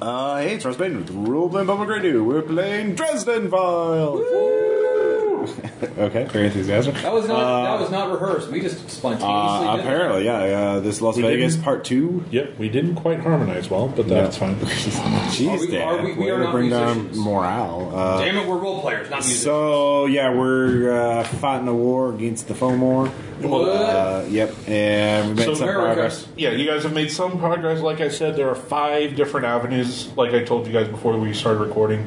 Uh, hey, it's Ross Baden with Roleplay Public Radio. We're playing Dresden Files. okay, very enthusiastic. That was not that was not rehearsed. We just spontaneously Uh, did it. apparently, yeah. Uh, this Las We Vegas didn't- Part Two. Yep, we didn't quite harmonize well, but that's fine. Jeez, Are we- Dad, are we- we way are to not bring down musicians. morale. Uh, Damn it, we're role players, not musicians. So yeah, we're uh, fighting a war against the Fomor. What? Uh, yep, and we made So some America. progress. Yeah, you guys have made some progress. Like I said, there are five different avenues. Like I told you guys before we started recording,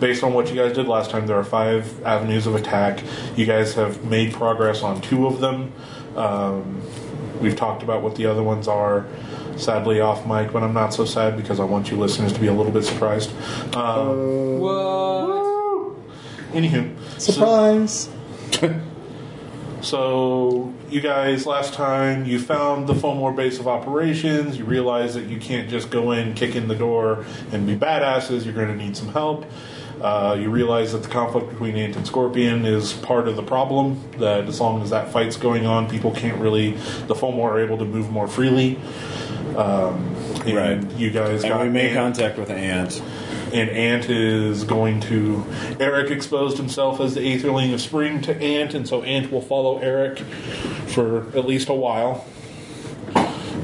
based on what you guys did last time, there are five avenues of attack. You guys have made progress on two of them. Um, we've talked about what the other ones are. Sadly, off mic, but I'm not so sad because I want you listeners to be a little bit surprised. Um, What? anywho, so- Surprise! So, you guys, last time you found the Fomor base of operations, you realize that you can't just go in, kick in the door, and be badasses. You're going to need some help. Uh, you realize that the conflict between Ant and Scorpion is part of the problem, that as long as that fight's going on, people can't really, the Fomor are able to move more freely. Um, and Right. You guys And got we made Ant- contact with Ant. and Ant is going to. Eric exposed himself as the Aetherling of Spring to Ant, and so Ant will follow Eric for at least a while.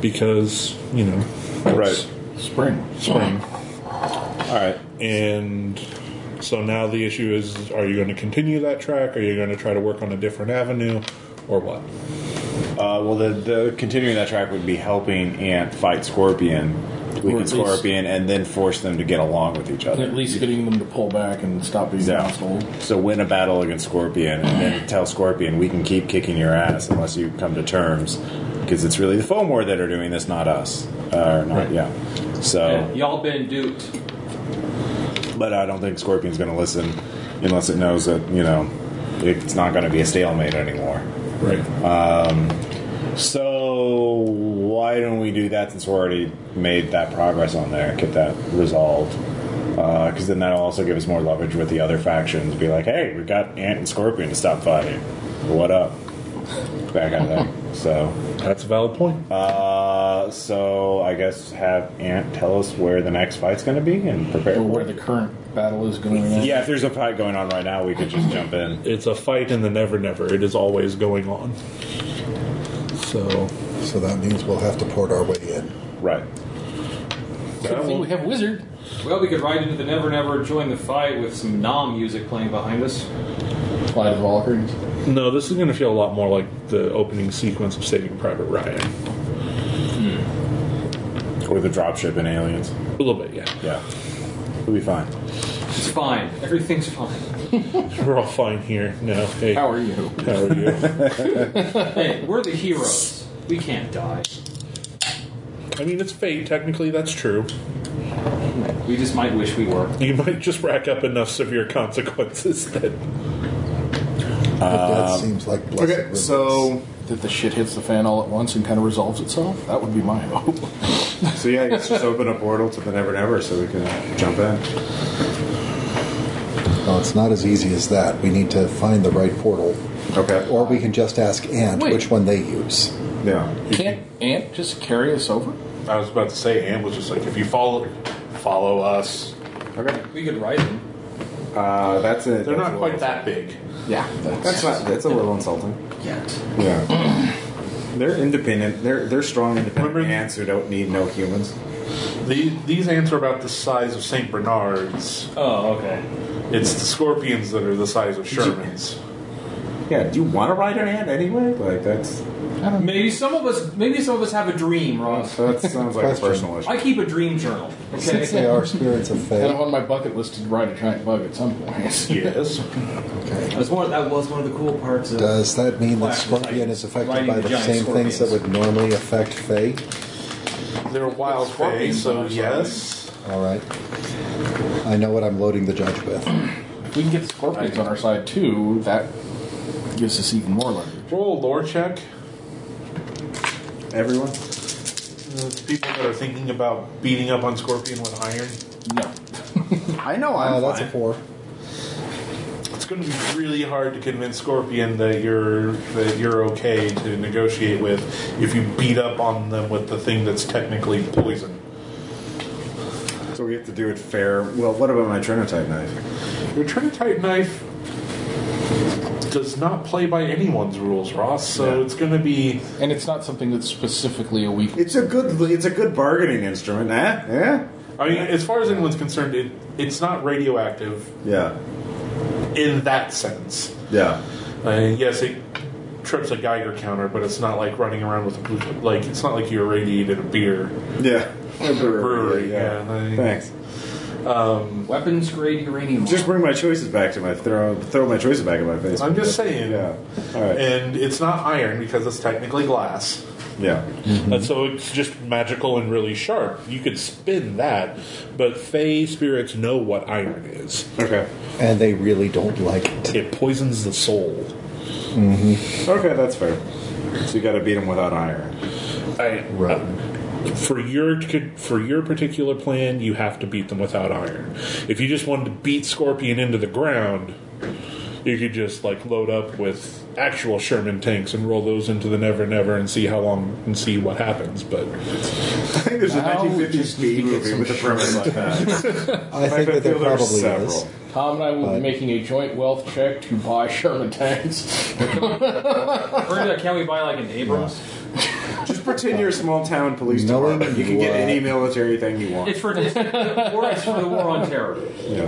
Because, you know. that's spring. Spring. All right. And so now the issue is are you going to continue that track? Are you going to try to work on a different avenue? Or what? Uh, well, the, the continuing that track would be helping Ant fight Scorpion, weaken at least- Scorpion, and then force them to get along with each And at other. least getting them to pull back and stop being Yeah. assholes. So win a battle against Scorpion, and then tell Scorpion we can keep kicking your ass unless you come to terms, because it's really the Fomor that are doing this, not us. Uh, or not, Yeah. So, Yeah, y'all been duped. but I don't think Scorpion's going to listen unless it knows that you know it's not going to be a stalemate anymore. Right. So why don't we do that since we already made that progress on there? Get that resolved. Because then that'll also give us more leverage with the other factions. Be like, hey, we got Ant and Scorpion to stop fighting. What up? That kind of thing. So, That's a valid point. uh, so I guess have Ant tell us where the next fight's going to be and prepare. Or for where it. the current battle is going on. Yeah, if there's a fight going on right now, we could just jump in. It's a fight in the never never. It is always going on. So. So that means we'll have to port our way in. Right. Good thing we have Wizard. Well, we could ride into the Never Never, join the fight with some Nom music playing behind us. Flight of Valkyries. No, this is going to feel a lot more like the opening sequence of Saving Private Ryan. Or the dropship in Aliens. A little bit, yeah. Yeah. We'll be fine. It's fine. Everything's fine. We're all fine here. No, hey, How are you? how are you? Hey, we're the heroes. We can't die. I mean, it's fate. Technically, that's true. We just might wish we were. You might just rack up enough severe consequences that that seems like blessed release. That the shit hits the fan all at once and kind of resolves itself? That would be my hope. So yeah, let's just open a portal to the Never Never so we can jump in. No, it's not as easy as that. We need to find the right portal. Okay. Or we can just ask Ant Wait. which one they use. Yeah. Can't Ant just carry us over? I was about to say. Anne was just like, if you follow, follow us. Okay. We could ride them. Uh, that's it. They're not quite that big. Yeah, That's not. That's a little insulting. Yet. Yeah. they're independent. They're they're strong, independent Remember- ants who don't need no humans. The, these ants are about the size of Saint Bernards. Oh, okay. It's the scorpions that are the size of Sherman's. Yeah. Do you want to ride an ant anyway? Like that's Maybe some of us. Maybe some of us have a dream, Ross. that sounds like a Question. personal issue. I keep a dream journal. Since Okay. they are spirits of Kind of fate. on my bucket list to ride a giant bug at some point. Yes. That was one. That was one of the cool parts of. Does that mean that Black Scorpion light. is affected Riding by the the giant same scorpions. things that would normally affect Faye? They're wild fae, scorpions so are- yes. All right. I know what I'm loading the judge with. if we can get the scorpions on our side too, that gives us even more leverage. Roll a lore check. Everyone. People that are thinking about beating up on Scorpion with iron, No. I know. I'm Uh, that's a four. it's going to be really hard to convince Scorpion that you're that you're okay to negotiate with if you beat up on them with the thing that's technically poison. So we have to do it fair. Well, what about my Trinitite knife? Your Trinitite knife does not play by anyone's rules, Ross. So Yeah. it's going to be And it's not something that's specifically a weak. It's a good. It's a good bargaining instrument. Eh? Yeah. I mean, as far as anyone's concerned, it it's not radioactive Yeah. in that sense. Yeah. Uh, yes, it trips a Geiger counter, but it's not like running around with a blue, like it's not like you irradiated a beer. Yeah. Brewery, yeah. Thanks. Weapons grade uranium. Just bring my choices back to my throw. Throw my choices back in my face. I'm just saying. Yeah. All right. And it's not iron because it's technically glass. Yeah. And so it's just magical and really sharp. You could spin that, but Fey spirits know what iron is. Okay. And they really don't like it. It poisons the soul. Okay, that's fair. So you got to beat him without iron. I, Right. for your for your particular plan, you have to beat them without iron. If you just wanted to beat Scorpion into the ground, you could just like load up with actual Sherman tanks and roll those into the Never Never and see how long and see what happens. But I think there's a Now we 1950s just need speed to get movie some with a premise like that. I think that there probably is. Tom and I will be making a joint wealth check to buy Sherman tanks. Brenda, can we buy like an Abrams? Just pretend you're a small town police Knowing department. You can get what- any military thing you want. It's for it's or it's for the war on terror. Yeah.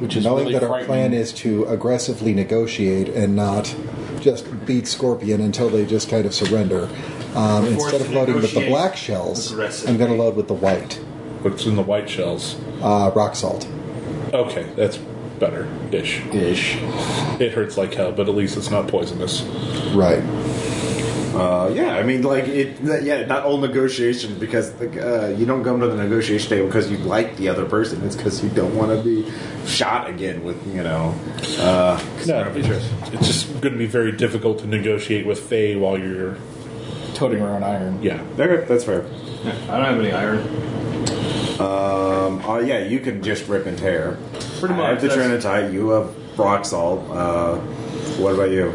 Which is Knowing really that our frightening. plan is to aggressively negotiate and not just beat Scorpion until they just kind of surrender, um, instead of loading with the negotiate black shells, I'm aggressively. going to load with the white what's in the white shells? uh, rock salt. Okay, that's better ish. ish. It hurts like hell, but at least it's not poisonous. Right. Uh, yeah, I mean, like, it, yeah, not all negotiation because uh, you don't come to the negotiation table because you like the other person. It's because you don't want to be shot again with, you know. Uh, No, it's, it's just going to be very difficult to negotiate with Faye while you're Toting around iron. yeah. okay, that's fair. I don't have any iron. Um, oh, yeah, you can just rip and tear. Pretty much, I have the that's- Trinitite, you have rock salt. Uh, what about you?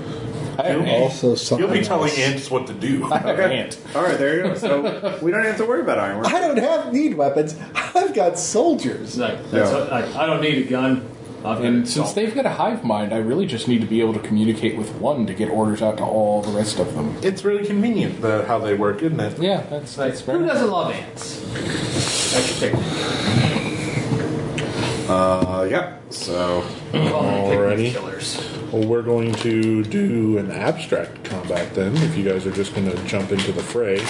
Also, something. You'll be telling else. ants what to do. Ant. All right, there you go. So we don't have to worry about iron. I We're- don't have need weapons. I've got soldiers. Like, that's Yeah. what- like, I don't need a gun. I've And got since salt. they've got a hive mind, I really just need to be able to communicate with one to get orders out to all the rest of them. It's really convenient the, how they work, isn't it? Yeah, that's that's Who very. doesn't love ants? That's your pick. Uh, yeah. So Alrighty. Killers. Well, we're going to do an abstract combat then. If you guys are just going to jump into the fray,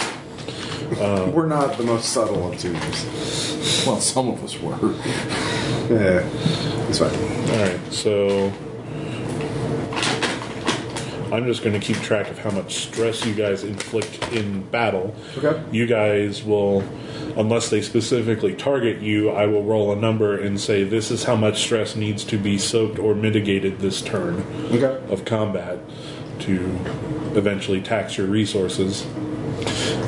we're not the most subtle of teams. Well, some of us were. Yeah, it's fine. all right. So I'm just going to keep track of how much stress you guys inflict in battle. Okay. You guys will, unless they specifically target you, I will roll a number and say this is how much stress needs to be soaked or mitigated this turn. Okay. of combat to eventually tax your resources.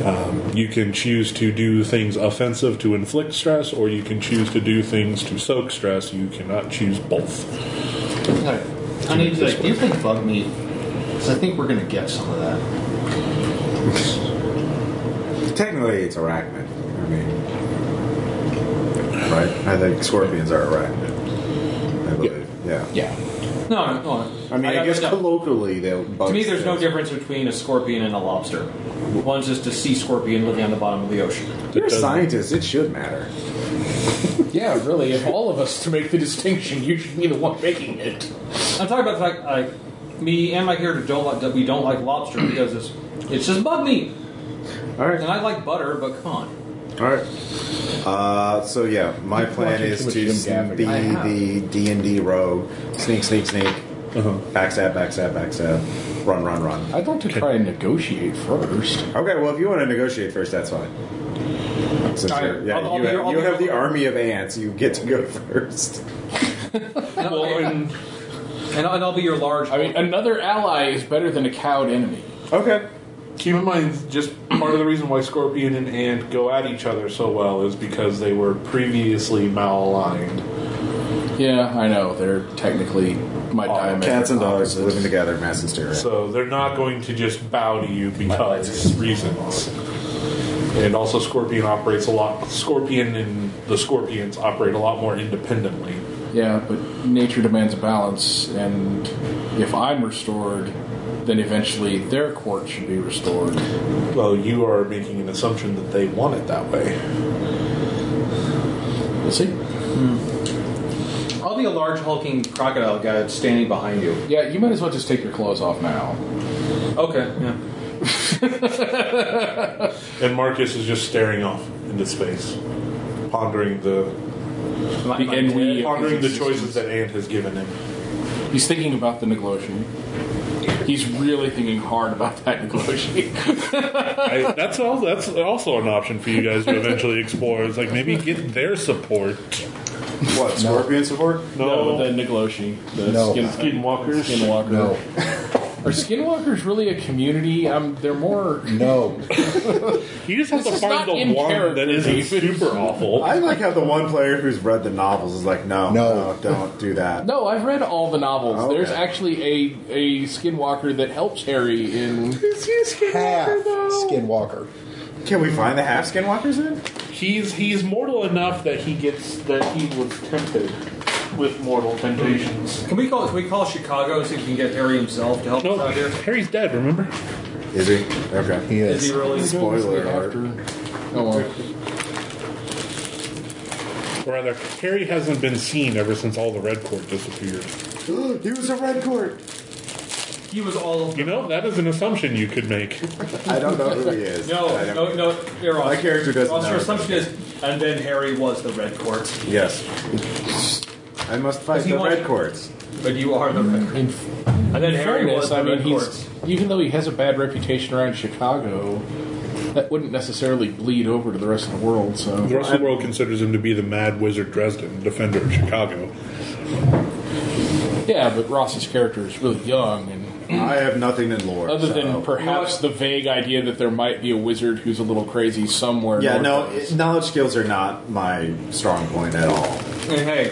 Um, you can choose to do things offensive to inflict stress, or you can choose to do things to soak stress. You cannot choose both. Like, I need to, like, do you think bug meat? Because I think we're going to get some of that. Technically, it's arachnid. I mean, right? I think scorpions are arachnid. I believe. Yeah. Yeah. No, no, no. I mean, I, I guess no. colloquially, they'll. to me, there's no difference between a scorpion and a lobster. One's just a sea scorpion living on the bottom of the ocean. You're a Doesn't- scientist. It should matter. Yeah, really. If all of us to make the distinction, you should be the one making it. I'm talking about the fact I, me and my character don't like that we don't like lobster because it's it's just bug meat, All right. and I like butter, but come on. All right. Uh, so yeah, my plan is much to Jim sn- Gaffigan. be I have. the D and D rogue. Sneak, sneak, sneak. Backstab, backstab, backstab. Run, run, run. I'd like to try and negotiate first. Okay, well, if you want to negotiate first, that's fine. Since All right, you're, yeah, I'll- I'll you, be- have, I'll you be- have the army of ants. You get to go first. Well, and And, I'll- and I'll be your large. I mean, another ally is better than a cowed enemy. Okay. keep in mind, just part of the reason why Scorpion and Ant go at each other so well is because they were previously malaligned. Yeah, I know. They're technically my diamond. Oh, Cats and dogs living together, mass hysteria. So they're not going to just bow to you because reasons. And also, Scorpion operates a lot. Scorpion and the Scorpions operate a lot more independently. Yeah, but nature demands a balance, and if I'm restored, then eventually their court should be restored. Well, you are making an assumption that they want it that way. We'll see. I'll be a large hulking crocodile guy that's standing behind you. Yeah, you might as well just take your clothes off now. Okay, yeah. And Marcus is just staring off into space, pondering the My- The my- envy of pondering the his existence. choices that Ant has given him. He's thinking about the Negloshin. He's really thinking hard about that Negloshin. I, that's all. That's also an option for you guys to eventually explore. It's like maybe get their support. What, Scorpion support? No, the Nigloshi, the No. skin, Skinwalkers. skinwalker. No, Are Skinwalkers really a community? Um, they're more. no. you just have This to is find not the in one character, that isn't David. super awful. I like how the one player who's read the novels is like, no, No. no, don't do that. No, I've read all the novels. Okay. There's actually a a Skinwalker that helps Harry in. Half Skinwalker. Can we find the half skinwalkers then? He's he's mortal enough that he gets that he was tempted with mortal temptations. Can we call? Can we call Chicago and see if we can get Harry himself to help No, us out here? Harry's dead. Remember? Is he? Okay. He Is is. he really? Spoiler alert. Oh, well. Or rather, Harry hasn't been seen ever since all the red court disappeared. he was a red court. He was all. You know, that is an assumption you could make. I don't know who he is. No, I don't- no, no, Eros. My character doesn't Ross, know. your assumption is, and then Harry was the Red Court. Yes. I must fight Does he the want- red courts. But you are the Red Court. In And then Harry was fairness, the I mean, Red he's Court. even though he has a bad reputation around Chicago, that wouldn't necessarily bleed over to the rest of the world. The So rest of the world considers him to be the mad wizard Dresden, defender of Chicago. yeah, but Ross's character is really young, and I have nothing in lore. other so- than perhaps the vague idea that there might be a wizard who's a little crazy somewhere. Yeah, north no, of us. it- knowledge skills are not my strong point at all. And hey,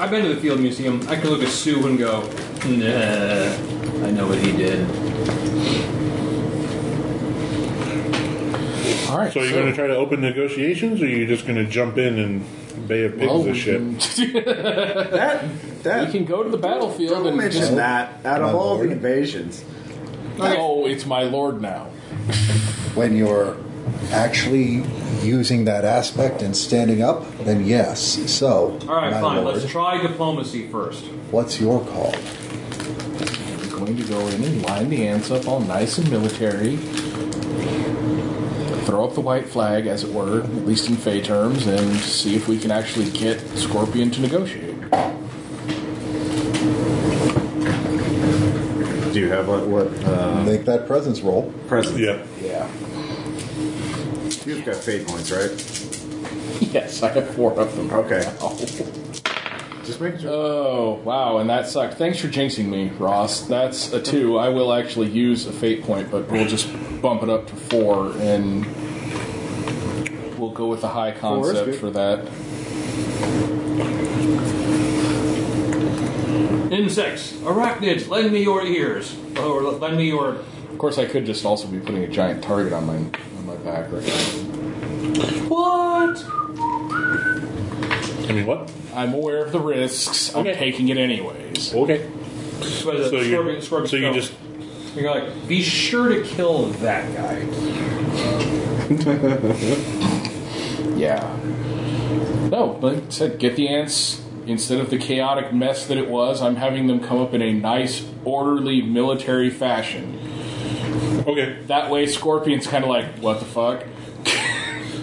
I've been to the Field Museum. I can look at Sue and go, nah, I know what he did. All right. So are you going to try to open negotiations, or are you just going to jump in and Bay of Pigs well, the we shit? can- That we that can go to the battlefield don't and mention just, that. Out of My all lord. the invasions, oh, it's my lord now. When you're actually using that aspect and standing up, then yes. So, All right, my fine. lord, Let's try diplomacy first. what's your call? I'm going to go in and line the ants up all nice and military. Throw up the white flag, as it were, at least in Fey terms, and see if we can actually get Scorpion to negotiate. do you have what? What uh, Make that presence roll. presence? Yeah. Yeah. You've got fate points, right? Yes, I have four of them. Okay. now. Just make sure. Oh, wow, and that sucked. Thanks for jinxing me, Ross. That's a two. I will actually use a fate point, but we'll just bump it up to four, and we'll go with the high is concept good. for that. Insects, arachnids, lend me your ears. Oh, Or lend me your. Of course, I could just also be putting a giant target on my on my back right now. What? I mean, what? I'm aware of the risks. I'm Okay. taking it anyways. Okay. So, So you, so you just You're like, be sure to kill that guy. Yeah. No, like I said, get the ants. Instead of the chaotic mess that it was, I'm having them come up in a nice, orderly, military fashion. okay. That way, Scorpion's kind of like, what the fuck?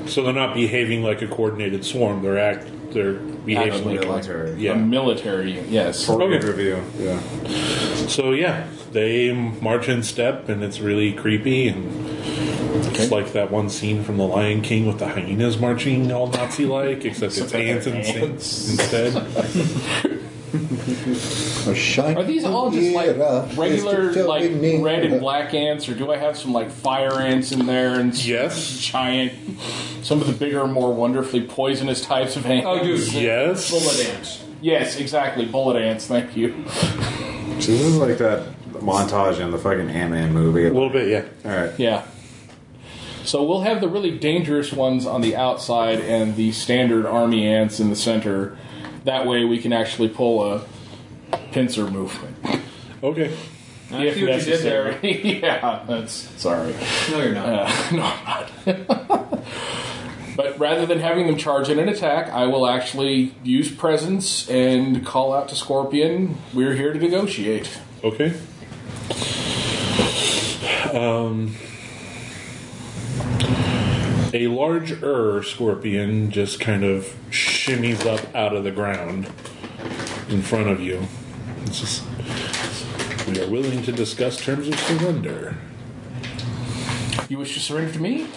So they're not behaving like a coordinated swarm. They're act. They're behaving Actually, like military. A yeah. military, yes. Forward Uh, okay. review. Yeah. So yeah, they march in step, and it's really creepy and. It's like that one scene from The Lion King with the hyenas marching all Nazi-like, except it's ants and ants instead. Are these all just like regular, like red and black ants, or do I have some like fire ants in there and some Yes, giant, some of the bigger, more wonderfully poisonous types of ants? Oh, dude. yes. Bullet ants. Yes, exactly. Bullet ants. Thank you. This is like that montage in the fucking Ant Man movie. A little bit, yeah. All right. Yeah. So we'll have the really dangerous ones on the outside and the standard army ants in the center. That way we can actually pull a pincer movement. Okay. I see what you did there. yeah, that's sorry. No, you're not. Uh, no, I'm not. but rather than having them charge in an attack, I will actually use presence and call out to Scorpion. We're here to negotiate. Okay. Um, a large er scorpion just kind of shimmies up out of the ground in front of you. It's just, we are willing to discuss terms of surrender. You wish to surrender to me?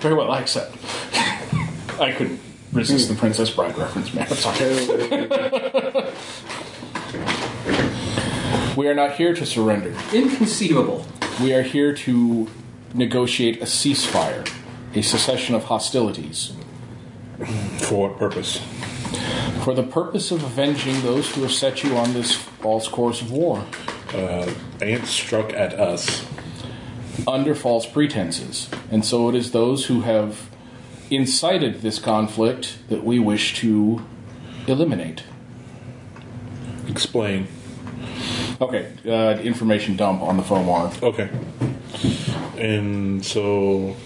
Very well, I accept. I couldn't resist the Princess Bride reference, man. I'm sorry. we are not here to surrender. Inconceivable. We are here to negotiate a ceasefire, a cessation of hostilities, For what purpose? for the purpose of avenging those who have set you on this false course of war, Ants struck at us. under false pretenses. And so it is those who have incited this conflict that we wish to eliminate. Explain. Okay, uh, information dump on the phone wire. Okay. And so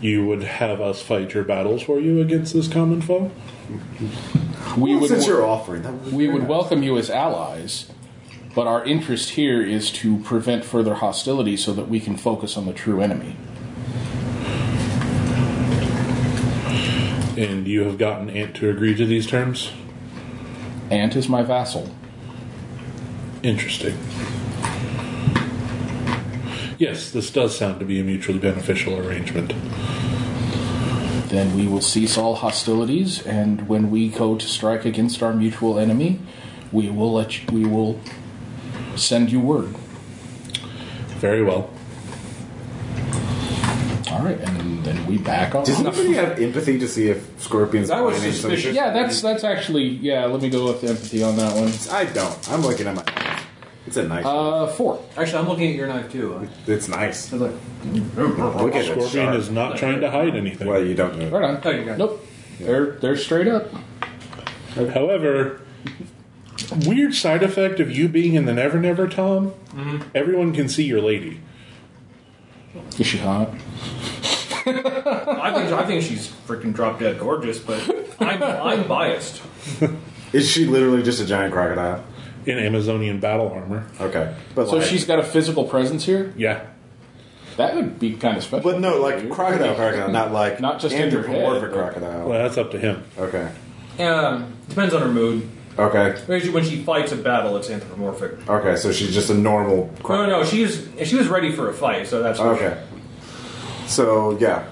you would have us fight your battles for you against this common foe? We would Since wel- you're offering, that would be we very would nice. welcome you as allies, but our interest here is to prevent further hostility so that we can focus on the true enemy. And you have gotten Ant to agree to these terms? Ant is my vassal. Interesting. Yes, this does sound to be a mutually beneficial arrangement. Then we will cease all hostilities, and when we go to strike against our mutual enemy, we will let you, we will send you word. Very well. All right, and then we back off. Does anybody have empathy to see if Scorpion's That was planning some suspicious. shit? Yeah, that's that's actually yeah. Let me go with empathy on that one. I don't. I'm looking at my. It's a nice. Uh, four. Actually, I'm looking at your knife too. it's nice. Oh, I was like, Look at it. Scorpion sharp. is not trying to hide anything. Well, you don't know. Right on. Oh, you got it. Nope. They're they're straight up. However, weird side effect of you being in the Never Never, Tom, everyone can see your lady. Is she hot? I think I think she's freaking drop dead gorgeous, but I'm I'm biased. Is she literally just a giant crocodile? In Amazonian battle armor. Okay, but So like, she's got a physical presence here. Yeah. That would be kind of special. But no, like crocodile, crocodile, not like Not just in your head, anthropomorphic but- crocodile. Well, that's up to him. Okay, Um, depends on her mood. okay, Usually When she fights a battle, it's anthropomorphic. okay. So she's just a normal. No, Crocodile. no, she is she was ready for a fight, so that's Okay, so yeah,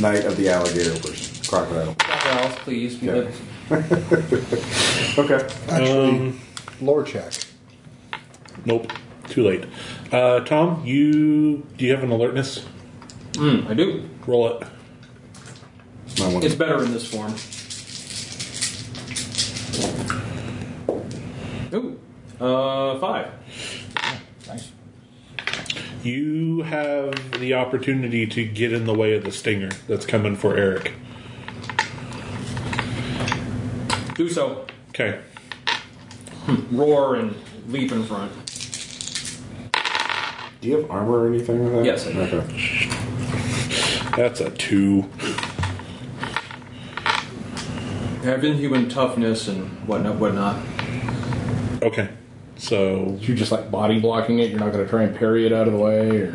Knight of the alligator versus crocodile. Crocodiles, please. be Yeah. good. Okay, Actually, lore check. Nope. Too late. Uh, Tom, you do you have an alertness? Hmm, I do. Roll it. It's my one. It's better in this form. Ooh, uh, five. You have the opportunity to get in the way of the stinger that's coming for Eric. Do so. Okay. Roar and leap in front. Do you have armor or anything like that? Yes, I do. Okay. That's a two. I have inhuman toughness and whatnot, whatnot. Okay. So You're just like body blocking it. You're not going to try and parry it out of the way or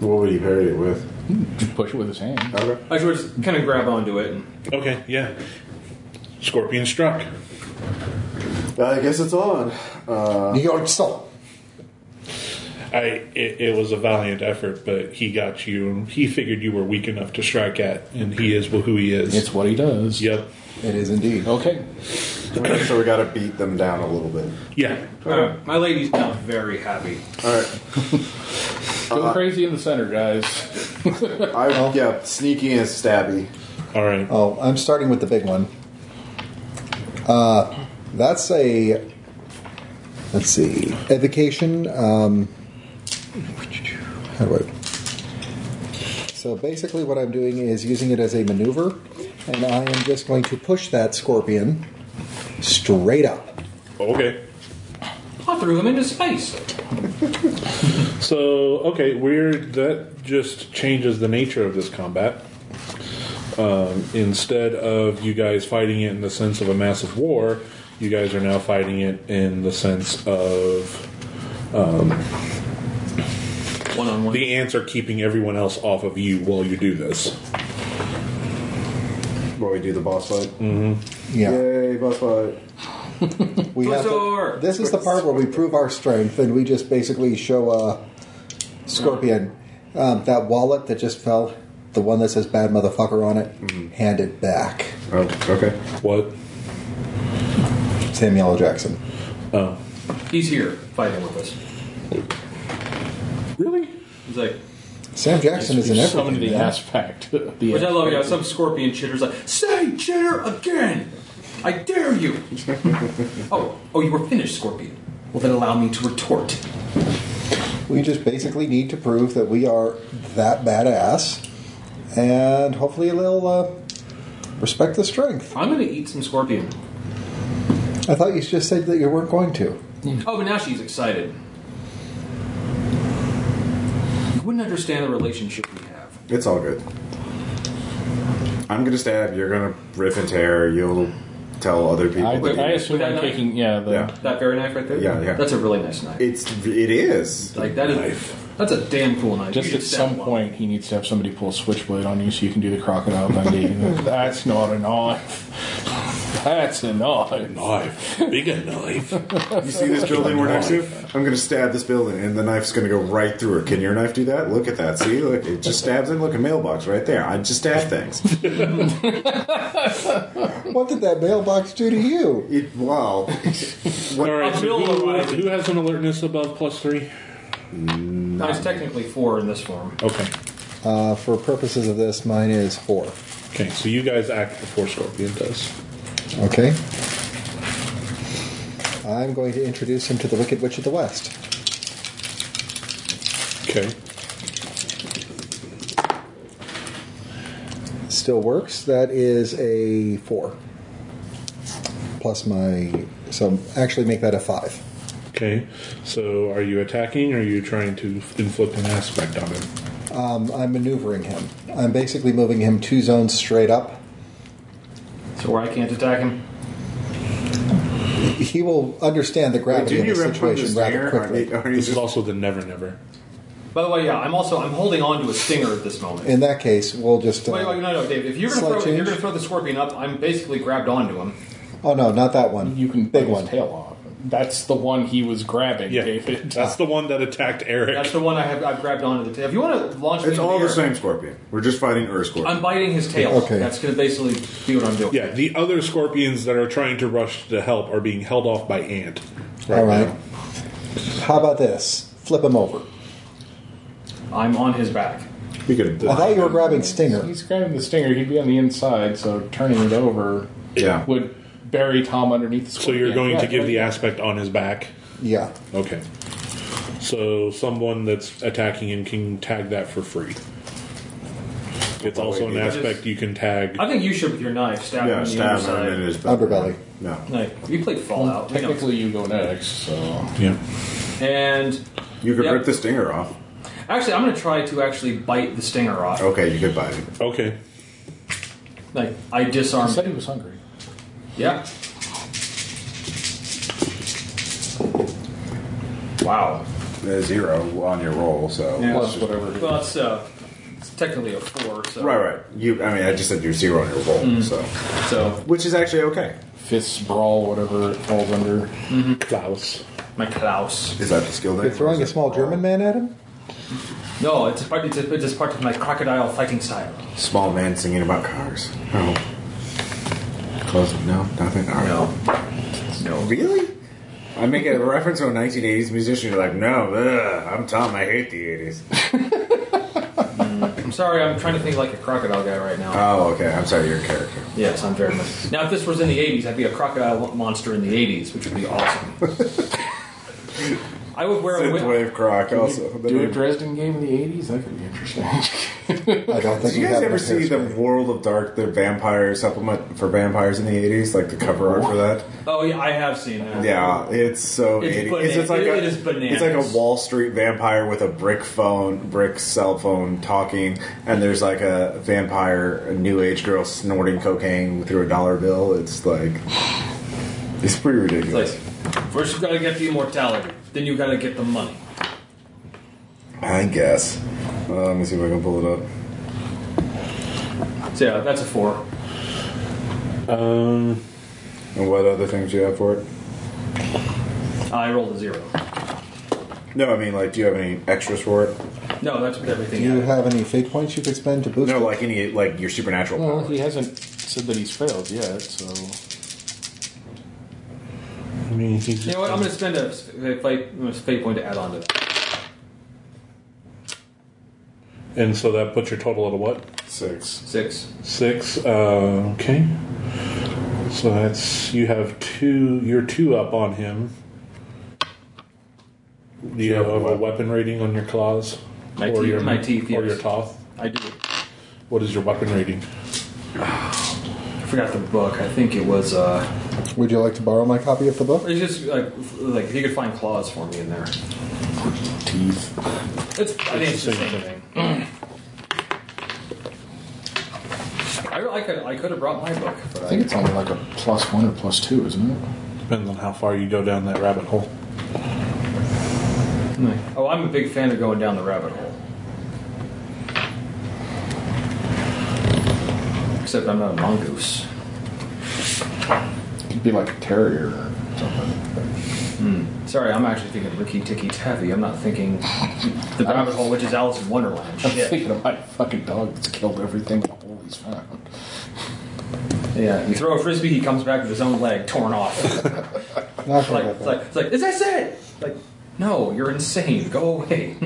What would you parry it with? just push it with his hand. Okay. I should just kind of grab onto it. And, okay, yeah. Scorpion struck. Well, I guess it's on. Uh. New York Soul. I it, it was a valiant effort, but he got you. and He figured you were weak enough to strike at, and he is who he is. It's what he does. yep. It is indeed. Okay. so we gotta beat them down a little bit. Yeah. Uh, my lady's not very happy. All right. Go crazy in the center, guys. I yeah, sneaky and stabby. All right. Oh, I'm starting with the big one. Uh, that's a. Let's see. Evocation. Um, how do I. So basically, what I'm doing is using it as a maneuver, and I am just going to push that scorpion straight up. Okay. I threw him into space. So, okay, weird. That just changes the nature of this combat. Um, instead of you guys fighting it in the sense of a massive war, you guys are now fighting it in the sense of um, One on one. the ants are keeping everyone else off of you while you do this. While we do the boss fight. Yeah, Yay, boss fight. we have to, Twizzor! This is the part where we prove our strength, and we just basically show a scorpion um, that wallet that just fell, the one that says "bad motherfucker" on it. Hand it back, Oh, okay. What? Samuel L. Jackson. He's here fighting with us. Really? He's like, Sam Jackson is in Some of everything. the man. aspect. The which I love. Yeah, some scorpion chitter's like, say chitter again. I dare you. oh, oh, you were finished, scorpion. Well, then allow me to retort. We just basically need to prove that we are that badass, and hopefully they'll uh, respect the strength. I'm gonna eat some scorpion. I thought you just said that you weren't going to. Oh, but now she's excited. You wouldn't understand the relationship we have. It's all good. I'm gonna stab. You're gonna riff and tear. You'll tell other people. I, that I you- assume Would I I'm not- taking. Yeah, the, yeah, That very knife right there. Yeah, yeah. That's a really nice knife. it's it is. like that is. That's a damn cool knife. Just You at should stab some one. point, he needs to have somebody pull a switchblade on you so you can do the crocodile Dundee. That's not a knife. That's a knife. Knife. Bigger knife. You see this building we're next to? I'm gonna stab this building, and the knife's gonna go right through it. Can your knife do that? Look at that. See, look, it just stabs in. Look, a mailbox right there. I just stab things. What did that mailbox do to you? It wow. All right, A so bill who, arrived. who has an alertness above plus three? That was technically four in this form. Okay. Uh, for purposes of this, mine is four. Okay, so you guys act before Scorpion does. Okay. I'm going to introduce him to the Wicked Witch of the West. Okay. Still works. That is a four. Plus my. So actually make that a five. Okay. So are you attacking or are you trying to inflict an aspect on him? Um, I'm maneuvering him. I'm basically moving him two zones straight up. So where I can't attack him. He will understand the Wait, gravity didn't you of the rip from the situation rather stinger? quickly. Aren't you- aren't you This is just- also the Never Never. By the way, yeah, I'm also I'm holding on to a stinger at this moment. In that case, we'll just. Wait, wait, Uh, no, no, Dave. If you're Slight gonna throw, if you're change. gonna throw the scorpion up, I'm basically grabbed onto him. oh no, not that one. You can big bite one. his tail off. That's the one he was grabbing, Yeah, David. that's the one that attacked That's Eric. the one I have. I've grabbed onto the tail. If you want to launch, me It's in all the, the air, same scorpion. We're just fighting Ur scorpion. I'm biting his tail. Okay. That's gonna basically be what I'm doing. Yeah, the other scorpions that are trying to rush to help are being held off by Ant. All right. now. How about this? Flip him over. I'm on his back. we could. I thought you were grabbing Stinger. He's grabbing the stinger. He'd be on the inside, so turning it over Yeah. would bury Tom underneath the So you're scorpion. going to Yeah, give the yeah. aspect on his back. Yeah. Okay. So someone that's attacking him can tag that for free. It's also an aspect you can tag. I think you should with your knife stab him Yeah, in the stab him underside. in his Underbelly. No, Like, you played Fallout. you know. Technically, you go next, so. Yeah. And you could Yeah. rip the stinger off. actually, I'm going to try to actually bite the stinger off. Okay, you could bite it. Okay. Like, I He disarm. said he was hungry. Yeah. Wow. A Uh, zero on your roll, so Yeah. Plus whatever. Well, it's, uh, it's technically a four, so. right, right. You, I mean, I just said you're zero on your roll, Hmm. so So, which is actually okay. Fist brawl, whatever it falls under. Klaus. my Klaus. Is that the skill? You're throwing a small German man at him? No, it's part, it's, it's just part of my crocodile fighting style. Small man singing about cars. Oh, close. No, nothing. All right. No. No. Really? I make a reference to a 1980s musician. You're like, no, ugh, I'm Tom. I hate the 80s. I'm sorry, I'm trying to think like a crocodile guy right now. Oh, okay. I'm sorry. You're a character. Yes, I'm very much. Now, if this was in the 80s, I'd be a crocodile monster in the 80s, which would be awesome. I would wear a Synth wig. wave croc also. Do a Dresden game in the 80s? That could be interesting. I don't think Did you we guys have ever enough see the hairspray. World of Dark, the vampire supplement for vampires in the eighties, like the cover art for that? Oh yeah, I have seen that. Yeah, it's so It's 80s. bana- It's, it's like it- a, it is bananas. It's like a Wall Street vampire with a brick phone, brick cell phone talking, and there's like a vampire, a new age girl snorting cocaine through a dollar bill. It's like, it's pretty ridiculous. It's like, first you gotta get the immortality, then you gotta get the money. I guess. Uh, let me see if I can pull it up. So yeah, that's a four. Um, And what other things do you have for it? I rolled a zero. No, I mean, like, do you have any extras for it? No, that's with everything. Do you I- have any fate points you could spend to boost No, it? like any, like your supernatural well, power. he hasn't said that he's failed yet, so. I mean, he You just know what? I'm gonna spend a sp- a fate, a fate point to add on to that. and so that puts your total at a what? Six. Six. Six. Uh, okay. So that's you have two. You're two up on him. Do you have a weapon rating on your claws? My teeth- my teeth, Or yes. your toth? I do. What is your weapon rating? I forgot the book. I think it was. uh... Would you like to borrow my copy of the book? It's just like, like if you could find claws for me in there. Teeth. It's, I think it's the same thing. I, I could I could have brought my book, but I I, think it's only like a plus one or plus two, isn't it? Depends on how far you go down that rabbit hole. oh I'm a big fan of going down the rabbit hole. Except I'm not a mongoose. It could be like a terrier or something. Sorry, I'm actually thinking Ricky Tikki Tavi. I'm not thinking the rabbit hole, which is Alice in Wonderland. I'm Shit. thinking of my fucking dog that's killed everything in the hole he's found. Yeah, you throw a frisbee, he comes back with his own leg torn off. Not It's like, gonna get it's that. like, it's like, is this it? Like, no, you're insane. Go away.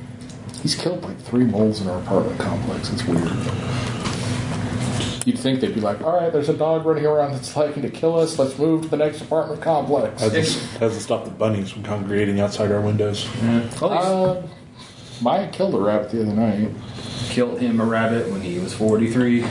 He's killed like three moles in our apartment complex. It's weird. You'd think they'd be like, all right, there's a dog running around that's likely to kill us. Let's move to the next apartment complex. Hasn't, hasn't stopped the bunnies from congregating outside our windows. Mm-hmm. Uh, Maya killed a rabbit the other night. Killed him a rabbit when he was 43.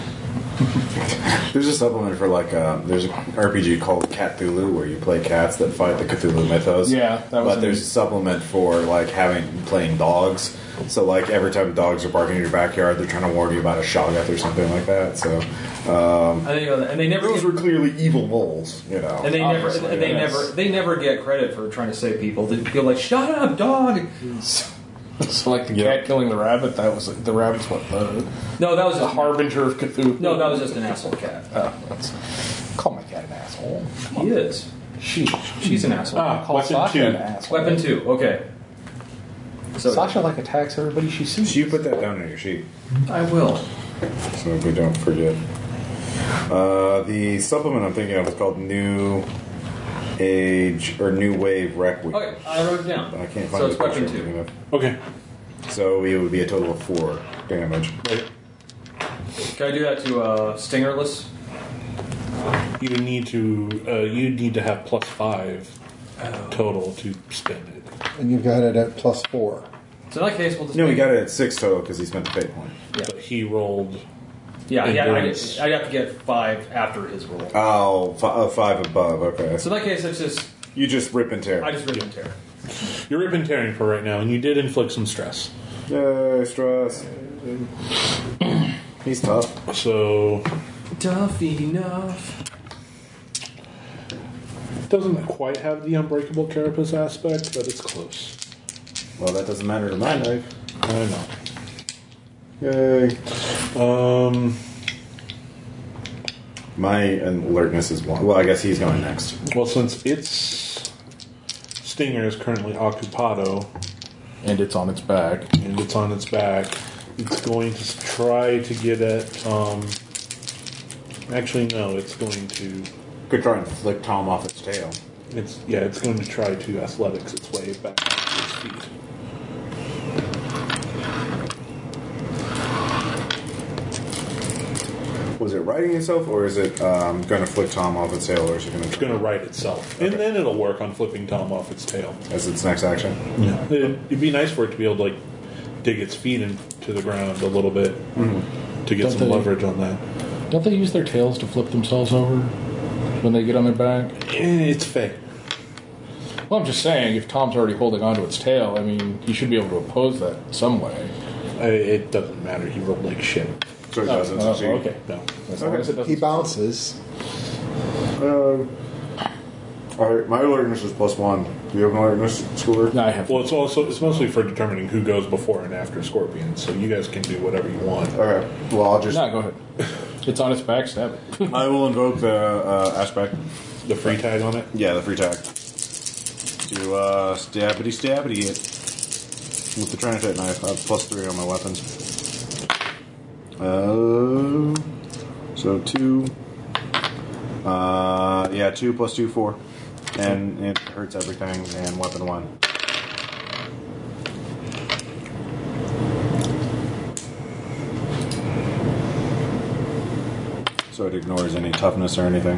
There's a supplement for like uh, there's an RPG called Cthulhu where you play cats that fight the Cthulhu mythos. Yeah, that was but in- there's a supplement for like having playing dogs. So like every time dogs are barking in your backyard, they're trying to warn you about a shoggoth or something like that. So And they, and they never. those were clearly evil moles, you know. and they never, Obviously, and they yes. never, they never get credit for trying to save people. They feel like, "Shut up, dog." So, like the cat killing the rabbit, that was the rabbit's what the, No, that was the just harbinger of Cthulhu. No, that was just an asshole cat. Oh, that's, call my cat an asshole. He is. She. She's an asshole. Ah, call weapon Sasha two. an asshole. Weapon two. Okay. So Sasha like attacks everybody she sees. So you put that down on your sheet, I will. so if we don't forget. Uh, the supplement I'm thinking of is called New Age or New Wave Requiem. Okay, I wrote it down. I can't find Oh, so it's the picture weapon I'm thinking two. of. Okay. So it would be a total of four damage. Can I do that to uh, Stingerless? You would need to uh, you need to have plus five Oh. total to spend it. And you've got it at plus four. So in that case, we'll just No, he got it at six total because he spent the fate point. But he rolled. Yeah, yeah. I, Endurance. I'd have to get five after his roll. Oh, fi- oh, five above. Okay, So so in that case, it's just you just rip and tear. I just rip and tear. You're rip and tearing for right now, and you did inflict some stress. Yay, stress. He's tough. So Tough enough. it doesn't quite have the unbreakable carapace aspect, but it's close. Well, that doesn't matter to my knife. I Yay. know. Um, My alertness is one. Well, I guess he's going next. well, since its stinger is currently occupado And it's on its back. and it's on its back, it's going to try to get at. Um, actually, no, it's going to. Could try and flick Tom off its tail. It's yeah, it's going to try to athletics its way back to its feet. What Was it writing itself, or is it um, going to flip Tom off its tail, or is it going It's to going to right itself, and then it'll work on flipping Tom off its tail. as its next action? Yeah. It'd, it'd be nice for it to be able to like dig its feet into the ground a little bit to get Don't some they- leverage on that. Don't they use their tails to flip themselves over when they get on their back? Eh, It's fake. Well, I'm just saying, if Tom's already holding onto its tail, I mean, you should be able to oppose that in some way. I, it doesn't matter. He rolled like shit. So it doesn't Oh, succeed. okay. No. As long as it doesn't- He bounces. All right, my alertness is plus one. Do you have an alertness, Schooler? No, I have. Well, it's also it's mostly for determining who goes before and after Scorpion. So you guys can do whatever you want. All right. Well, I'll just. No, go ahead. It's on its back, stab it. I will invoke the uh, aspect. The free tag on it. Yeah, the free tag. To uh, stabbity stabbity it with the trinitite knife. I have plus three on my weapons. Uh, so two. Uh, yeah, two plus two, four. And it hurts everything, and weapon one. So it ignores any toughness or anything.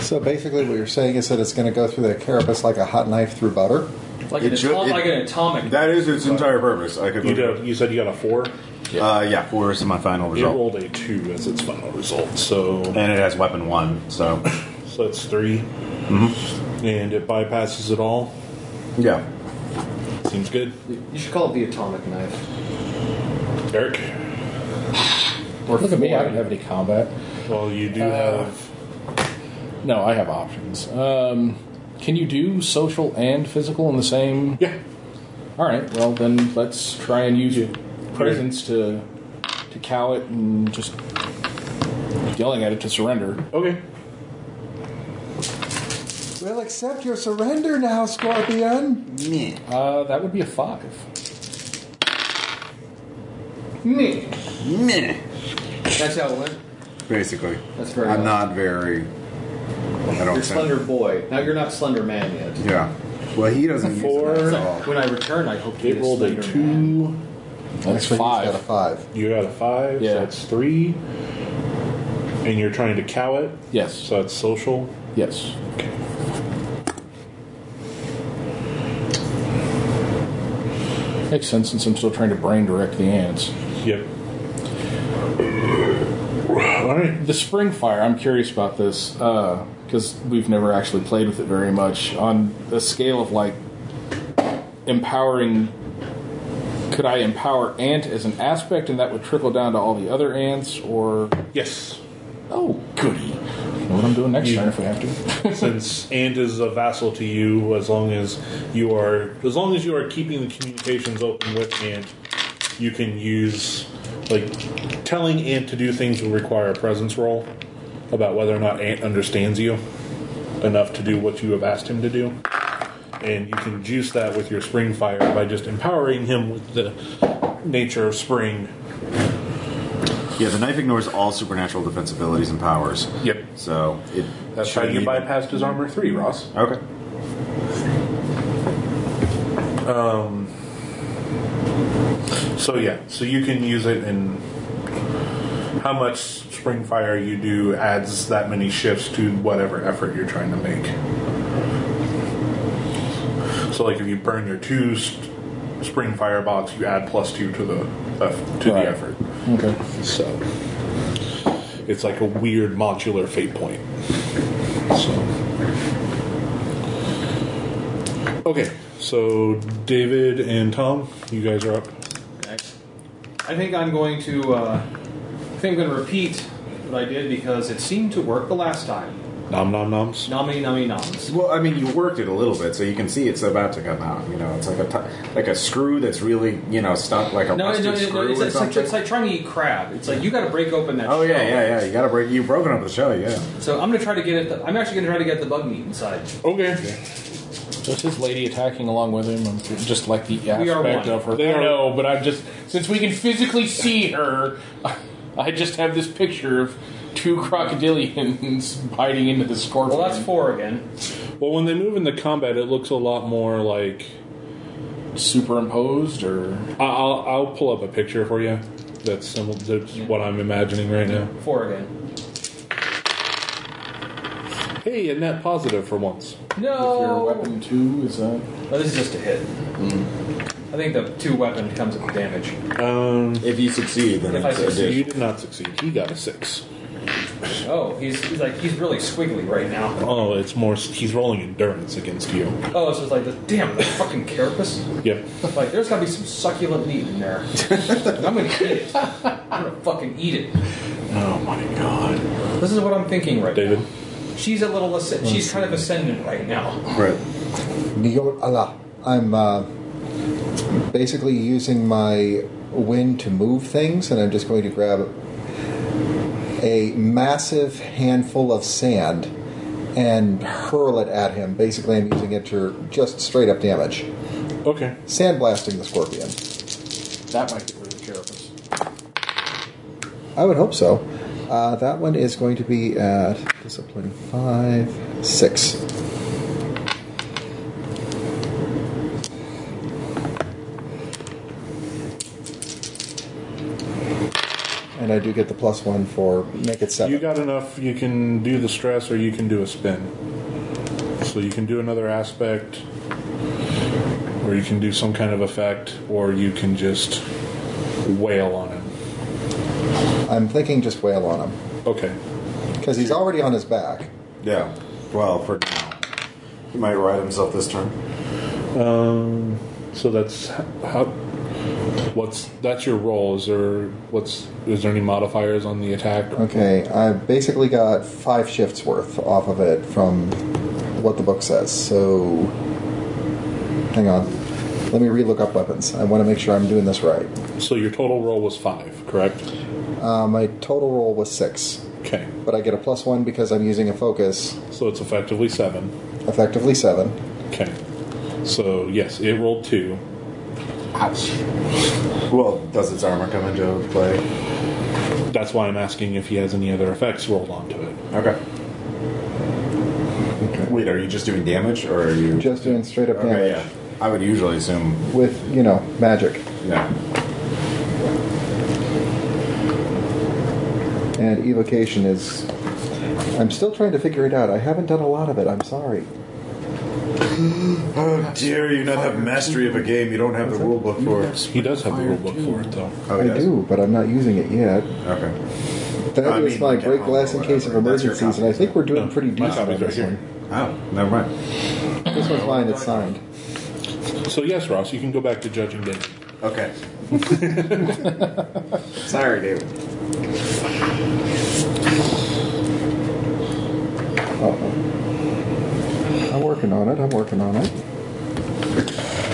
So basically, what you're saying is that it's going to go through the carapace like a hot knife through butter. Like, It an, should- atom- it- like an atomic. That is its entire purpose. I could You look it up. got, you said you got a four. Uh, yeah, four is my final You result. rolled a two as its final result. So And it has weapon one, so. so that's 3 And it bypasses it all. yeah. Seems good. You should call it the atomic knife. Eric. Or Look at me, I don't have any combat. Well, you do have. No, I have options. Um, can you do social and physical in the same? Yeah. All right. Well, then let's try and use presence to to cow it and just yelling at it to surrender. Okay. We'll accept your surrender now, Scorpion. Uh, that would be a five. That's how it went. Basically. That's very I'm nice. not very. I don't You're think. Slender Boy. Now you're not Slender Man yet. Yeah. Well, he doesn't Four. use it at all. When I return, I hope to It be rolled a Slender two. Man. That's Actually, he's got a five. five. You got a five. Yeah. So that's three. And you're trying to cow it. Yes. So that's social. Yes. Makes sense since I'm still trying to brain direct the ants. Yep. All right. The spring fire, I'm curious about this because we've never actually played with it very much. On a scale of like empowering, could I empower ant as an aspect and that would trickle down to all the other ants? Or, Yes. oh, goody. Know what I'm doing next turn if we have to. Since Ant is a vassal to you, as long as you are, as long as you are keeping the communications open with Ant, you can use like telling Ant to do things will require a presence roll about whether or not Ant understands you enough to do what you have asked him to do. And you can juice that with your spring fire by just empowering him with the nature of spring. Yeah, the knife ignores all supernatural defense abilities and powers. Yep. So it. That's how you shouldn't even- bypassed his armor three, Ross. Okay. So yeah, so you can use it in how much spring fire you do adds that many shifts to whatever effort you're trying to make. So like if you burn your two st- spring fire box, you add plus two to the eff- to Right. the effort. okay. So it's like a weird modular fate point. So okay, so David and Tom, you guys are up. Next. I think I'm going to. Uh, I think I'm going to repeat what I did because it seemed to work the last time. Nom nom noms. Nami nami noms. Well, I mean, you worked it a little bit, so you can see it's about to come out. You know, it's like a t- like a screw that's really you know stuck like a No, no, rusted no, no, screw or It's, it's, like, something. it's like trying to eat crab. It's like you got to break open that. oh yeah, shell. yeah, yeah. You gotta break. You've broken up the shell, yeah. So I'm going to try to get it. I'm actually going to try to get the bug meat inside. Okay. Was his lady attacking along with him? I'm just like the We are aspect one. of her. They I are- know, but I'm just since we can physically see her, I just have this picture of two crocodilians biting into the scorpion. Well, that's four again. Well, when they move into combat, it looks a lot more like. superimposed, or I- I'll, I'll pull up a picture for you. That's, some, that's what I'm imagining right now. Four again. Hey, a net positive for once. Your No. weapon two is that? Oh, this is just a hit. I think the two weapon comes with damage. Um, If you succeed, then If it's I succeed. additional. you did not succeed. He got a six. Oh, he's, he's like he's really squiggly right now. Oh, it's more. He's rolling endurance against you. Oh, so it's like this damn the fucking carapace. Yep. Like there's gotta be some succulent meat in there. And I'm gonna eat it. I'm gonna fucking eat it. Oh my god, This is what I'm thinking right David. now. She's a little asc- she's kind of ascendant right now. Right. Niyot Allah. I'm uh, basically using my wind to move things, and I'm just going to grab a massive handful of sand and hurl it at him. Basically, I'm using it to just straight up damage. Okay. Sandblasting the scorpion. That might get rid of the carapace. I would hope so. Uh, that one is going to be at discipline five, six. And I do get the plus one for make it seven. You got enough. You can do the stress, or you can do a spin. So you can do another aspect, or you can do some kind of effect, or you can just wail on him. I'm thinking just wail on him Okay. because he's already on his back. Yeah. Well, for now. He might ride himself this turn. Um. So that's how. What's that's your roll? Is there what's is there any modifiers on the attack? Okay, I basically got five shifts worth off of it from what the book says. So, hang on. Let me re-look up weapons. I want to make sure I'm doing this right. So your total roll was five, correct? Uh, my total roll was six, Okay. but I get a plus one because I'm using a focus, So it's effectively seven. effectively seven. Okay. So yes, it rolled two. Well, does its armor come into play? That's why I'm asking if he has any other effects rolled onto it. Okay. Wait, are you just doing damage, or are you? Just doing straight up okay, damage yeah. I would usually assume. with, you know, magic. Yeah. And evocation is. I'm still trying to figure it out. I haven't done a lot of it. I'm sorry. Oh dear, you not have mastery of a game. You don't have the rule book for it. He does have the rule book for it though. Oh, I yes. do, but I'm not using it yet. Okay. That I was mean, my like, break uh, glass in case of whatever. That's your emergencies, and I copy. think we're doing No, pretty my decent on copy's this right one. Oh, never mind. This one's mine, it's signed. So yes, Ross, you can go back to judging David. Okay. Sorry, David. Uh-oh. I'm working on it, I'm working on it.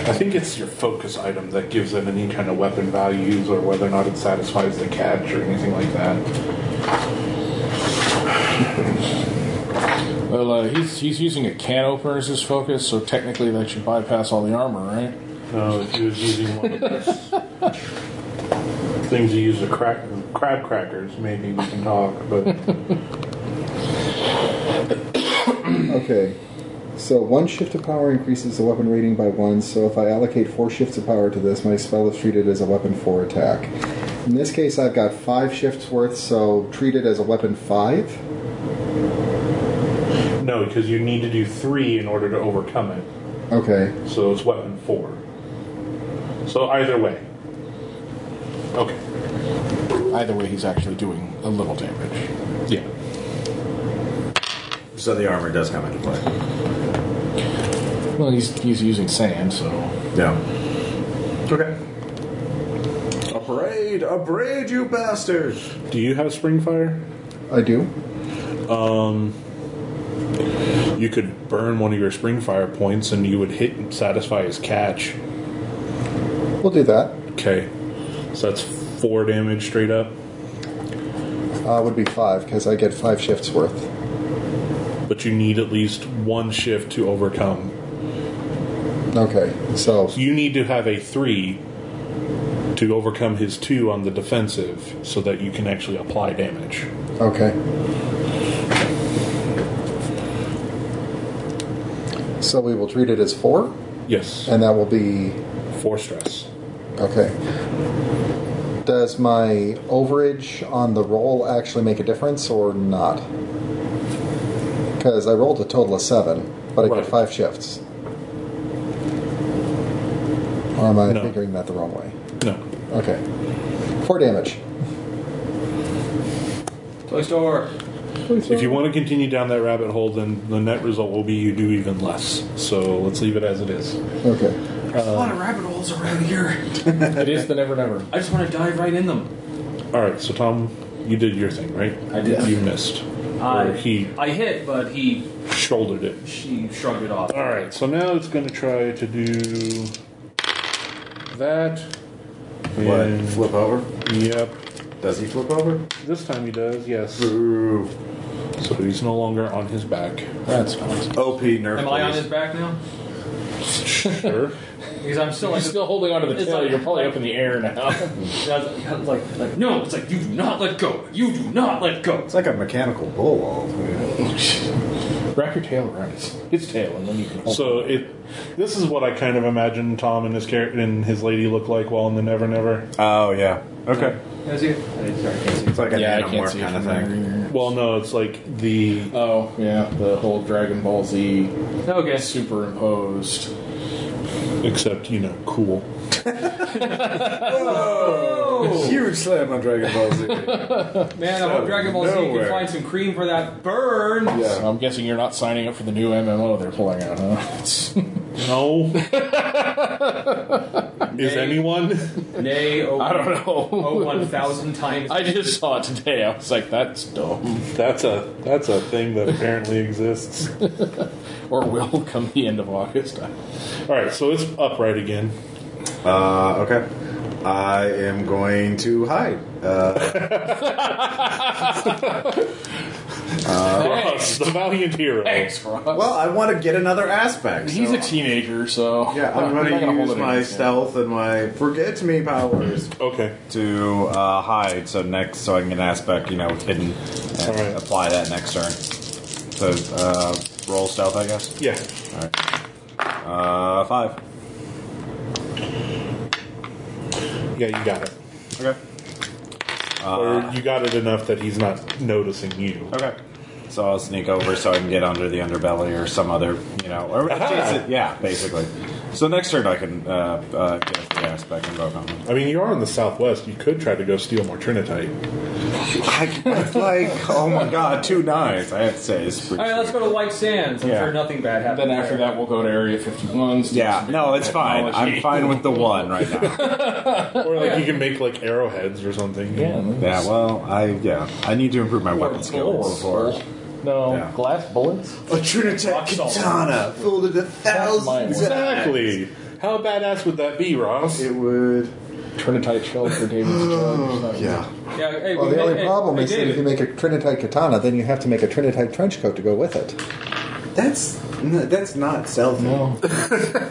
I think it's your focus item that gives it any kind of weapon values or whether or not it satisfies the catch or anything like that. Well, uh, he's he's using a can opener as his focus, so technically that should bypass all the armor, right? No, if he was using one of those things you use to crack crab crackers, maybe we can talk, but Okay. So one shift of power increases the weapon rating by one. So if I allocate four shifts of power to this, my spell is treated as a weapon four attack. In this case, I've got five shifts worth, so treat it as a weapon five. No, because you need to do three in order to overcome it. Okay. So it's weapon four. So either way. Okay. Either way, he's actually doing a little damage. Yeah. So the armor does come into play. Well, he's he's using sand, so Yeah. Okay. Upbraid, upbraid, you bastards! Do you have spring fire? I do. You could burn one of your spring fire points and you would hit and satisfy his catch. We'll do that. Okay. So that's four damage straight up. Uh, would be five because I get five shifts worth. But you need at least one shift to overcome. Okay. So You need to have a three to overcome his two on the defensive so that you can actually apply damage. okay. So we will treat it as four, Yes. and that will be Four stress. Okay. Does my overage on the roll actually make a difference or not? Because I rolled a total of seven, but I Right. get five shifts. Or am I No. figuring that the wrong way? No. Okay. Four damage. Toy store. If you want to continue down that rabbit hole, then the net result will be you do even less. So let's leave it as it is. Okay. There's a lot of rabbit holes around here. it is the never never. I just want to dive right in them. All right. So Tom, you did your thing, right? I did. You missed. I or he I hit, but he shouldered it. she shrugged it off. All right. So now it's going to try to do that. What? And- Flip over? Yep. Does he flip over? This time he does. Yes. Ooh. So he's no longer on his back. That's fine. OP nerf. Am I on police. his back now? Sure. Because I'm still You're like still holding onto the It's tail. like- You're probably up in the air now. Yeah, like like no. It's like you do not let go. You do not let go. It's like a mechanical bull. all the way. Wrap your tail around its, its tail, and then you can. Hold So it. This is what I kind of imagine Tom and his character and his lady look like while in the Never Never. Oh yeah. Okay. That's it. Sorry, I can't see. It's like an yeah, I can't animorph see kind of it thing. from here. Well, no, it's like the Oh yeah, the whole Dragon Ball Z Okay. superimposed. except you know, cool. Huge slam on Dragon Ball Z. Man, I hope Dragon Ball Z Nowhere. can find some cream for that burn. yeah. I'm guessing you're not signing up for the new MMO they're pulling out, huh? No, is anyone? Nay, oh, I don't know. Oh, one thousand times. I just saw it today. I was like, that's dumb. That's a that's a thing that apparently exists. Or will come the end of August. I- All right, so it's upright again. Uh, okay. I am going to hide. Uh, Ross, the valiant hero. Thanks, Ross. well, I want to get another aspect. He's so- a teenager, so Yeah, I'm not going to gonna hold use it my against him. stealth and my forget me powers Okay. to uh, hide. So next, so I can get an aspect, you know, hidden, and Alright. apply that next turn. So uh, roll stealth, I guess. Yeah. All right. Uh, five. Yeah, you got it. Okay. or you got it enough that he's not noticing you. Okay. So I'll sneak over so I can get under the underbelly or some other, you know, or adjacent- yeah, basically. So next turn I can uh, uh, get the aspect and vote on them. I mean, you are in the southwest. You could try to go steal more trinitite. I, like, oh my god, two nines. I have to say, it's pretty. All right, let's go to White Sands. I'm Yeah. sure nothing bad happened. Then after there. that, we'll go to Area 51. steal Yeah, some no, it's fine. technology. I'm fine with the one right now. Or like you can make like arrowheads or something. Yeah. Yeah, well, I yeah, I need to improve my weapon skills before. No Yeah. glass bullets. A Trinitech katana filled it a might work. Exactly. How badass would that be, Ross? It would. Trinitite shell for David's jug. Yeah. Yeah, hey, Well, we- the hey, only hey, problem hey, is that if you David. make a Trinitite katana, then you have to make a Trinitite trench coat to go with it. That's no, that's not stealthy.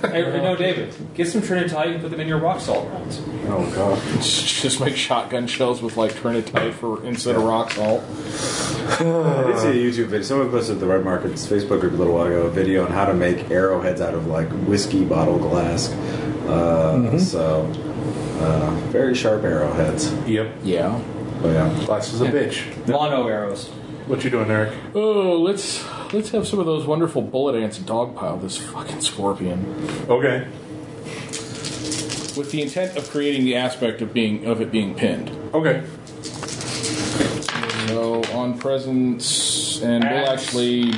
Hey, hey, no, David, get some Trinitite and put them in your rock salt rounds. Oh god. Just make shotgun shells with like Trinitite for instead of rock salt. I did see a YouTube video. Someone posted to the Red Markets Facebook group a little while ago a video on how to make arrowheads out of like whiskey bottle glass. Uh, Mm-hmm. So, uh, very sharp arrowheads. Yep. Yeah. But yeah. Glass is a bitch. Mono arrows. What you doing, Eric? Oh, let's let's have some of those wonderful bullet ants dogpile this fucking scorpion Okay. with the intent of creating the aspect of being of it being pinned. Okay. So on presence, and we'll Axe. actually.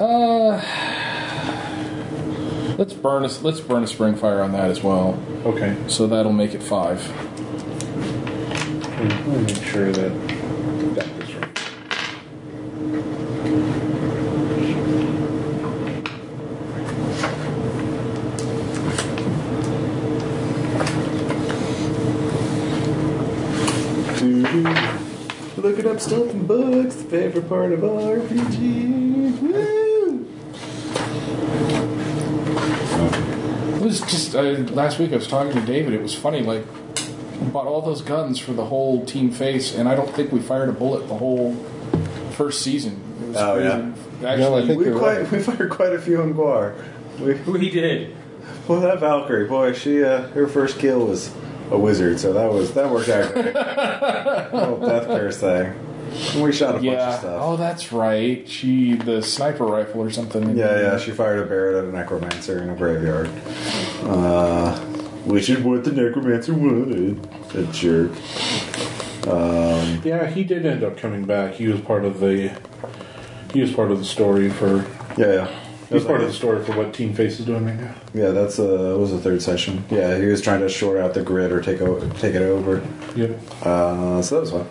Uh, let's burn a let's burn a spring fire on that as well. Okay. So that'll make it five. We'll make sure that that is right. Mm-hmm. Looking up stuff in books, the favorite part of RPG. Woo! It was just uh, last week. I was talking to David. It was funny. Like, we bought all those guns for the whole team face, and I don't think we fired a bullet the whole first season. It was Oh, crazy. Actually, No, I think- We, You're quite, right. we fired quite a few in Guar. We, Who he did. well, that Valkyrie, boy, she uh, her first kill was a wizard, so that was that worked out. Great. Little death curse thing. And we shot a bunch of Yeah. stuff. Oh, that's right. She the sniper rifle or something. Yeah, yeah. She fired a Barrett at a necromancer in a graveyard, uh, which is what the necromancer wanted. A jerk. Yeah, he did end up coming back. He was part of the. He was part of the story for. Yeah, yeah. He was part of the story for what Team Face is doing right now. Yeah, that's uh what was the third session. Yeah, he was trying to short out the grid or take o- take it over. Yep. Uh, so that was fun.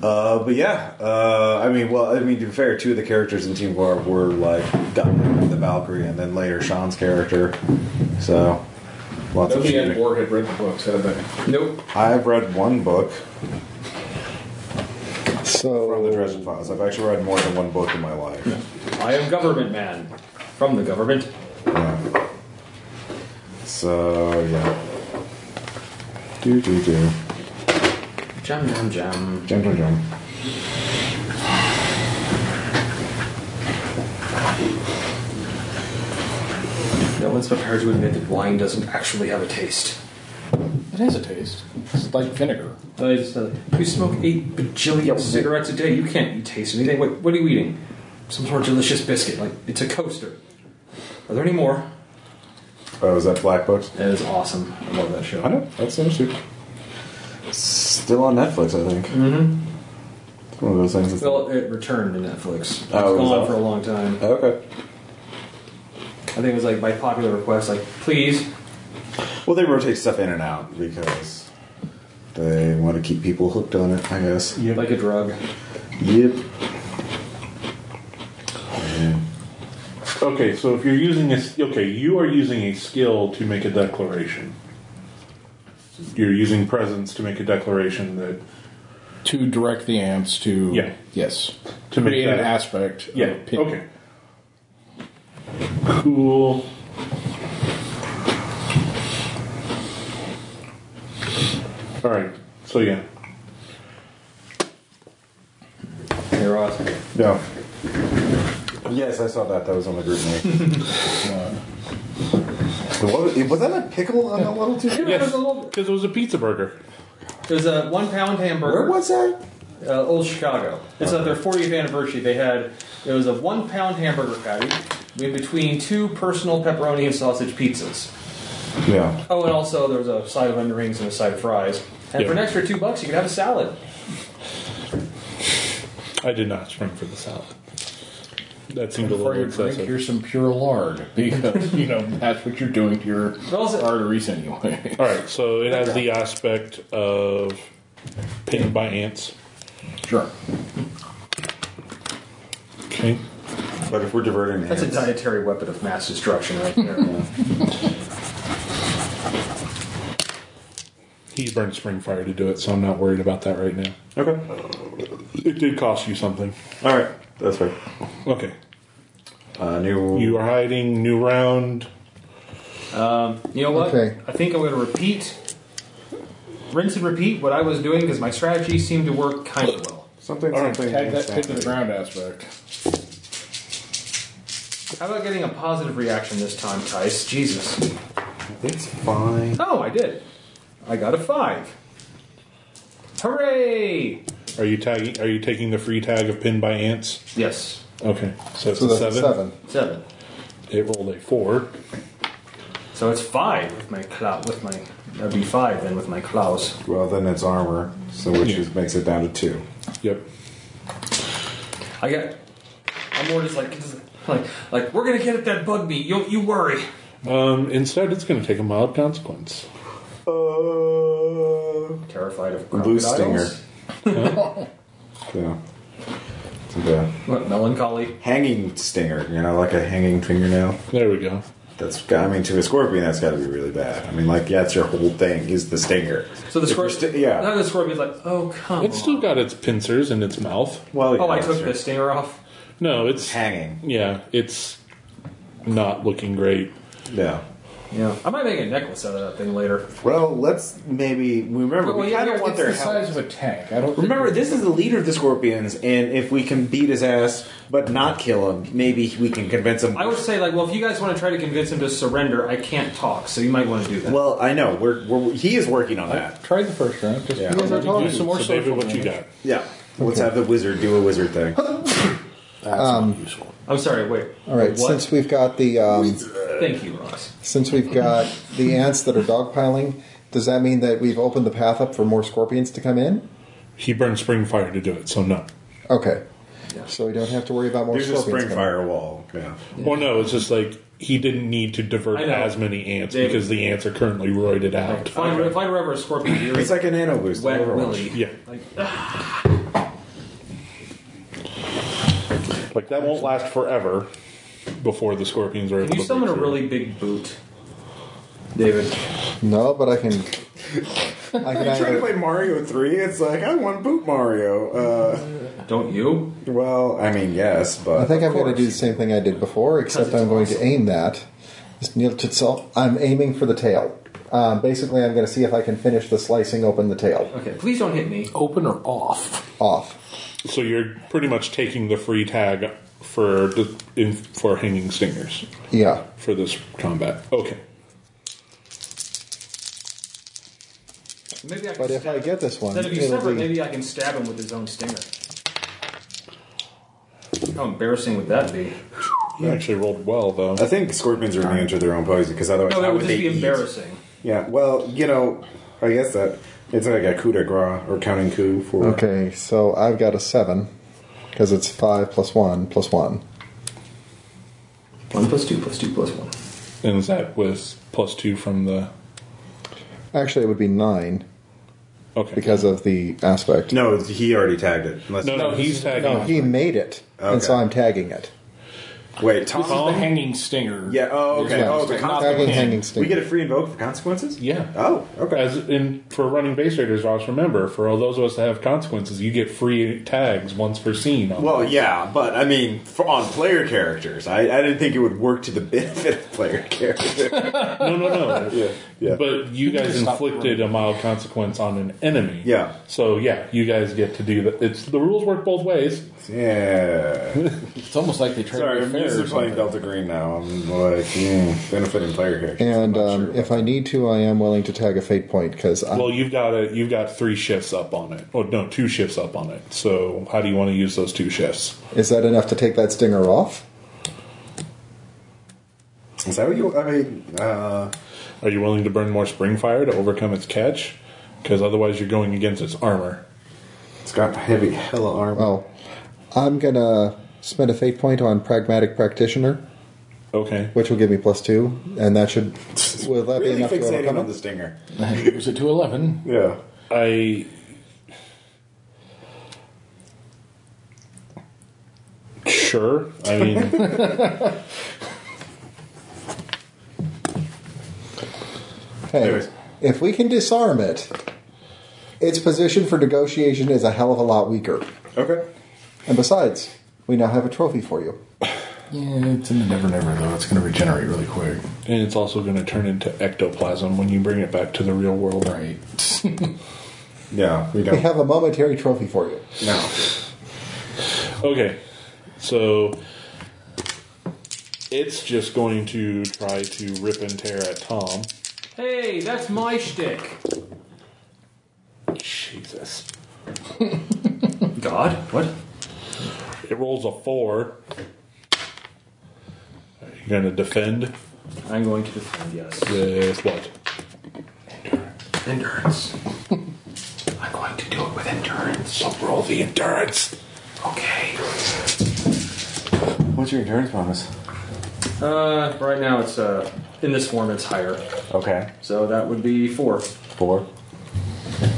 Uh, but yeah, uh, I mean, well, I mean, to be fair, two of the characters in Team War were like gotten rid of the Valkyrie, and then later Sean's character. So lots of Nobody at shooting. war had read the books, had they? Nope. I've read one book from the So Dresden Files. I've actually read more than one book in my life. I am government man. From the government. Yeah. So yeah. Do do do. Jam, jam, jam. Jump jump jump. No one's prepared to admit that wine doesn't actually have a taste. It has a taste. It's like vinegar. I just, uh, you smoke eight bajillion cigarettes a day. You can't eat taste anything. What, what are you eating? Some sort of delicious biscuit. Like it's a coaster. Are there any more? Oh, is that Black Books? That is awesome. I love that show. I know. That's interesting. Still on Netflix, I think. Mm-hmm. It's one of those things. That's Well, it returned to Netflix. It's Oh, it was gone off? for a long time. okay. I think it was like by popular request, like please. Well, they rotate stuff in and out because they want to keep people hooked on it, I guess. Like a drug. Yep. Okay, so if you're using a s- okay, you are using a skill to make a declaration. You're using presence to make a declaration that To direct the amps to Yeah. yes To make create an oh, that- aspect. of yeah. pit- Okay. Cool. All right. So yeah. Hey Ross. No. Yes, I saw that. That was on the group name. what, was that a pickle on the little tube? Yes. Because it was a pizza burger. There's a one pound hamburger. Where was that? uh, Old Chicago. It's uh, their 40th anniversary. They had it was a one pound hamburger patty in between two personal pepperoni and sausage pizzas. Yeah. Oh, and also there was a side of onion rings and a side of fries. And for an extra two bucks, you could have a salad. I did not spring for the salad. That seemed a Before little you drink, excessive. here's some pure lard because you know that's what you're doing to your But also- arteries anyway. All right, so it has the aspect of pinned by ants. sure. Okay. But if we're diverting That's a hands- dietary weapon of mass destruction right there. He's burned spring fire to do it, so I'm not worried about that right now. Okay. It did cost you something. All right. That's right. Okay. Uh, new. You are hiding new round. You know what? Okay. I think I'm going to repeat, rinse and repeat what I was doing because my strategy seemed to work kind of well. something. something. Tag that pit to something. the ground aspect. How about getting a positive reaction this time, Tice? Jesus. It's fine. Oh, I did. I got a five. Hooray! Are you tagging? Are you taking the free tag of pinned by ants? Yes, Okay, so it's so a that's seven. seven. seven. seven. It rolled a four. So it's five with my clow. With my that'd be five then with my claws. Well, then it's armor, so which Yeah. is, makes it down to two. Yep. I got. I'm more just like just like like we're gonna get at that bug meat. You you worry. Um, instead, it's going to take a mild consequence. Uh, Terrified of Blue crocodiles? stinger. yeah. It's a What melancholy? hanging stinger, you know, like a hanging fingernail. There we go. That's, got- I mean, to a scorpion, that's got to be really bad. I mean, like, yeah, it's your whole thing is the stinger. So the If you're scorpion. sti- yeah. Now the scorpion's like, oh come. It's still on. got its pincers in its mouth. Well, Oh, I yeah, took sure. the stinger off. No, it's hanging. yeah, it's not looking great. Yeah. Yeah. I might make a necklace out of that thing later. Well, let's maybe remember Well, we yeah, kind of want it's their the help. size of a tank. I don't Remember, think this is the leader of the Scorpions, and if we can beat his ass but not kill him, maybe we can convince him. I would say, like, well, if you guys want to try to convince him to surrender, I can't talk, so you might want to do that. Well, I know we're, we're he is working on that. Try the first round. Just Yeah. because I told you some more so David, social what you damage. got? Yeah, let's have the wizard do a wizard thing. That's not useful. I'm Oh, sorry, wait. All right, What? since we've got the um, Thank you, Ross. since we've got the ants that are dogpiling, does that mean that we've opened the path up for more scorpions to come in? He burned spring fire to do it, so no. Okay, so we don't have to worry about more There's a scorpions. spring coming. firewall. Yeah. Well, no, it's just like he didn't need to divert I know. as many ants David. because the ants are currently roided out. Like, find, find wherever a scorpion here. It's like a nano boost. wet Overwatch. willy. Yeah. Like, ah, Like that won't last forever before the scorpions are. can able you to summon break a through. really big boot, David? No, but I can. I can I'm trying to either, play Mario Three. It's like I want boot Mario. Uh, Don't you? well, I mean yes, I but think I'm going to do the same thing I did before, except I'm going to aim that. Just kneel to itself. I'm aiming for the tail. Um, basically, I'm going to see if I can finish the slicing open the tail Okay, please don't hit me. Open or off? off. So you're pretty much taking the free tag for the in, for hanging stingers Yeah. for this combat. Okay. Maybe I can But if stab- I get this one, Instead of you it'll sever, it, be- maybe I can stab him with his own stinger. How embarrassing would that be? You actually rolled well though. I think scorpions are in danger of their own poison because otherwise No, how that would just they be eat? embarrassing. Yeah. Well, you know, I guess that it's like a coup de grace or counting coup for. Okay, so I've got a seven because it's five plus one plus one. One plus two plus two plus one. And is that with plus two from the Actually, it would be nine okay? because of the aspect. No, he already tagged it. Unless, no, no, he's tagging. No, he made it, and so Okay. I'm tagging it. Wait, Tom. This is the hanging stinger. Yeah. Oh, okay. Yeah, Oh, the tagging consequences. hanging We get stinger. a free invoke for consequences. Yeah. Oh, okay. As in for running base raiders, Ross. Remember, for all those of us that have consequences, you get free tags once per scene. On Well, yeah, but I mean, for, on player characters, I, I didn't think it would work to the benefit of player characters. No, no, no. yeah. But you guys inflicted a mild consequence on an enemy. Yeah. So yeah, you guys get to do that. It's the rules work both ways. yeah. It's almost like they tried Sorry, to I'm be fair. used to or playing something. Delta Green now. I'm like, mm, benefiting player characters. And I'm not um, sure. if I need to, I am willing to tag a fate point because Well, you've got a you've got three shifts up on it. Oh no, two shifts up on it. So how do you want to use those two shifts? is that enough to take that stinger off? Is that what you? I mean, uh, Are you willing to burn more spring fire to overcome its catch? Because otherwise, you're going against its armor. it's got heavy hella armor. Oh, I'm gonna spend a fate point on pragmatic practitioner, Okay. which will give me plus two, and that should will that be really enough to fixated overcome on the it? stinger. It was a 211. Yeah. I. Sure. I mean. Hey, Anyways. if we can disarm it, its position for negotiation is a hell of a lot weaker. Okay. And besides, we now have a trophy for you. Yeah, it's in the never never though. It's going to regenerate really quick. And it's also going to turn into ectoplasm when you bring it back to the real world. Right. Yeah, we We don't. have a momentary trophy for you. no. Okay, so it's just going to try to rip and tear at Tom. Hey, that's my shtick. Jesus. God, what? It rolls a four. You're going to defend I'm going to defend. Yes. with what? Endurance. I'm going to do it with endurance. So roll the endurance. Okay. What's your endurance bonus? Uh, right now it's uh in this form it's higher, Okay, so that would be four. four.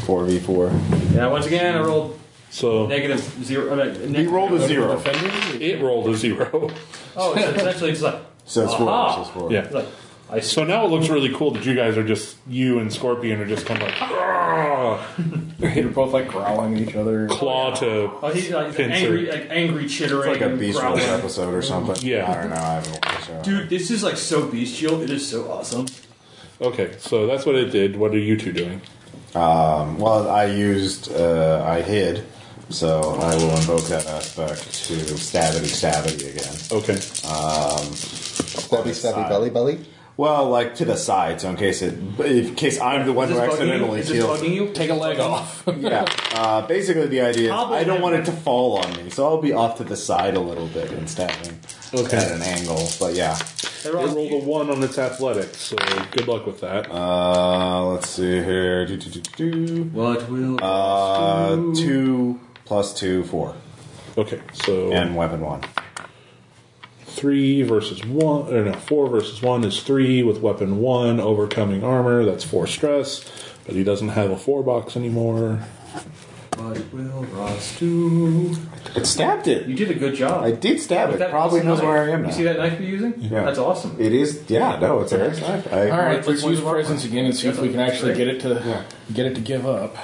Four v four. Yeah. Once again, I rolled So negative zero. Uh, neg- You rolled a zero. it rolled a zero. Oh, so it's actually just like So it's four. Aha. So it's four. Yeah. like I So now it looks really cool that you guys are just, you and Scorpion are just kind of like, "Argh," They're both like growling at each other. claw to. Oh, he's like Pincer. angry, like angry chittering, It's like a and Beast growling. Wars episode or something. Yeah. I don't know. I haven't watched the show. Dude, this is like so bestial. It is so awesome. Okay, so that's what it did. What are you two doing? Um, well, I used, uh, I hid, so I will invoke that aspect to stabbity stabbity again. Okay. Stabby, stabby, belly, belly. Well, like to the side, so in case it, in case I'm the one who Is this bugging you? accidentally Is this healed. bugging you? Take a leg off. Yeah. Uh, basically, the idea is Hobble I don't him. want it to fall on me, so I'll be off to the side a little bit and stabbing Okay. at an angle. But yeah. It rolled a one on its athletics, so good luck with that. Uh, let's see here. Do, do, do, do, do. What will Uh, two plus two, four, Okay, so and weapon one. three versus one, or no, four versus one is three with weapon one, overcoming armor. That's four stress, but he doesn't have a four box anymore. what will Ross do? It stabbed it. You did a good job. I did stab With it. that Probably awesome knows knife. where I am You now. see that knife you're using? Yeah. That's awesome. It is. Yeah. No, it's a nice knife. I, All right, Like, let's one use more. presence again and see if we can actually get it to get it to give up.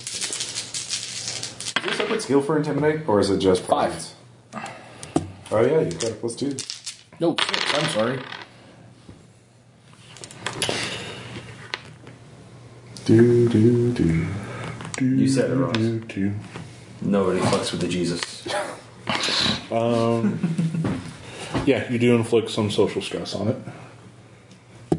Is there a separate skill for intimidate, or is it just Five. presence? Oh yeah, you got a plus two. No, six, I'm sorry. Do do do. You said it, Ross. Do, do. Nobody fucks with the Jesus. Yeah, you do inflict some social stress on it.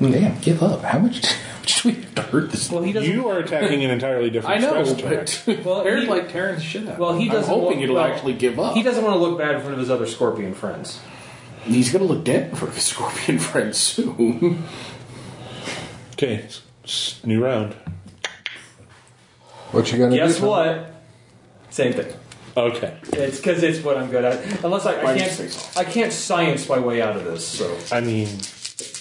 Damn, give up. How much should we have to hurt this? Well, he doesn't. You are attacking an entirely different I know, stress check. but Well, they're he- like tearing the shit out. well, he doesn't. I'm hoping want- it'll well, actually give up. He doesn't want to look bad in front of his other scorpion friends. He's gonna look dead for his scorpion friend soon. Okay, s- s- new round. What you gonna do? Guess Tom? what? Same thing. Okay, It's because it's what I'm good at. Unless I, I can't, I can't science my way out of this. So I mean,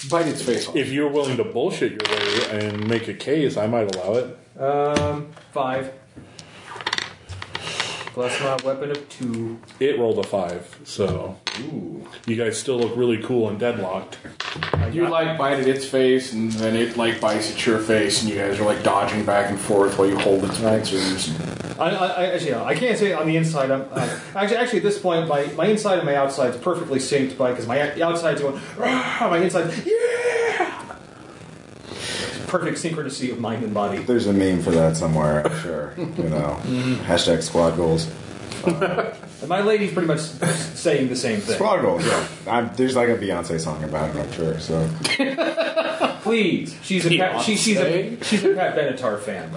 Bite its face off. if you're willing to bullshit your way and make a case, I might allow it. um, five plus my weapon of two. It rolled a five, so you guys still look really cool and deadlocked. You like bite at its face, and then it like bites at your face, and you guys are like dodging back and forth while you hold its pincers. I, I, I actually, I can't say on the inside. I'm, i actually, actually, at this point, my, my inside and my outside's perfectly synced by because my outside's going, "Rah!" my inside's yeah. Perfect synchronicity of mind and body. There's a meme for that somewhere, I'm sure. You know, Mm-hmm. hashtag squad goals. And my lady's pretty much saying the same thing. Squad goals. Yeah. I'm, there's like a Beyonce song about it, I'm sure. So Please, she's a Pat, she, she's a she's a Pat Benatar fan.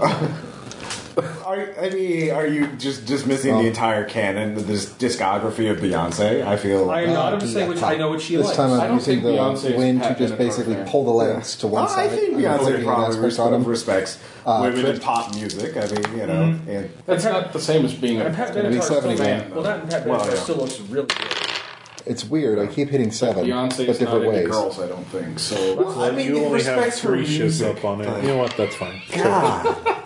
Are, I mean, are you just dismissing the entire canon, this discography of Beyonce? I feel I like. am not. I'm just saying which I know what she This likes. time I I'm don't using think the Beyonce is wind to Pat just Benatar basically fan. pull the legs to one Well, side. I think and Beyonce putting an probably aspect on 'em. respects uh, Mm-hmm. women in pop music. I mean, you know, and That's not the same as being And a. Pat Benatar still, 70 grand, well, that and Pat Benatar Well, yeah. still looks really good. It's weird. I keep hitting seven, but Beyonce's not different into ways. girls, I don't think. So Well, I mean, you they only have respect her three shifts music, up on it. but- You know what? That's fine. God,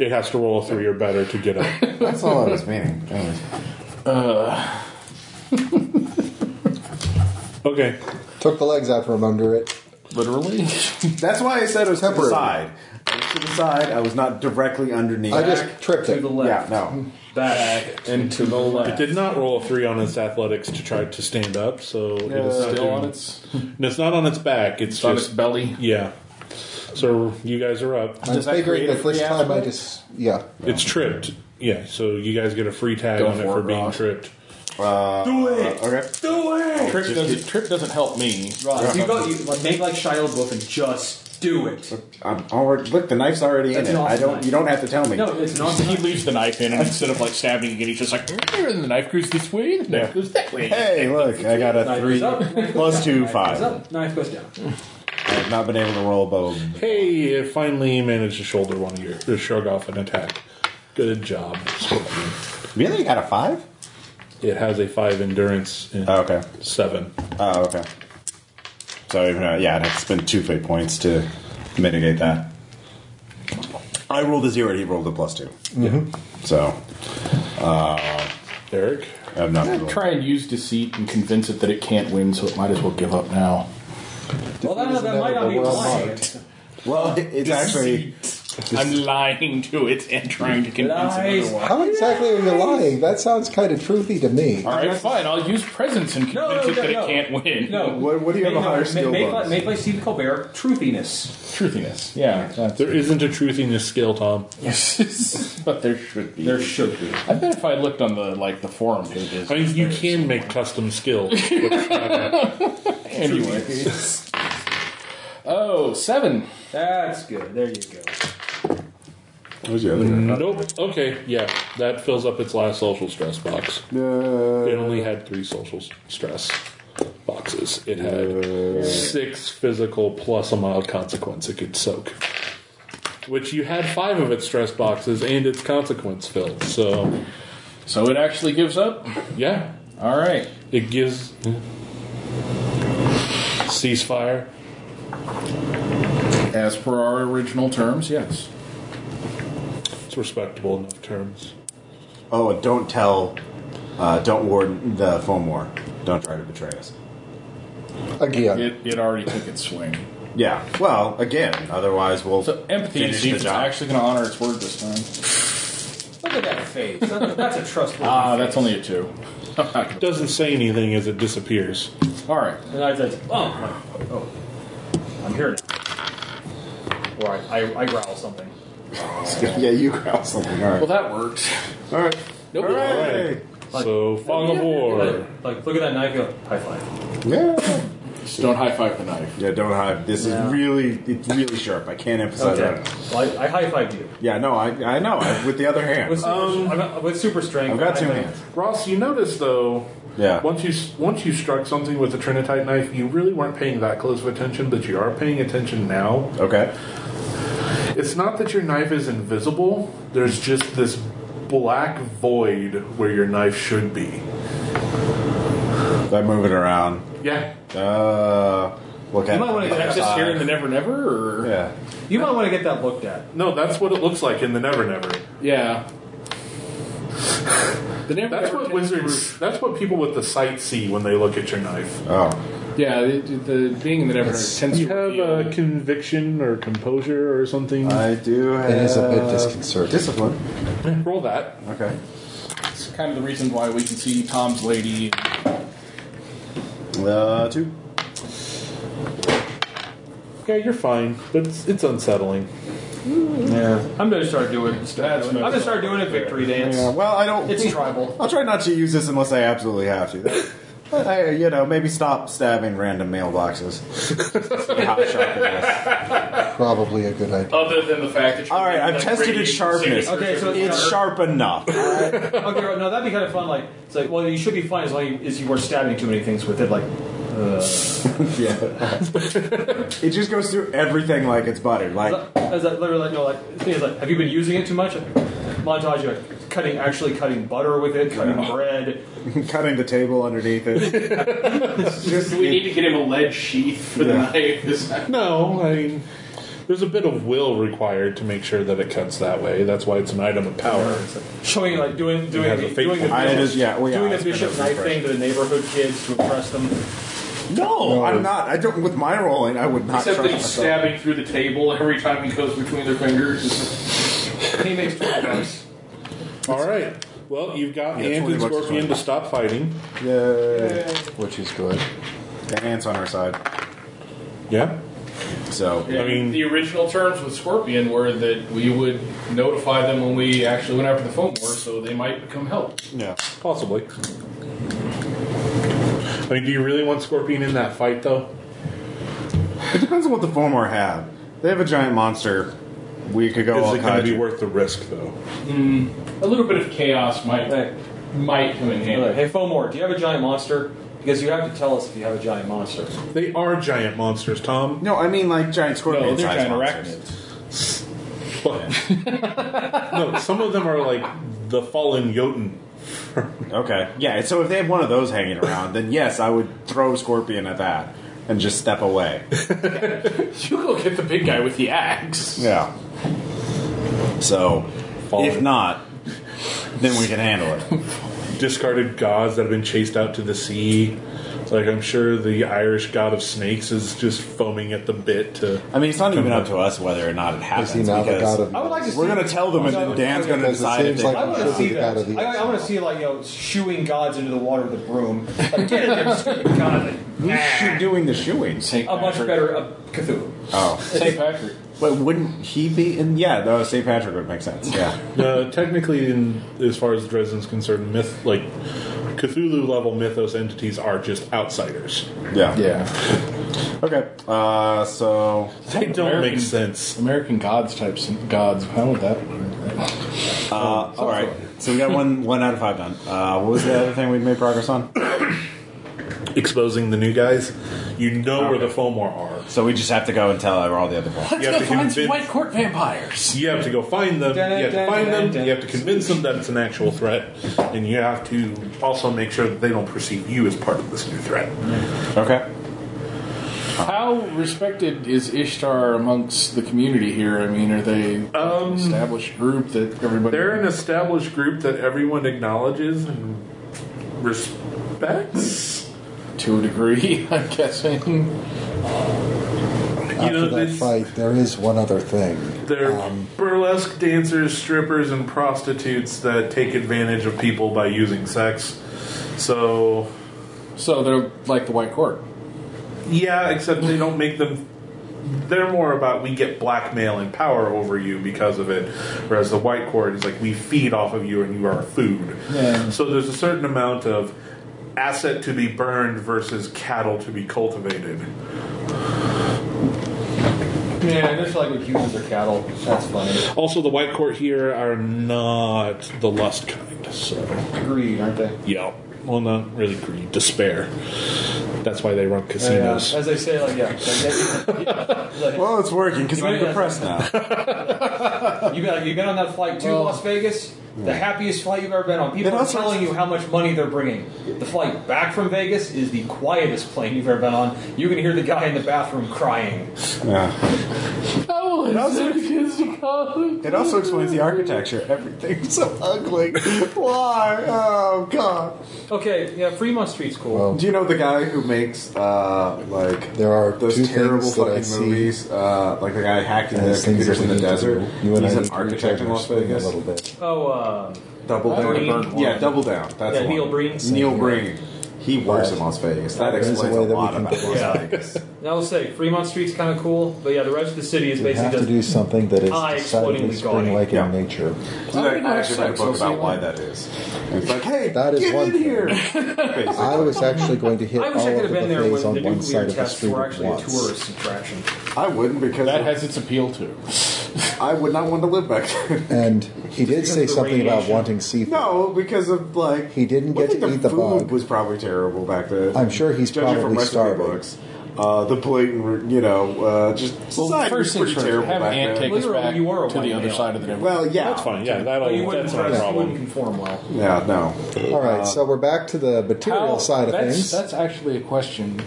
It has to roll a three or better to get up. that's all I was meaning. Anyways. Okay, Took the legs out from under it. literally, That's why I said it was to the Temporary. side. It was to the side. I was not directly underneath. I just tripped To it. the yeah, left, no. back, and to the it left. did not roll a three on its athletics to try to stand up, so it is not still doing- Uh, on its, And it's not on its back. It's it's on its just belly. yeah. So you guys are up. I'm Does that figuring create a that this free time I aspect? just yeah. It's tripped. Yeah, so you guys get a free tag Go on it for for it, being Ross. tripped. Do it. Okay. Trip doesn't, trip doesn't help me. Ross, you go, you, like, make like Shia LaBeouf and just do it. I'm already, look, the knife's already That's in it. an I awesome don't. knife. You don't have to tell me. No, it's not. He leaves the knife in, and instead of like stabbing again, he's just like, "Mm, and the knife goes this way, the knife goes that way. Hey, look, I got a Knife three goes up, knife plus two goes five. up, knife goes down. I've not been able to roll bow. Hey, it finally managed to shoulder one of your to shrug off an attack. Good job. Scorpion. Really, you got a five? It has a five endurance and Oh, okay. seven. Oh, okay. So even uh, yeah, I'd have to spend two fate points to mitigate that. I rolled a zero, and he rolled a plus two. So Eric? I've not. rolled- Try and use deceit and convince it that it can't win, so it might as well give up now. Well, that, that might not be Well, lying. marked. Well, it- it's actually I'm lying to it and trying to convince it otherwise. How exactly are you lying? That sounds kind of truthy to me. All right, fine. I'll use presence and No, convince no, it no, that no. it can't win. No. What- what do you have a no, higher ma- skill made, bonus? by, made by Stephen Colbert, truthiness. Truthiness. Yeah. that's- There isn't a truthiness scale, Tom. but there should be. There should be. I bet if I looked on the like the forum pages. I mean, you can make custom skills. anyway. oh, seven. That's good. There you go. What was your other one? nope. Okay, yeah. That fills up its last social stress box. It only had three social s- stress boxes. It had six physical plus a mild consequence it could soak. Which you had five of its stress boxes and its consequence filled. So, So it actually gives up. yeah. All right. It gives. Ceasefire. As per our original terms, yes. It's respectable enough terms. Oh, and don't tell, uh, don't warn the phone war. Don't try to betray us. Again, It, it already took its swing. Yeah. Well, again, otherwise we'll. So empathy finish is the job. actually going to honor its word this time. Look at that face. That's a, that's a trustworthy. Ah, that's only a two. Doesn't say anything as it disappears. All right. And I said, oh, my- oh, I'm here now. Or I, I, I growl something. yeah, you growl something. All right. Well, that worked. All right. Hooray! So, Fong of War. Like, like, look at that knife, go, high five. Yeah. Just don't high five the knife. Yeah. Don't hide. This Yeah. is really, it's really sharp. I can't emphasize Okay. that. Well, I, I high fived you. Yeah. No, I, I know. I, with the other With hand. super, I'm- with super strength. I've got I two think- hands. Ross, you notice though, Yeah. Once you s- once you struck something with the trinitite knife, you really weren't paying that close of attention, but you are paying attention now. Okay. It's not that your knife is invisible. There's just this black void where your knife should be. So I move it around. Yeah. Uh, look at. You might it. want to get Just that. here Uh, in the Never Never, or Yeah. You might want to get that looked at. No, that's what it looks like in the Never Never. yeah. The Never That's what wizards. That's what people with the sight see when they look at your knife. Oh. Yeah, the, the being in the Never Never tends You to have reveal- a conviction or composure or something. I do. Have it is a bit disconcerting. Discipline. Roll that. Okay. It's kind of the reason why we can see Tom's lady. Uh, two. Yeah, you're fine, but it's, it's unsettling. I'm going to start doing start doing- I'm going to start doing a victory dance. Yeah, Uh, well, I don't. It's tribal. I'll try not to use this unless I absolutely have to. But I, you know, maybe stop stabbing random mailboxes. How sharp it is. Probably a good idea. Other than the fact that you're All right, I've like, tested its radiating sharpness. signatures Okay, so of- It's sharp enough. Okay, right, no, that'd be kind of fun. Like, it's like, well, you should be fine as long as you weren't stabbing too many things with it. Like, yeah. it just goes through everything like it's buttered. Like, as that literally, like, no, like, the thing is, like, have you been using it too much? Montage, you're like, cutting, actually cutting butter with it, cutting bread. cutting the table underneath it. It's just- Do we need to get him a lead sheath for the knife? Is that- No, I mean, there's a bit of will required to make sure that it cuts that way. That's why it's an item of power. showing like doing doing has the, a fateful doing the I bishop, just- yeah, well, yeah, doing it's the been bishop a knife refresh. thing to the neighborhood kids to impress them. no, I'm not. I don't. With my rolling, I would not Except that trust he's myself. stabbing through the table every time he goes between their fingers. He makes twelve bucks. All right. Well, you've got Yeah, Ant 20 and bucks is Scorpion fine. to stop fighting. Yay. Oh. Which is good. The ants on our side. Yeah. So I mean, the original terms with Scorpion were that we would notify them when we actually went after the phone war, so they might come help. yeah. possibly. I mean, do you really want Scorpion in that fight, though? It depends on what the Fomor have. They have a giant monster. We could go all Is it going to kinds. be worth the risk, though? A little bit of chaos might Hey. might come in handy. Hey, Fomor, do you have a giant monster? Because you have to tell us if you have a giant monster. They are giant monsters, Tom. No, I mean like giant scorpion Oh, No, they're sized giant monsters. arachnids. no, some of them are like the fallen Jotun. Okay, yeah. So if they have one of those hanging around, then yes, I would throw scorpion at that and just step away. You go get the big guy with the axe. yeah. So, Follow. if not, then we can handle it. discarded gods that have been chased out to the sea. Like I'm sure the Irish god of snakes is just foaming at the bit to. I mean, it's not come even up back. to us whether or not it happens. he now the because god of I would like to we're see- going to tell them, and then Dan's going to Because it decide if seems they like- I want to Should see be the that. god of the I, I want to see like you know shooing gods into the water with a broom. Like, get in there, stupid god. Who's doing the shoeing? A much better uh, Cthulhu. Oh, St. Patrick. but wouldn't he be? in yeah, no, St. Patrick would make sense. Yeah, No, Uh, technically, in as far as Dresden's concerned, myth like Cthulhu level mythos entities are just outsiders. yeah, Yeah. Okay, uh, so They don't American- make sense. American gods types gods. How would that work? uh, all right, so we got one one out of five done. Uh, what was the other thing we made progress on? Exposing the new guys, you know where the Fomor are. So we just have to go and tell all the other people. You have to convince. court vampires. You have to go find them. You have to find them. You have to convince them that it's an actual threat, and you have to also make sure that they don't perceive you as part of this new threat. Okay, How respected is Ishtar amongst the community here? I mean, are they an established group that everybody? Um, They're an established group that everyone acknowledges and respects. to a degree, I'm guessing. You After know, that it's- fight, there is one other thing. They're burlesque dancers, strippers, and prostitutes that take advantage of people by using sex. So, So they're like the White Court. yeah, except they don't make them. They're more about we get blackmail and power over you because of it, whereas the white court is like we feed off of you and you are our food. Yeah. So there's a certain amount of asset to be burned versus cattle to be cultivated. Yeah, just like with humans or cattle. That's funny. Also, the white court here are not the lust kind, so. Greed, aren't they? Yeah. Well, not really greed, despair. That's why they run Yeah, casinos. as they say, like yeah, like, like, well, it's working because Right, I'm yeah. depressed now. you got you got on that flight to Las Vegas, the happiest flight you've ever been on. People It are also- telling you how much money they're bringing. The flight back from Vegas is the quietest plane you've ever been on. You can hear the guy in the bathroom crying. Yeah. Oh, It also explains the architecture. Everything's so ugly. Why? Oh God. Okay, yeah, Fremont Street's cool. Well, Do you know the guy who makes uh, like There are two those terrible things that I fucking see movies? Uh, like the guy hacking And the it's things computers that in we the need to desert. do. You and He's I an need to architect in recharge our Las screen Vegas. a little bit. Oh, uh, Double Breen? down. Yeah, double down. That's Yeah, the one. Neil Breen. Neil Breen. He works in Las Vegas. That There is a explains a, way that we lot can about get Las Yeah. Vegas. now let's say Fremont Street's kind of cool, but yeah, the rest of the city is We basically have to just do something that is eye exploding decidedly the gaudy. spring-like Yeah. in nature. I gonna actually have read a sex, book I'll see about you why later. that is. And It's like, hey, That is get one in thing. here. Basically. I was actually going to hit I all wish I could of have the been there buffets when the on one nuclear side of the tests street were at actually a once. tourist attraction. I wouldn't because That has its appeal to. I would not want to live back there. And he did because say of the something about radiation. wanting seafood. No, because of like He didn't I get think to the eat the food bug. was probably terrible back then. I'm sure he's Judging probably from recipe starving. books. Uh, the blatant, you know, uh, just Well, society first was things pretty first, terrible have back Ant then. take us Literally, back you are a to white the other male. side of the network. Well, yeah, That's fine. Yeah, that'll, But you wouldn't, that's not a dress- you wouldn't conform problem. well. Yeah, no. All right, Uh, so we're back to the material How- side of that's, things. That's actually a question.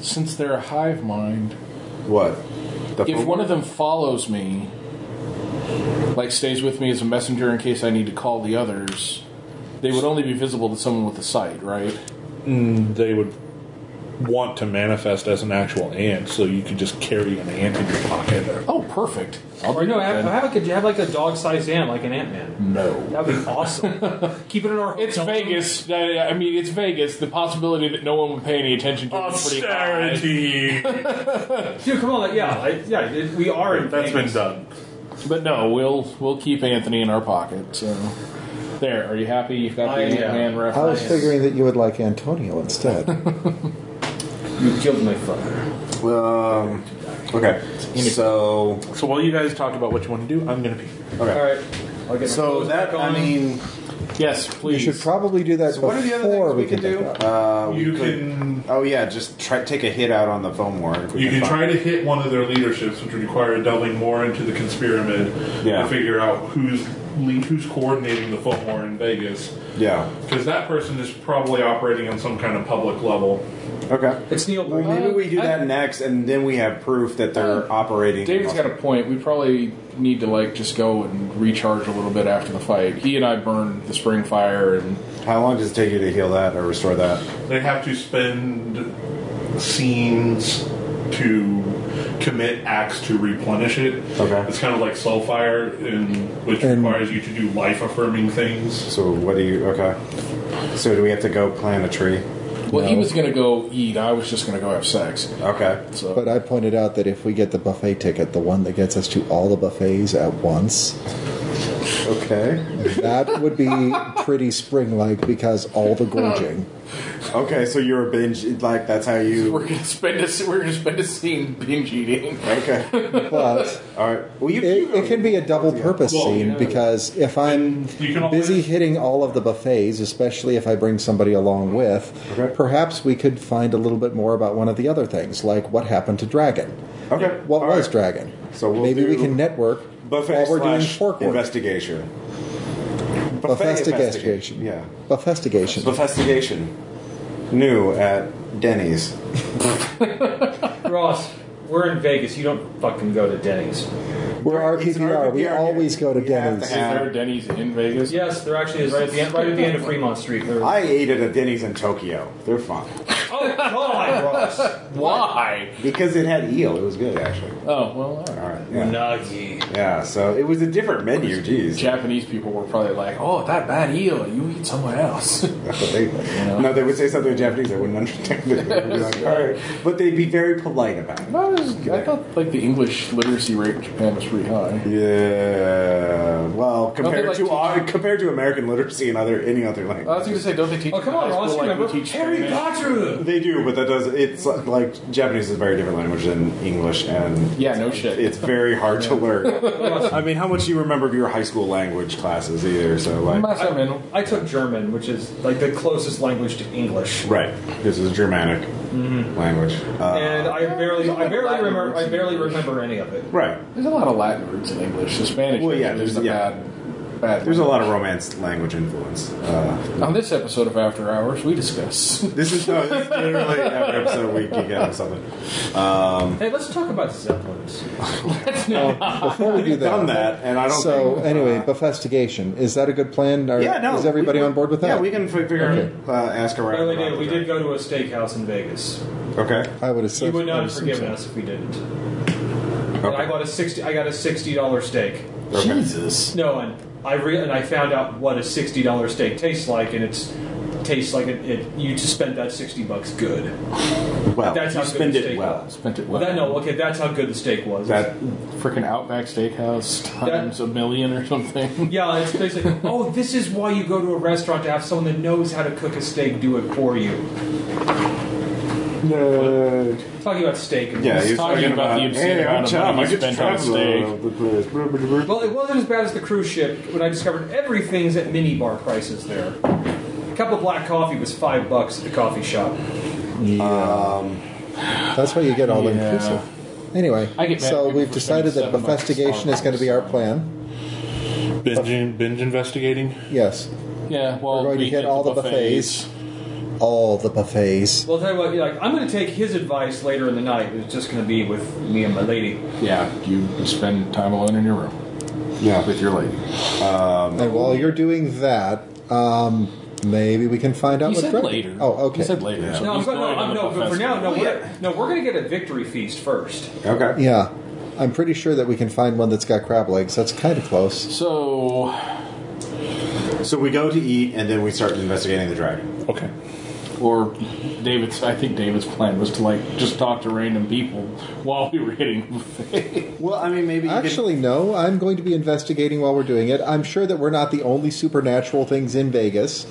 Since they're a hive mind, What? The if one of them follows me, like stays with me as a messenger in case I need to call the others, they would only be visible to someone with a sight, right? They would want to manifest as an actual ant, so you could just carry an ant in your pocket. Oh, perfect. I'll Or do no, have, that then. have, could you have like a dog-sized ant, like an Ant Hmm. Man? No. That would be awesome. Keep it in our. It's hotel. Vegas. I I mean, it's Vegas. The possibility that no one would pay any attention to it is pretty high. Austerity! Dude, come on, like, yeah, I, yeah, it, we are in That's been Vegas. done. But no, we'll we'll keep Anthony in our pocket. So there, are you happy? You've got I the am. Ant-Man I reference. was figuring that you would like Antonio instead. You killed my father. um, okay, so So while you guys talk about what you want to do, I'm going to pee. All okay, right, I'll get my so clothes that back on. I mean, yes, you please. should probably do that so before what are the other things we, can can do? That. Uh, we You could- can Oh yeah, just try take a hit out on the foam war. if we you can find- try to hit one of their leaderships, which would require delving more into the conspiramid Yeah. to figure out who's lead, who's coordinating the phone war in Vegas. Yeah. Because that person is probably operating on some kind of public level. Okay. It's Neil. Well, maybe we do that next, and then we have proof that Oh. they're operating. David's got a point. We probably need to like just go and recharge a little bit after the fight. He and I burned the spring fire, and How long does it take you to heal that or restore that? They have to spend scenes to commit acts to replenish it. Okay. It's kind of like Soulfire, in, which And- requires you to do life affirming things. So what do you? Okay. So do we have to go plant a tree? well, he was gonna go eat. I was just gonna go have sex. Okay. So But I pointed out that if we get the buffet ticket, the one that gets us to all the buffets at once, Okay. that would be pretty spring-like because all the gorging. Okay. So you're a binge like that's how you. we're gonna spend a we're gonna spend a scene binge eating. Okay. But All right. Well, you. it, it can be a double-purpose Well, scene yeah. because if I'm You can always- busy hitting all of the buffets, especially if I bring somebody along with, Okay. perhaps we could find a little bit more about one of the other things, like what happened to Dragon. Okay. What all was right. Dragon? So we'll maybe we do can network Buffet while we're doing slash fork work. investigation. Buffet investigation. investigation. Yeah. Buffestigation. Buffestigation. New at Denny's. Ross, we're in Vegas. You don't fucking go to Denny's. We're It's an RPPR. We RPPR. always go to We have Denny's. to have- Is there a Denny's in Vegas? Yes, there actually is right at the end, right at the end of Fremont Street. There- I ate at a Denny's in Tokyo. They're fine oh God, Ross. Why? because it had eel. It was good actually. Oh well, all right. All right. Yeah. Nuggy. Yeah, so it was a different menu. Jeez. Japanese people were probably like, "Oh, that bad eel. You eat somewhere else." They- No, they would say something in Japanese. I wouldn't understand. It. They'd be like, all right, but they'd be very polite about it. Not as, I thought like the English literacy rate in Japan was pretty high. Yeah. Well, compared like to teach- uh, compared to American literacy and other any other language. I was going to say, don't they teach? Oh come on, in high Ross! school, like, we remember teach Harry Spanish? Potter? they do, but that does. It's like, like Japanese is a very different language than English, and Yeah, no shit. it's very hard to learn. I mean, how much do you remember of your high school language classes either? So like, Más o menos. I took German, which is like the closest language to English. right? This is Germanic Mm-hmm. language. Uh, and I barely, I barely Latin remember, words I in barely English. remember any of it. right. There's a lot of Latin words in English. The Spanish. Well, yeah, language there's- is a yeah. bad, bad. There's a language. lot of romance language influence. Uh, On this episode of After Hours, we discuss. This is no, this is literally every episode we geek out on something. Um, Hey, let's talk about zeppelins. Before we do we've that, done that, and I don't. so think, anyway, uh, buffestigation. Is that a good plan? Are, yeah, no. Is everybody we- on board with that? Yeah, we can fi- figure out. Uh, ask around. By the way, David, about we the did job. go to a steakhouse in Vegas. Okay. I would assume. You would not I have assume forgiven so. us if we didn't. And I got a sixty. I got a sixty dollar steak. Jesus. No, and I re- and I found out what a sixty dollar steak tastes like, and it's tastes like it, it. You just spent that sixty bucks good. Well, That's you how good spend the it steak well. was. Spent it Well, well. that no. Okay, that's how good the steak was. That Freaking Outback Steakhouse times That- a million or something. Yeah, it's basically. oh, this is why you go to a restaurant to have someone that knows how to cook a steak do it for you. Talking about steak. And yeah, He's you're talking about the obscene hey, amount I'm of Tom. money I get to spent on travel steak." all over the place. Blah, blah, blah, blah. Well, it wasn't as bad as the cruise ship when I discovered everything's at mini bar prices there. A cup of black coffee was five bucks at the coffee shop. That's why you get all Yeah. inclusive. Anyway, I get mad so people we've for decided that spending seven bucks buffestigation on is going to be our something. plan. Binge, binge investigating. Yes, Yeah, well, we're going to we hit all the buffets. all the buffets. Well, I'll tell you what, like, I'm going to take his advice later in the night. It's just going to be with me and my lady. Yeah, you spend time alone in your room Yeah. with your lady. And while you're doing that, um, maybe we can find out He what said drug- later. Oh, okay. He said later. so No, I'm he's going, no, going I'm, to no, the but for now, no, festival. we're, no, we're going to get a victory feast first. Okay. Yeah, I'm pretty sure that we can find one that's got crab legs. That's kind of close. So So we go to eat, and then we start investigating the dragon. Okay. Or David's. I think David's plan was to like just talk to random people while we were hitting the buffet. Well, I mean, maybe Actually, no. I'm going to be investigating while we're doing it. I'm sure that we're not the only supernatural things in Vegas,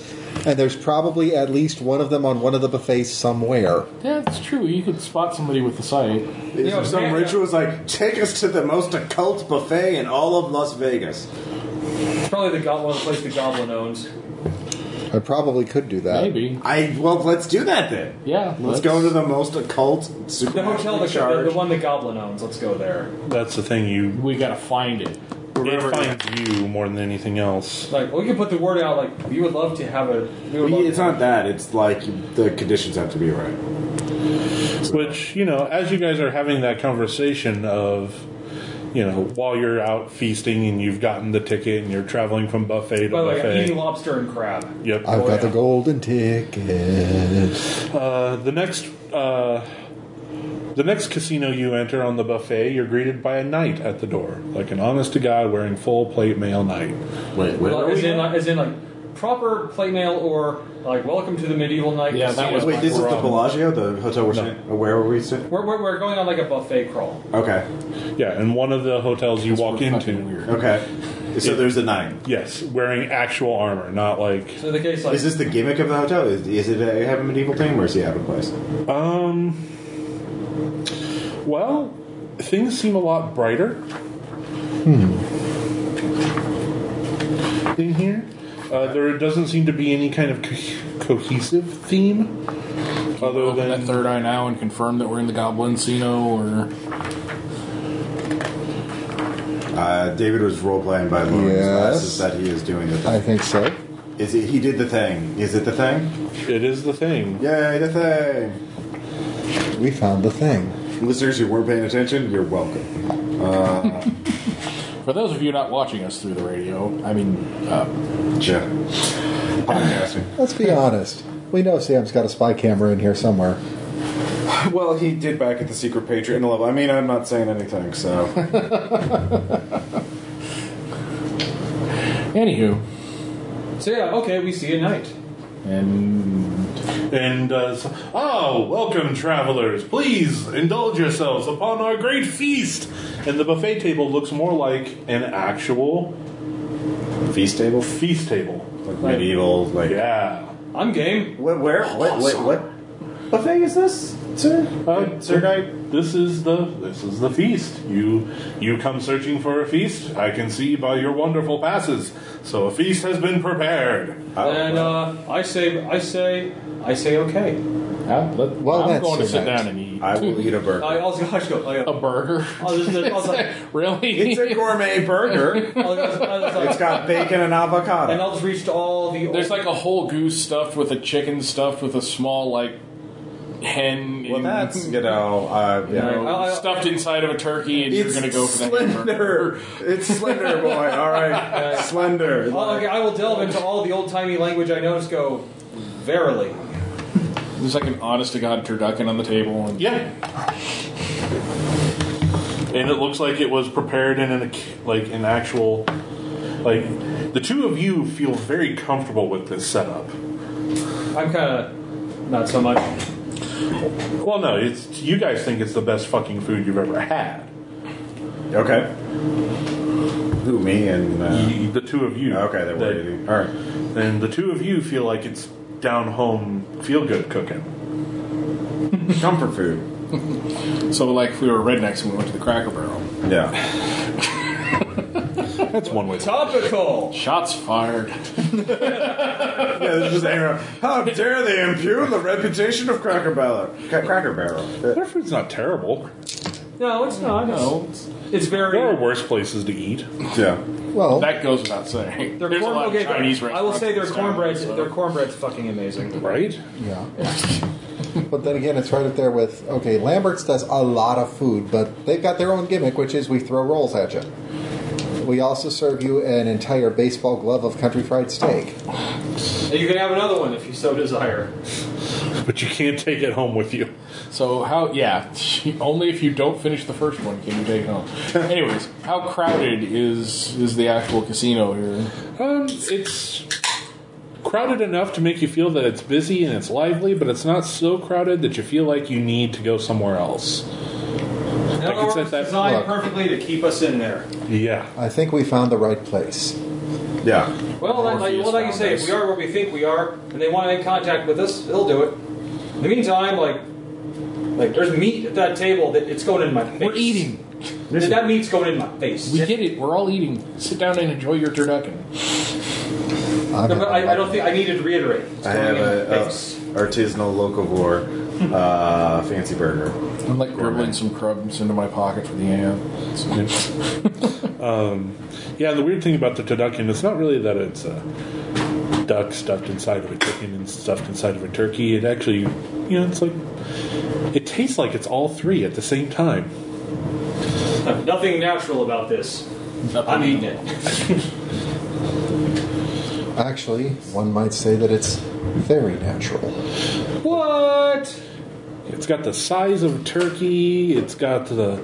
and there's probably at least one of them on one one of the buffets somewhere. Yeah, it's true. You could spot somebody with the sight. Is there some yeah, yeah. ritual is like take us to the most occult buffet in all of Las Vegas. It's probably the goblin place the goblin owns. I probably could do that. Maybe. I well, let's do that then. Yeah. Let's go to the most occult The supernatural hotel, the, the, charge. the one the goblin owns. Let's go there. That's the thing. You We gotta find it. It finds you more than anything else. Like we can put the word out. Like we would love to have a. We would Well, love it's not that. It's like the conditions have to be right. Which, you know, as you guys are having that conversation of, you know, while you're out feasting and you've gotten the ticket and you're traveling from buffet to By the way, I'm buffet. eating lobster and crab. Yep. I've got the golden ticket. Uh, the next uh, the next casino you enter on the buffet, you're greeted by a knight at the door, like an honest to god wearing full plate male knight. Wait, wait. Like, as in, like, as in, like proper play mail or like welcome to the medieval night. Yeah, that casino. was Wait, this is the Wrong. Bellagio, the hotel we're sitting. Where were we sitting? We're, we're, we're going on like a buffet crawl. Okay, Yeah, and one of the hotels you walk into, okay. So there's a nine. yes, wearing actual armor, not like So the case like Is this the gimmick of the hotel? Is, is it a, have a medieval theme or is he out of place? um. Well, things seem a lot brighter Hmm. in here. Uh, there doesn't seem to be any kind of co- cohesive theme, other Open that than third eye now and confirm that we're in the Goblin Casino or Uh, David was role playing by lowering his Yes. glasses that he is doing the I thing. think so. Is it, he did the thing? Is it the thing? it is the thing. Yay, the thing! We found the thing. Listeners who weren't paying attention, you're welcome. for those of you not watching us through the radio, I mean, uh, Yeah. Podcasting. Let's be honest. We know Sam's got a spy camera in here somewhere. Well, he did back at the secret Patreon level. I mean, I'm not saying anything, so. anywho, so yeah okay we see a night. and And uh, so, oh, welcome, travelers! Please indulge yourselves upon our great feast. And the buffet table looks more like an actual Feast table? feast table. Like medieval, like. Yeah. I'm game. What, where? What, what, what buffet is this, sir? Uh, sir, knight? This is the this is the feast. You you come searching for a feast. I can see by your wonderful passes. So a feast has been prepared. and uh, I say I say I say okay. uh, let, Well, I'm that's going to so sit nice. down and eat I will eat a burger. I also I was go. I a go. burger. I was just- I was like- really? it's a gourmet burger. I was- I was like- it's got bacon and avocado. and I'll just reach to all the. There's like a whole goose stuffed with a chicken stuffed with a small like hen. Well, in- that's you know, uh, you yeah. know, I- I- stuffed inside of a turkey, and you're It's going to go for the slender. hamburger. it's slender, boy. All right, slender. I'll- okay, I will delve into all the old timey language I know. Just go. Verily, There's like an honest to god turducken on the table. And, Yeah. And it looks like it was prepared in an like an actual like the two of you feel very comfortable with this setup. I'm kind of not so much. Well, no, it's you guys think it's the best fucking food you've ever had. Okay. Who me and uh, You- the two of you. okay, they were eating. All right. And the two of you feel like it's down home feel good cooking. Comfort food. so, like, if we were rednecks and we went to the Cracker Barrel. Yeah. That's one way. To Topical. Shots fired. yeah this is Aaron. How dare they impugn the reputation of Cracker Barrel? Ca- Cracker Barrel. Uh, Their food's not terrible. No, it's not. No, it's very. There are worse places to eat. Yeah. Well, That goes without saying. Their There's a corn- lot of okay, Chinese I will restaurants say in their this town, cornbread's so- their cornbread's fucking amazing. Right? yeah. but then again, it's right up there with okay. Lambert's does a lot of food, but they've got their own gimmick, which is we throw rolls at you. We also serve you an entire baseball glove of country fried steak. And you can have another one if you so desire. But you can't take it home with you. So how? Yeah, only if you don't finish the first one can you take it home. Anyways, how crowded is is the actual casino here? Um, it's crowded enough to make you feel that it's busy and it's lively, but it's not so crowded that you feel like you need to go somewhere else. That could set that- designed Look. perfectly to keep us in there. Yeah. I think we found the right place. Yeah. Well, like, like, well, like you say, if we are what we think we are, and they want to make contact with us, they'll do it. In the meantime, like, like there's meat at that table that it's going in my face. We're eating. That, that meat's going in my face. We get it. We're all eating. Sit down and enjoy your turducken. I'm- No, but I, I don't think I needed to reiterate. It's I have going in a, my a face. artisanal locavore uh, fancy burger. I'm like dribbling some crumbs into my pocket for the ant. Um, yeah, and the weird thing about the turducken, it's not really that it's a duck stuffed inside of a chicken and stuffed inside of a turkey. It actually, you know, it's like it tastes like it's all three at the same time. Nothing natural about this. I'm eating it. Actually, one might say that it's very natural. What? It's got the size of a turkey. It's got the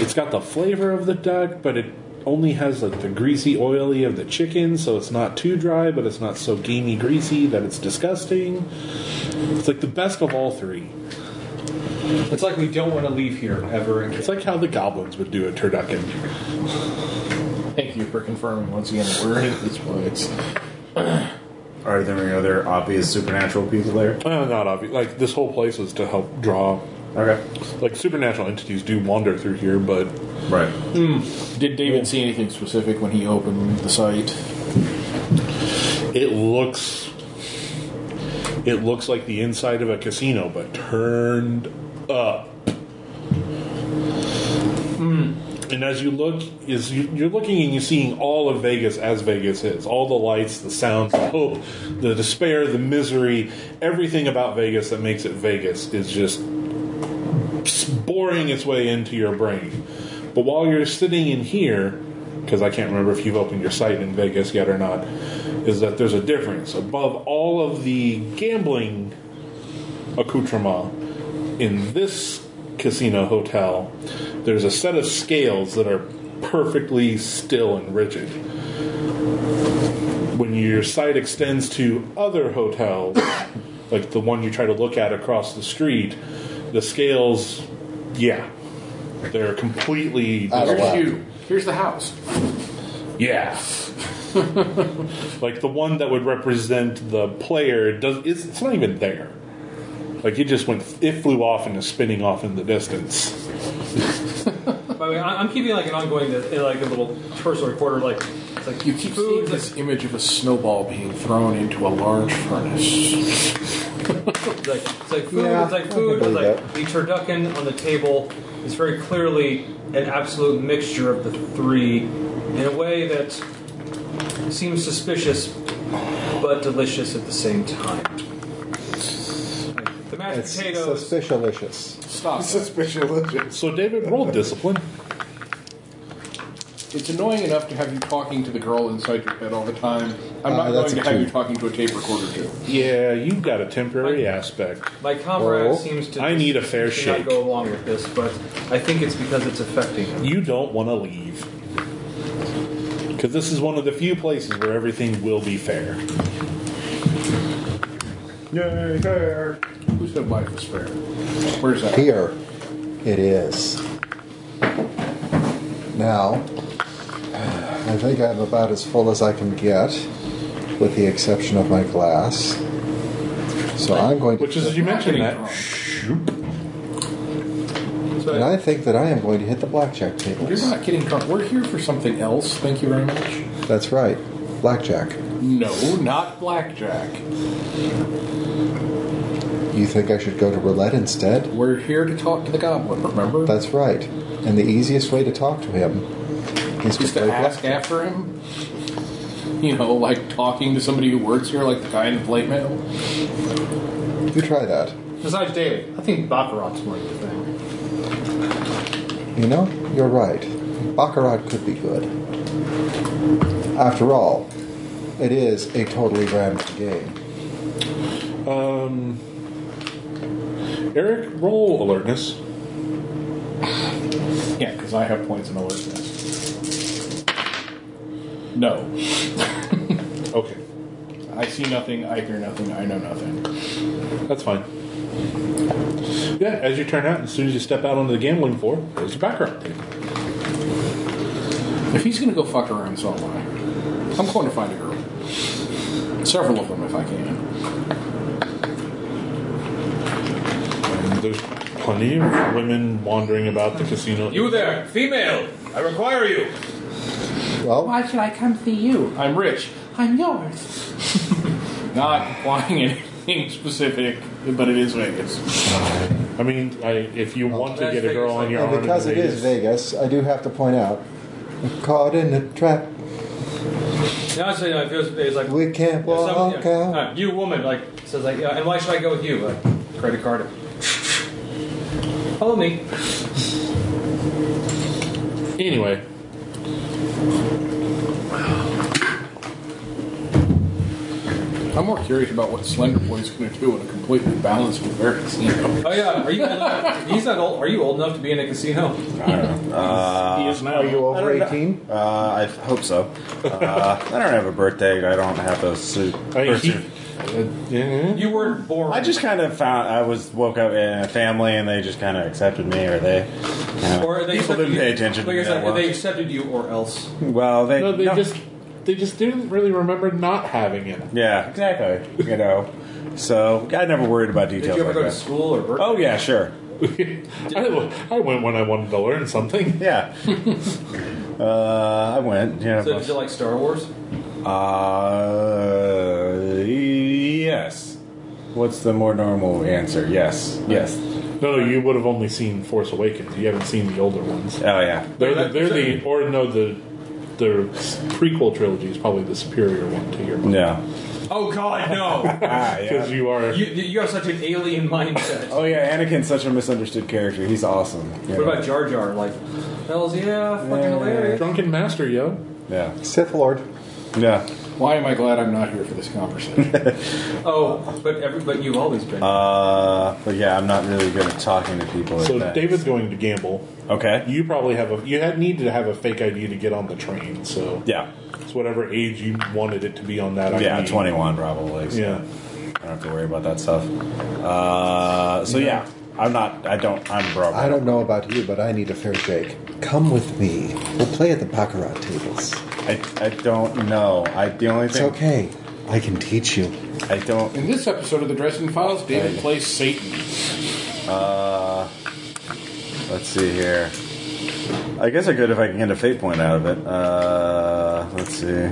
it's got the flavor of the duck, but it only has like the greasy oily of the chicken, so it's not too dry, but it's not so gamey greasy that it's disgusting. It's like the best of all three. It's like we don't want to leave here ever. It's like how the goblins would do a turducken. Thank you for confirming once again that we're at this place. Are there any other obvious supernatural people there? Uh, not obvious. Like this whole place was to help draw. Okay. Like supernatural entities do wander through here, but Right. Did David see anything specific when he opened the site? it looks it looks like the inside of a casino, but turned up. Hmm. And as you look, is you, you're looking and you're seeing all of Vegas as Vegas is. All the lights, the sounds, the hope, the despair, the misery, everything about Vegas that makes it Vegas is just boring its way into your brain. But while you're sitting in here, because I can't remember if you've opened your site in Vegas yet or not, is that there's a difference. Above all of the gambling accoutrement in this casino hotel, there's a set of scales that are perfectly still and rigid. When your site extends to other hotels, like the one you try to look at across the street, the scales, yeah, they're completely Out of Here's whack. you. Here's the house. yeah. like the one that would represent the player does it's, it's not even there. Like it just went it flew off and is spinning off in the distance. By the way, I- I'm keeping like an ongoing, uh, like a little personal recorder, like it's like You keep seeing food, like, this image of a snowball being thrown into a large furnace. It's like, it's like food. Yeah, it's I like can food. It's believe like that. the turducken on the table is very clearly an absolute mixture of the three in a way that seems suspicious but delicious at the same time. Like, The mashed It's potatoes. suspicious. Stop. that. Suspicious. So David rolled discipline. It's annoying enough to have you talking to the girl inside your head all the time. I'm not Uh, going that's to a have two. you talking to a tape recorder too. Yeah, you've got a temporary aspect. my comrade Oh. seems to. I need a fair to not shake. go along with this, but I think it's because it's affecting him. You don't want to leave. Because this is one of the few places where everything will be fair. Yay, there. Who said life is fair? Where's that? Here it is. Now, I think I'm about as full as I can get, with the exception of my glass. So I'm going to. Which is, you mentioned that. and I think that I am going to hit the blackjack table. You're not getting drunk. We're here for something else. Thank you very much. That's right, blackjack. No, not blackjack. You think I should go to roulette instead? We're here to talk to the goblin. Remember? That's right. And the easiest way to talk to him is to Just play to ask blackjack. after him. You know, like talking to somebody who works here, like the guy in the plate mail. You try that. Besides David, I think baccarat's more your thing. You know, you're right. Baccarat could be good. After all, it is a totally random game. Um, Eric, roll alertness. Yeah, because I have points in alertness. No, Okay, I see nothing. I hear nothing. I know nothing. that's fine. Yeah, as you turn out, as soon as you step out onto the gambling floor, there's your background. If he's gonna go fuck around, so am I. I'm going to find a girl. Several of them, if I can. And there's plenty of women wandering about the casino. You there, female. I require you. Well, Why should I come see you? I'm rich. I'm yours. Not implying anything. anything specific, but it is Vegas. I mean, I, if you want to Las get a girl Vegas, on like- your And arm, Oh, because in it is Vegas, I do have to point out, caught in a trap. Yeah, I'd say, uh, if it was, it was like, We can't if walk some- yeah, out. uh, you woman, like, says, like, yeah, and why should I go with you? Like, credit card. Follow me. Anyway, I'm more curious about what Slender Boy's going to do in a completely balanced Bavarian casino. Oh yeah, are you? Old enough, he's not old. Are you old enough to be in a casino? Uh, he is now. Are you over I don't know. 18? Uh, I hope so. Uh, I don't have a birthday. I don't have a suit. I, he, person. You weren't born. Hmm? I just kind of found I was woke up in a family and they just kind of accepted me, or they. you know, Or they people accepted didn't you- pay attention. Like I to me said, that they much. accepted you or else. well, they, no, they no. just they just didn't really remember not having it. yeah, exactly. You know, so I never worried about Did details you ever like go to that. school or? work? Oh yeah, sure. I, I went when I wanted to learn something. Yeah. uh, I went. You know, So did you like Star Wars? Uh, yes. What's the more normal answer? Yes. Yes. No, you would have only seen Force Awakens. You haven't seen the older ones. Oh yeah. They're the, they're the or no the the prequel trilogy is probably the superior one to your one Yeah. Oh God, no! Ah, yeah. because you are you you have such an alien mindset. Oh yeah, Anakin's such a misunderstood character. He's awesome. Yeah. What about Jar Jar? Like, hell's yeah, fucking Yeah. hilarious. drunken master, yo. Yeah. Sith Lord. Yeah. Why am I glad I'm not here for this conversation? Oh, but every but you've always been. Uh, but yeah, I'm not really good at talking to people like So that. David's going to gamble. okay. You probably have a you had need to have a fake ID to get on the train. So Yeah. it's whatever age you wanted it to be on that ID. Yeah, 21 probably. so I Yeah. don't have to worry about that stuff. Uh, so yeah, I'm not. I don't. I'm broke. I don't know about you, but I need a fair shake. Come with me. We'll play at the baccarat tables. I, I don't know. I the only It's thing. okay. I can teach you. I don't. in this episode of the Dresden Files, David plays Satan. Uh, let's see here. I guess I could if I can get a fate point out of it. Uh, let's see.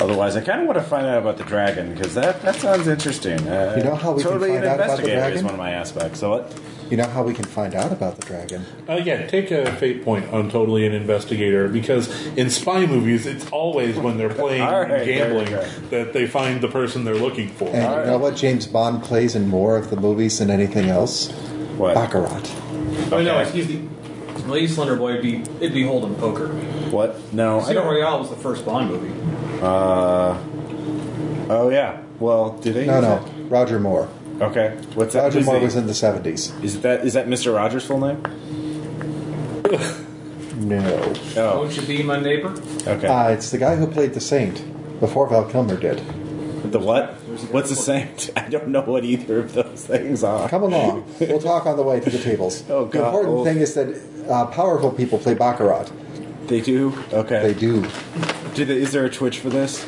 Otherwise, I kind of want to find out about the dragon because that, that sounds interesting. Uh, You know how we can totally find an out about the investigator is dragon? one of my aspects. So what? You know how we can find out about the dragon? Uh, yeah, take a fate point on totally an investigator because in spy movies, it's always when they're playing All right, and gambling there that they find the person they're looking for. And you know what James Bond plays in more of the movies than anything else? What? Baccarat. Oh no, he's the Lady Slender Boy. Would be it'd be Hold'em Poker. What? No, I Casino don't. Royale was the first Bond movie. Uh, oh yeah. Well, did they? No, use no. Roger Moore. it? Okay. What's that? Roger who's Moore the- was in the 70s. Is that is that Mr. Rogers' full name? No. Oh, Won't you be my neighbor? okay. Uh, it's the guy who played the saint before Val Kilmer did. the what? What's the same? I don't know what either of those things are. Come along. We'll talk on the way to the tables. Oh, The God. important Oh. thing is that uh, powerful people play Baccarat. They do. Okay. They do. Do they, is there a Twitch for this?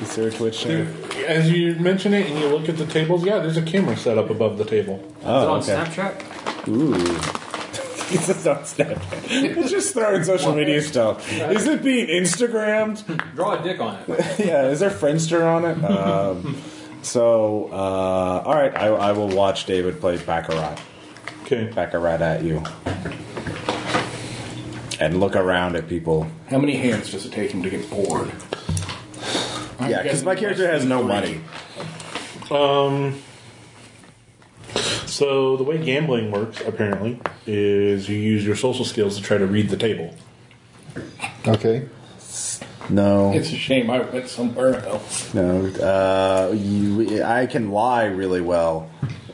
Is there a Twitch? channel? As you mention it and you look at the tables, yeah, there's a camera set up above the table. Oh, Is it on okay. Snapchat? Ooh. He's just on Snapchat. He's just throwing social media stuff. Is it being Instagrammed? Draw a dick on it. yeah, is there Friendster on it? Um, so, uh, all right, I, I will watch David play Baccarat. Okay. Baccarat at you. And look around at people. How many hands does it take him to get bored? I'm Yeah, because guessing my character has no money. Um. So the way gambling works, apparently, is you use your social skills to try to read the table. Okay. No. It's a shame I went somewhere else. No. Uh, you, I can lie really well.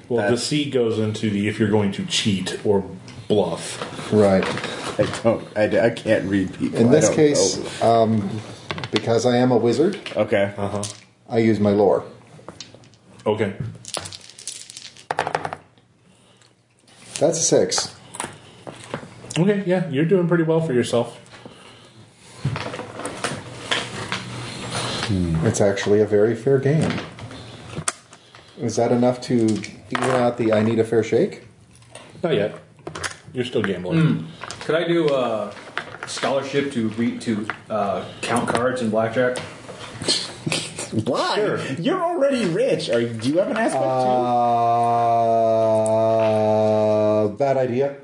Well, the That's- C goes into the if you're going to cheat or bluff. Right. I don't. I, I can't read people. In I this don't know. case, um, because I am a wizard, okay. uh, I use my lore. Okay. That's a six. Okay. Yeah, you're doing pretty well for yourself. It's actually a very fair game. Is that enough to even out the I need a fair shake? Not yet. You're still gambling. Could I do a scholarship to read to uh, count cards in blackjack? Why? You're already rich. Are do you have an aspect Uh, bad idea.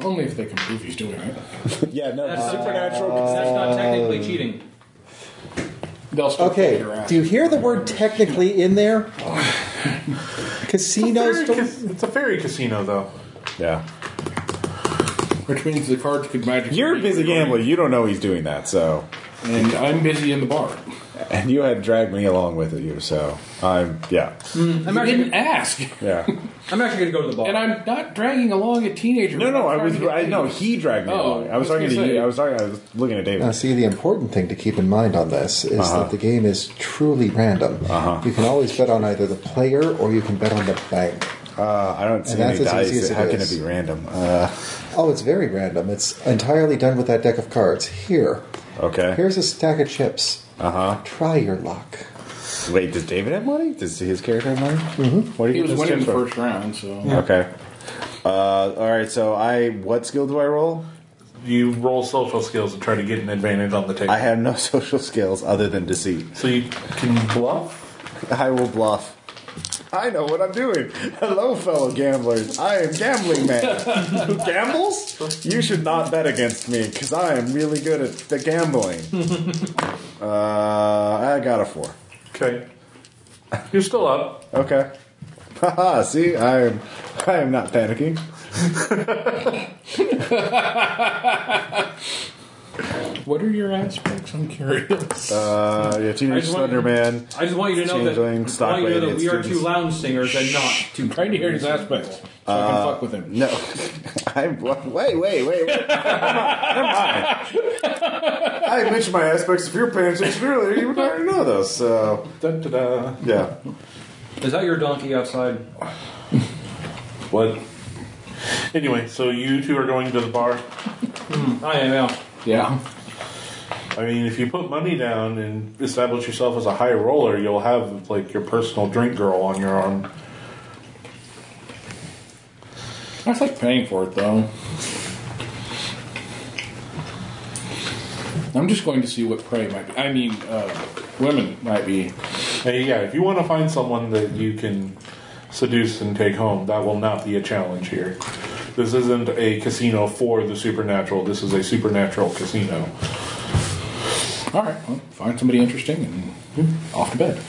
Only if they can prove he's doing it. too? yeah, no. Uh, That's supernatural. uh, That's not technically cheating. They'll still kick Okay, your ass. do you hear the word technically in there? Casinos It's a, fairy don't. cas- it's a fairy casino, though. Yeah. Which means the cards could magic. You're a busy gambler. You don't know he's doing that, so. And I'm busy in the bar. And you had dragged me along with you, so. I'm. Yeah. Mm. I'm you didn't ask. Yeah. I'm actually going to go to the bar. And I'm not dragging along a teenager. No, no, I I'm was. trying to I get no, paid. he dragged me Oh, along. I was, I was talking to gonna you. say. I was talking. I was looking at David. Now, see, the important thing to keep in mind on this is that the game is truly random. Uh-huh. You can always bet on either the player or you can bet on the bank. Uh, I don't see And any that's as easy dice. as it How can it is. be random? Uh, Oh, it's very random. It's entirely done with that deck of cards. Here, okay. here's a stack of chips. Uh huh. Try your luck. Wait, does David have money? Does his character have money? Mm-hmm. What do He you was get those winning chips the from? first round, so Okay. Uh, all right. So I, what skill do I roll? You roll social skills and try to get an advantage on the table. I have no social skills other than deceit. so you can bluff. I will bluff. I know what I'm doing. Hello, fellow gamblers. I am gambling man. Who gambles? You should not bet against me because I am really good at the gambling. uh, I got a four. Okay. You're still up. Okay. Haha, see, I am I am not panicking. what are your aspects? I'm curious. Uh, yeah, I Teenage just want- Slender Man. I just want you to know that, Changeling, I want you to know that stock-rated we are two students. lounge singers and not two. I'm trying to hear his aspects so I Uh, can fuck with him. No. I'm, wait, wait, wait, wait. Never mind. I mentioned my aspects of your parents earlier. You would already know those, so. Da-da-da. Yeah. Is that your donkey outside? What? Anyway, so you two are going to the bar. I am out. Yeah. I mean, if you put money down and establish yourself as a high roller, you'll have like your personal drink girl on your arm. I was like paying for it though. I'm just going to see what prey might be. I mean, uh, women might be. Hey, yeah, if you want to find someone that you can seduce and take home, that will not be a challenge here. This isn't a casino for the supernatural. This is a supernatural casino. All right, well, find somebody interesting and off to bed.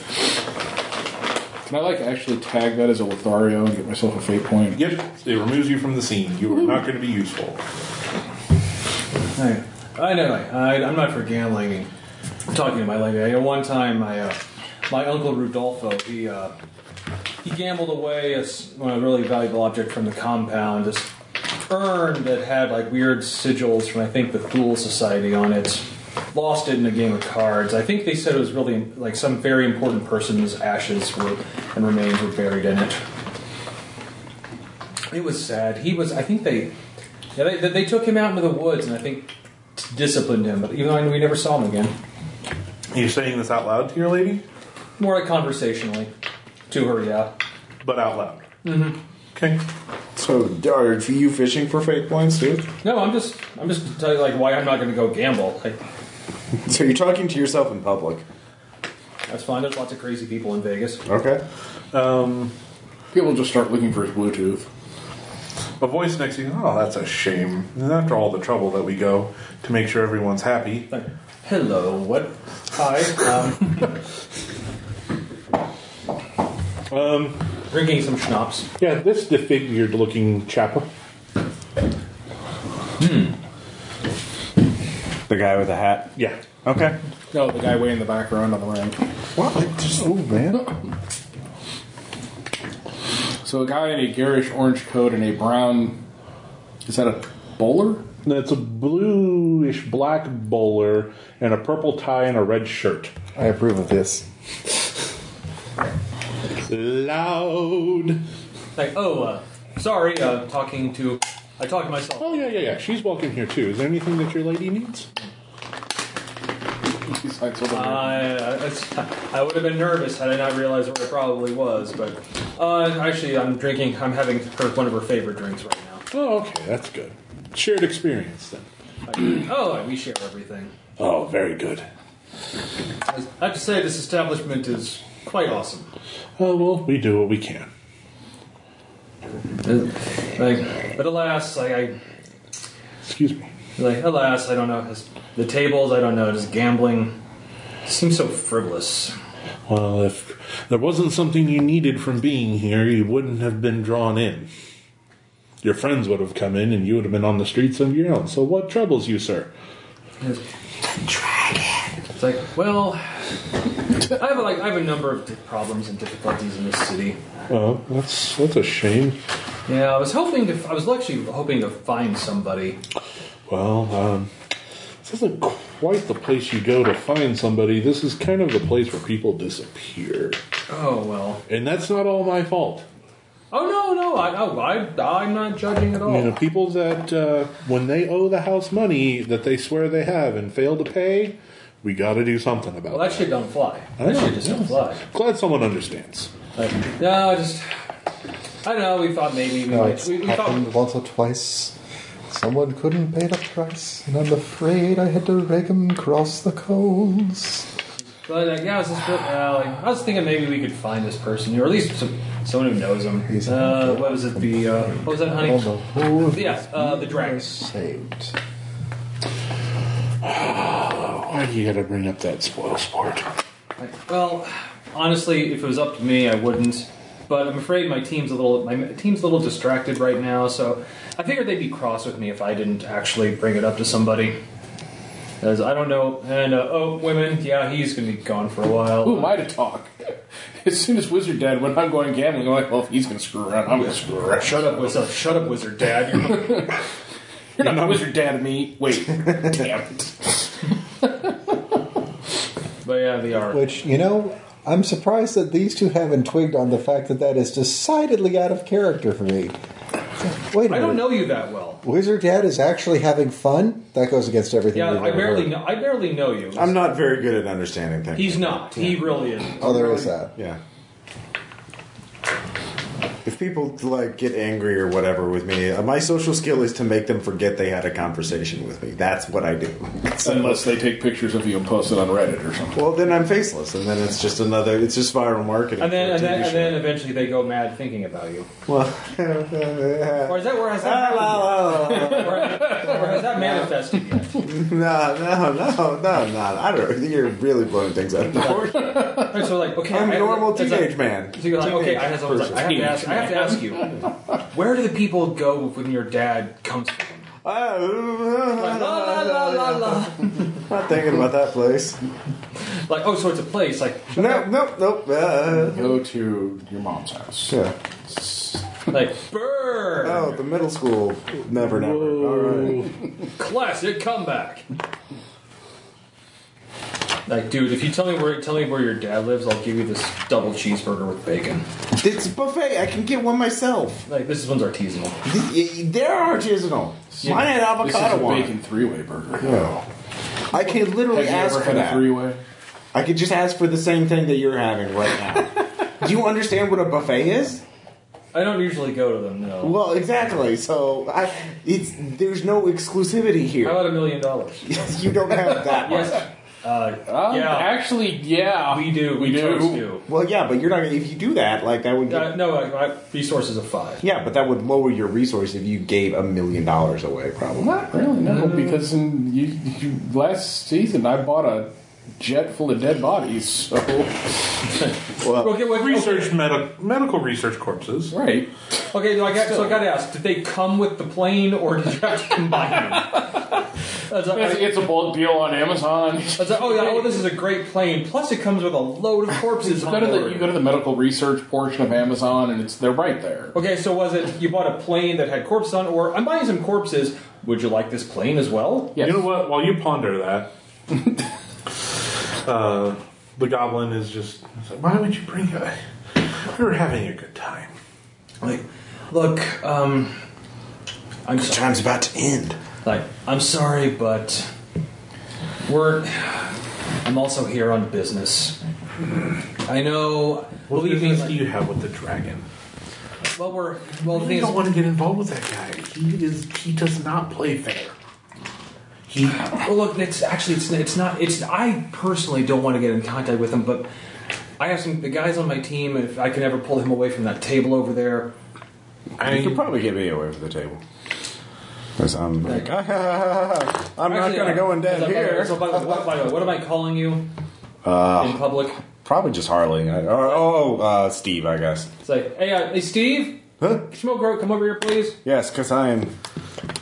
Can I like actually tag that as a Lothario and get myself a fate point? Yep, it removes you from the scene. You are not going to be useful. Hey, I know. I, I'm not for gambling. and talking to my lady. I, one time, my uh, my uncle Rudolfo, he uh, he gambled away a, s- well, a really valuable object from the compound, this urn that had like weird sigils from I think the Thule Society on it. Lost it in a game of cards. I think they said it was really like some very important person's ashes were and remains were buried in it. It was sad. He was. I think they, yeah, they, they took him out into the woods, and I think disciplined him. But even though we never saw him again, Are you saying this out loud to your lady? more like conversationally, to her, yeah. But out loud. Mm-hmm. So, are you fishing for fake points too? No, I'm just, I'm just telling you like why I'm not going to go gamble. Like So you're talking to yourself in public. that's fine. There's lots of crazy people in Vegas. Okay. Okay. Um, People just start looking for his Bluetooth. a voice next to you. Oh, that's a shame. And after all the trouble that we go to make sure everyone's happy, Like, hello, what? Hi. Um, Um, drinking some schnapps. yeah, this defigured looking chap. The guy with the hat. Yeah. Okay. No, the guy way in the background on the right. What? Oh man. So a guy in a garish orange coat and a brown. Is that a bowler? That's a bluish black bowler and a purple tie and a red shirt. I approve of this. Loud. Like, oh, uh, sorry, uh, talking to, I talk to myself. Oh yeah, yeah, yeah. She's welcome here too. Is there anything that your lady needs? Besides over here. I, I- I would have been nervous had I not realized where I probably was, but uh, actually, I'm drinking. I'm having her, one of her favorite drinks right now. Oh, okay, that's good. Shared experience then. Oh, we share everything. Oh, very good. I have to say, this establishment is quite awesome. Oh, well, we do what we can. Like, but alas, like I, excuse me. Like alas, I don't know. it's- The tables, I don't know. Just gambling seems so frivolous. Well, if there wasn't something you needed from being here, you wouldn't have been drawn in. Your friends would have come in and you would have been on the streets of your own. So, what troubles you, sir? It's, it's like, well, I have like I have a number of di- problems and difficulties in this city. Well, that's that's a shame. Yeah, I was hoping to. I was actually hoping to find somebody. Well, um, this isn't quite the place you go to find somebody. This is kind of the place where people disappear. Oh well. And that's not all my fault. Oh no, no, I, I, I I'm not judging at all. You know, people that uh, when they owe the house money that they swear they have and fail to pay, we got to do something about. Well, that shit don't fly. I That know, shit just don't fly. it. Glad someone understands. Like, no, just I don't know. We thought maybe we No, might. it's We, we thought. happened once or twice. Someone couldn't pay the price, and I'm afraid I had to rake 'em across the coals. But like, yeah, I was just uh, like, I was thinking maybe we could find this person, or at least some, someone who knows him. Uh, what was it? The uh, what was that, honey? On the whole, Yeah, uh, the Drax. saved. Why do you got Oh, to bring up that spoil sport? Like, well, honestly, if it was up to me, I wouldn't. But I'm afraid my team's a little my team's a little distracted right now, so I figured they'd be cross with me if I didn't actually bring it up to somebody. As I don't know, and uh, oh, women, yeah, he's gonna be gone for a while. Who am I to talk? As soon as Wizard Dad, when I'm going gambling, I'm like, well, if he's going to screw around, I'm going to screw around. Shut up, wizard! Shut up, wizard dad! You're You're not Wizard Dad to me. Wait, damn it. But yeah, they are. Which, you know, I'm surprised that these two haven't twigged on the fact that that is decidedly out of character for me. Wait a minute. I don't know you that well. Wizard Dad is actually having fun? That goes against everything. Yeah, we've I ever barely heard. know. I barely know you. I'm not very good at understanding things. He's not. He really is. Oh, there is that. Yeah. If people like get angry or whatever with me, uh, my social skill is to make them forget they had a conversation with me. That's what I do. Unless they take pictures of you and post it on Reddit or something. Well, then I'm faceless, and then it's just another. It's just viral marketing. And then, for a and then, TV and then eventually they go mad thinking about you. show. Or is that where has that, Ah, la, la, la, la. or has that manifested yet? No, no, no, no, no. I don't. You're really blowing things out of proportion. And so like, okay, I'm I- a normal it's teenage like- man. So you're like, okay, I have, I was like, I have to ask. I have to ask you, where do the people go when your dad comes from? Like, la, la, la, la, la. Not thinking about that place. Like, oh, so it's a place. Like, Nope, nope, nope. Uh, Go to your mom's house. yeah. like, burn. Oh, the middle school. Never, never. All right. Classic comeback. Like, dude, if you tell me where tell me where your dad lives, I'll give you this double cheeseburger with bacon. It's a buffet. I can get one myself. Like, this one's artisanal. Y- y- They're artisanal. Mine had This is a avocado one. bacon three-way burger. Yeah. I can literally Have you ask ever for had a that. three-way? I could just ask for the same thing that you're having right now. Do you understand what a buffet is? I don't usually go to them, no. Well, exactly. So I, it's there's no exclusivity How here. about a million dollars? you don't have that much. Yes. Uh, Um, Yeah. Actually, yeah. we do. We, We do. totes do. Well, yeah, but you're not. gonna If you do that, like that would. Uh, no, I, I, resources of five. yeah, but that would lower your resource if you gave a million dollars away. Probably. Not really, no, because in, you, you, last season I bought a jet full of dead bodies, so... Well, Okay, wait, Research medi- medical research corpses. Right. okay. So I got, so I got to ask: Did they come with the plane, or did you have to combine them? That's like, It's, it's a bulk deal on Amazon. I was like, oh yeah, oh this is a great plane. Plus, it comes with a load of corpses You on go, to the, board. you go to the medical research portion of Amazon, and it's they're right there. Okay, so was it you bought a plane that had corpses on, or I'm buying some corpses? Would you like this plane as well? Yes. You know what? While you ponder that, uh, the goblin is just. it's like, Why would you bring a? We were having a good time. Like, look, um, I'm sorry. time's about to end. Like, I'm sorry, but we're. I'm also here on business. I know. What believe me. business do Like, you have with the dragon? well, we're. Well, the You thing is, don't want to get involved with that guy. He is. He does not play fair. He. Well, look, it's actually it's it's not it's I personally don't want to get in contact with him, but I have some the guys on my team. If I can ever pull him away from that table over there, I you could probably get me away from the table. 'Cause I'm like, I'm not Actually, going to go uh, in dead so by the way- here. So by, the way- what, by the way, what am I calling you in Uh, public? probably just Harley. I- Or, oh, uh, Steve, I guess. It's like, hey, uh, hey, Steve, Huh? Schmogro, come over here, please. Yes, because I'm,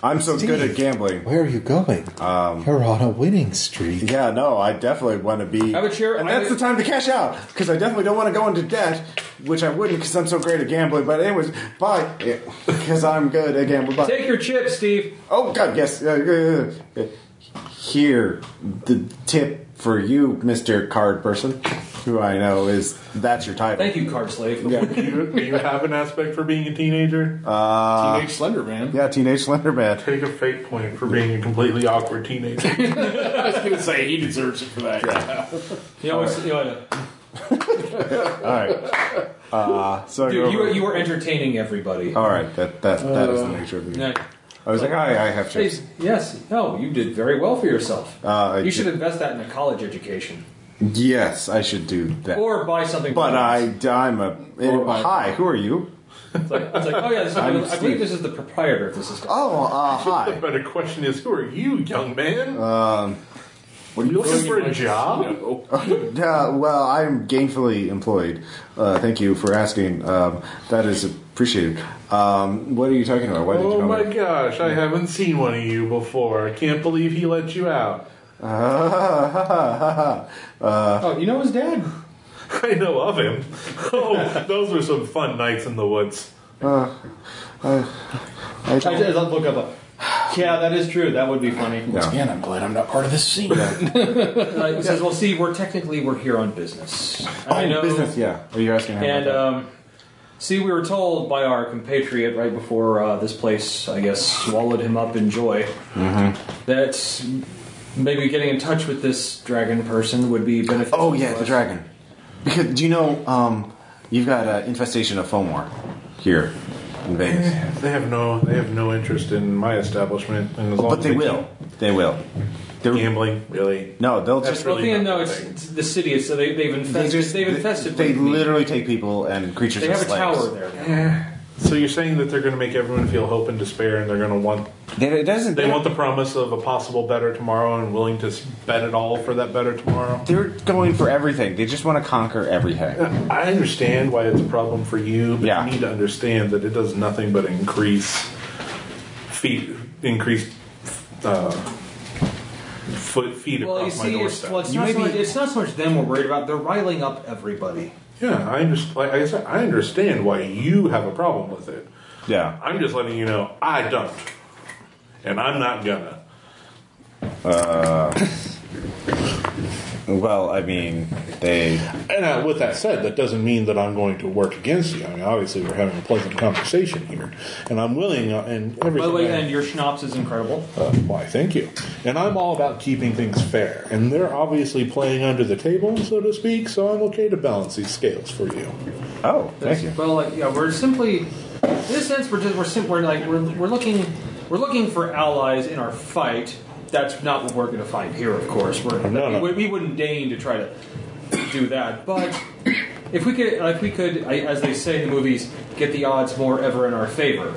I'm so good at gambling. Where are you going? Um, You're on a winning streak. yeah, no, I definitely want to be. Have a chair. And that's the time to cash out because I definitely don't want to go into debt, which I wouldn't because I'm so great at gambling. But anyways, bye. Because I'm good at gambling. Bye. Take your chips, Steve. Oh God, yes. Uh, uh, uh, here, the tip for you, Mister Card Person, who I know is that's your title. Thank you, card slave. Yeah. You, you have an aspect for being a teenager. Uh, Teenage Slender Man. yeah, teenage slender man. Take a fate point for being a completely awkward teenager. I was going to say he deserves it for that. You know, it's, you know, All right. Uh, so I go dude, you over- are, you are entertaining everybody. All right. That that that is the nature of the. Yeah. I was like, hi, I have Hey, chips. yes, no, you did very well for yourself. Uh, I you should did- invest that in a college education Yes, I should do that. or buy something. But else. I, I'm a. eh, hi, who are you? it's like, it's like, oh yeah, this I'm is, I Steve. believe this is the proprietor of this. Is Oh, uh, the hi. better question is, who are you, young man? Um, Were you looking for a job? uh, well, I'm gainfully employed. Uh, thank you for asking. Um, that is appreciated. Um, what are you talking about? Why did you Oh call my me? gosh, I haven't seen one of you before. I can't believe he let you out. Uh, Oh, you know his dad. I know of him. Oh, those were some fun nights in the woods. I I don't- just look up. a- Yeah, that is true. That would be funny. no. Man, I'm glad I'm not part of this scene. Uh, he says, "Well, see, we're technically we're here on business. And I Oh, know, business. Yeah. Are you asking? how about And that? um, see, we were told by our compatriot right before uh, this place, I guess, swallowed him up in joy, Mm-hmm. that maybe getting in touch with this dragon person would be beneficial. Oh to yeah, us. the dragon. Because do you know um, you've got an infestation of fomor here in Vegas, Eh. They have no, they have no interest in my establishment. And as long but as they will. They will. They're, keep Gambling, really? no, they'll just Well, really being not though the it's, thing. it's the city, it's- so they, they've they infested. just they've infested. They, with me. literally take people and creatures. They as have a slaves. tower there. now. So you're saying that they're going to make everyone feel hope and despair, and they're going to want They, it doesn't. they they- want the promise of a possible better tomorrow, and willing to bet it all for that better tomorrow. They're going for everything. They just want to conquer everything. I understand why it's a problem for you, but Yeah. you need to understand that it does nothing but increase feet, increase uh, foot feet Well, you across my see, it's, doorstep. well, it's, You not may so much, be- it's not so much them we're worried about. They're riling up everybody. yeah, I understand. Like I said, I understand why you have a problem with it. Yeah. I'm just letting you know I don't, and I'm not gonna. Well, I mean, they. And uh, with that said, that doesn't mean that I'm going to work against you. I mean, obviously, we're having a pleasant conversation here, and I'm willing uh, and everything. By the way, I- and your schnapps is incredible. Uh, why, thank you. And I'm all about keeping things fair, and they're obviously playing under the table, so to speak. So I'm okay to balance these scales for you. Oh, thank you. Well, like, yeah, we're simply, in a sense, we're just we're simply we're like we're, we're looking we're looking for allies in our fight. That's not what we're going to find here, of course. We're, No, no. We, we wouldn't deign to try to do that, but if we could, like we could, I, as they say in the movies, get the odds more ever in our favor.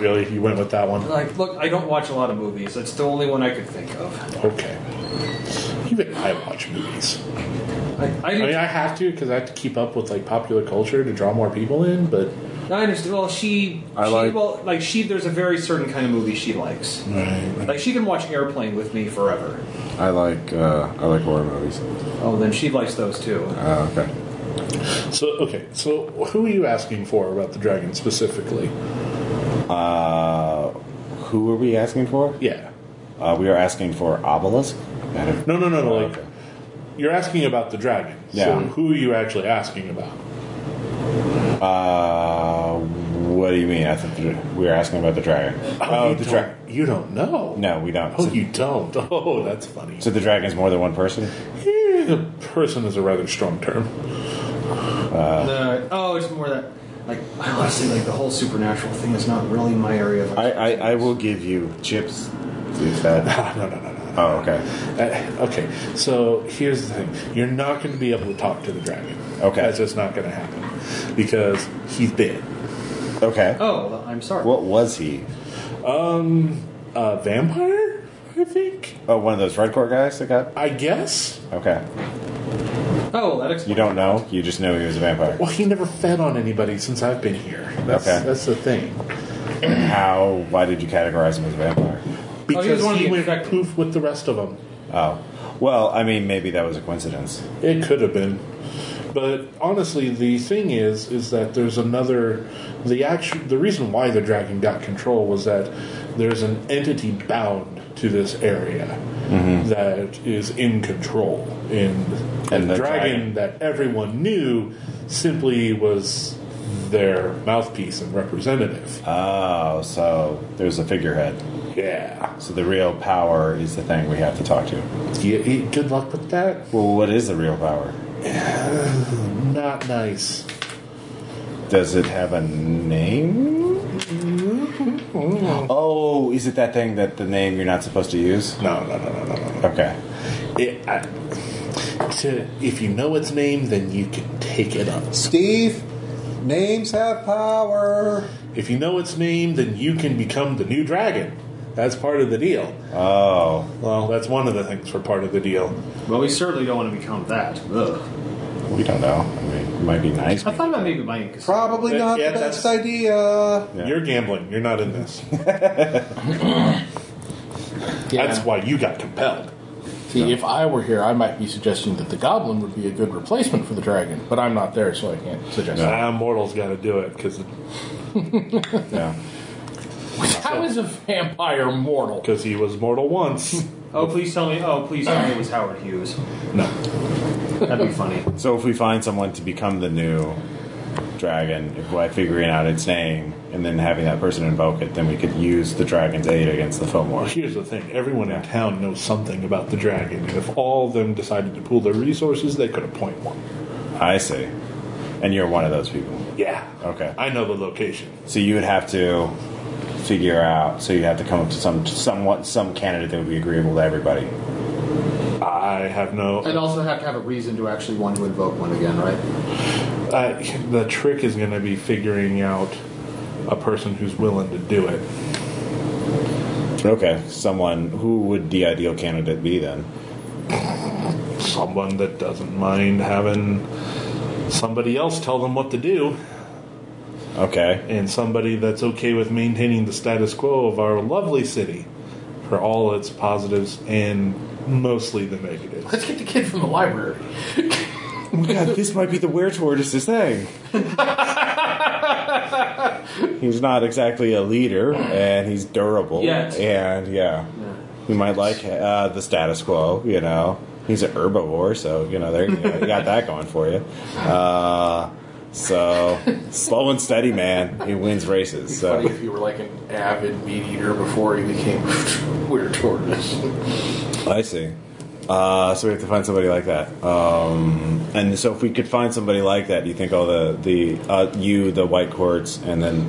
Really, you went with that one? Like, look, I don't watch a lot of movies. That's the only one I could think of. Okay. Even I watch movies. I, I, I Oh, do- mean, I have to because I have to keep up with like popular culture to draw more people in. But I understand. Well, she, I she like- well, like she. There's a very certain kind of movie she likes. Like she can watch Airplane with me forever. I like uh, I like horror movies. Oh, then she likes those too. Uh, okay. so okay, so who are you asking for about the dragon specifically? Uh, who are we asking for? Yeah. Uh, we are asking for obelisk. And if- No, no, no, no. Like Okay. you're asking about the dragon. Yeah. So who are you actually asking about? Uh, what do you mean? I think the- we were asking about the dragon. Oh, you the don't- dragon. You don't know. No, we don't. Oh, so, you don't. Oh, that's funny. so the dragon is more than one person. Eh, the person is a rather strong term. No, oh, it's more that like I honestly like the whole supernatural thing is not really my area of. I, I, I will give you chips Is that? Ah, no, no, no, no. Oh, okay. Uh, okay, so here's the thing: you're not going to be able to talk to the dragon. Okay. that's just not going to happen because he's dead. Okay. Oh, well, I'm sorry. What was he? Um, a vampire, I think. Oh, one of those redcore guys that got. I guess. Okay. Oh, that explains. You don't know. You just know he was a vampire. Well, he never fed on anybody since I've been here. That's, Okay. that's the thing. Oh, And how? Why did you categorize him as a vampire? Because was one of he the went infected. poof with the rest of them. Oh. Well, I mean, maybe that was a coincidence. It could have been. But honestly, the thing is, is that there's another. The actual, the reason why the dragon got control was that there's an entity bound to this area that is in control. Mm-hmm. And, And the, the dragon, dragon- that everyone knew simply was their mouthpiece and representative. Oh, so there's a figurehead. Yeah. So the real power is the thing we have to talk to. Yeah, he- good luck with that. Well, what is the real power? Not nice. Does it have a name? Oh, is it that thing that the name you're not supposed to use? No, no, no, no, no, no. no. Okay. It, I, to, if you know its name, then you can take it up. Steve, names have power. If you know its name, then you can become the new dragon. That's part of the deal. Oh, Well, that's one of the things for part of the deal. Well, we certainly don't want to become that. Ugh. we don't know. I mean, it might be nice. I thought about maybe buying a casino. Probably Yeah, not yeah, the that's- best idea. Yeah. You're gambling. You're not in this. Yeah. That's why you got compelled. See, if I were here, I might be suggesting that the goblin would be a good replacement for the dragon, but I'm not there, so I can't suggest that. Ah, mortals got to do it because Yeah. How is a vampire mortal? he was mortal once. Oh, please tell me. Oh, please tell me it was Howard Hughes. No. That'd be funny. So if we find someone to become the new dragon, if by figuring out its name and then having that person invoke it, then we could use the dragon's aid against the Well, Fomor. here's the thing: everyone in town knows something about the dragon, and if all of them decided to pool their resources, they could appoint one. I see. And you're one of those people. Yeah. Okay. I know the location. So you would have to figure out. So you have to come up to some somewhat some candidate that would be agreeable to everybody. I have no. I'd also have to have a reason to actually want to invoke one again, right? Uh, the trick is going to be figuring out a person who's willing to do it. Okay. Someone who would the ideal candidate be then? Someone that doesn't mind having somebody else tell them what to do, Okay. and somebody that's okay with maintaining the status quo of our lovely city for all its positives and mostly the negatives. Let's get the kid from the library. Oh my god, this might be the were tortoise's thing. he's not exactly a leader, and he's durable. Yet. And yeah, we might like uh, the status quo. You know, he's an herbivore, so you know there you, go. You got that going for you. Uh, so slow and steady, man. He wins races. Funny So if you were like an avid meat eater before you became weird tortoise. I see. Uh, so we have to find somebody like that. Um, and so if we could find somebody like that, do you think all the the uh, you the white courts, and then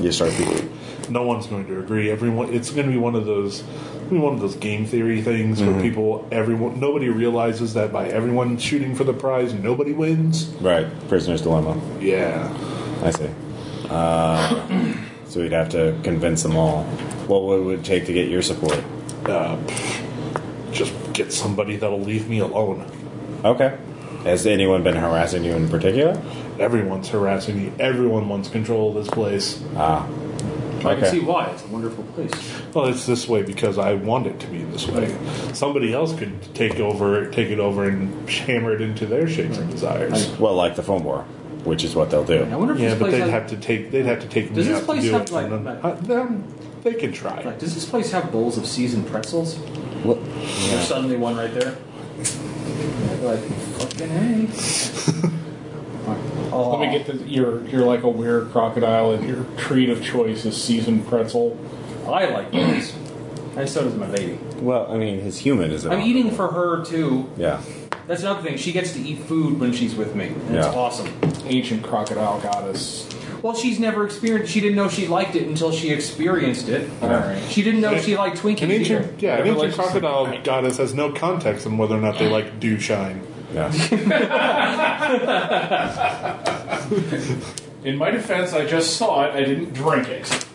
you start the No one's going to agree. Everyone, it's going to be one of those, it'll be one of those game theory things where people, everyone, nobody realizes that by everyone shooting for the prize, nobody wins. Right, prisoner's dilemma. Yeah. I see. Uh, so we'd have to convince them all. What would it would take to get your support? Uh, pff, just get somebody that'll leave me alone. Okay. Has anyone been harassing you in particular? Everyone's harassing me. Everyone wants control of this place. Ah. I can see Okay. why. It's a wonderful place. Well, it's this way because I want it to be this way. Somebody else could take over, take it over, and hammer it into their shapes and desires. Well, like the phone war, which is what they'll I do. wonder if Yeah, this but place they'd has, have to take. They'd have to take Does me this out place to do have, it. like, and then- like- uh, them, they can try. like, does this place have bowls of seasoned pretzels? What? There's suddenly one right there. Like fucking hey. Let me get this. You're you're like a weird crocodile, and your treat of choice is seasoned pretzel. I like those. And so does my lady. Well, I mean, his human is. I'm eating for her too. Yeah. That's another thing. She gets to eat food when she's with me. And It's Yeah. awesome. Ancient crocodile goddess. Well, she's never experienced. She didn't know she liked it until she experienced it. She didn't know she liked Twinkies. An ancient, either. yeah, an ancient crocodile goddess has no context on whether or not they like dew shine. Yeah. In my defense, I just saw it. I didn't drink it.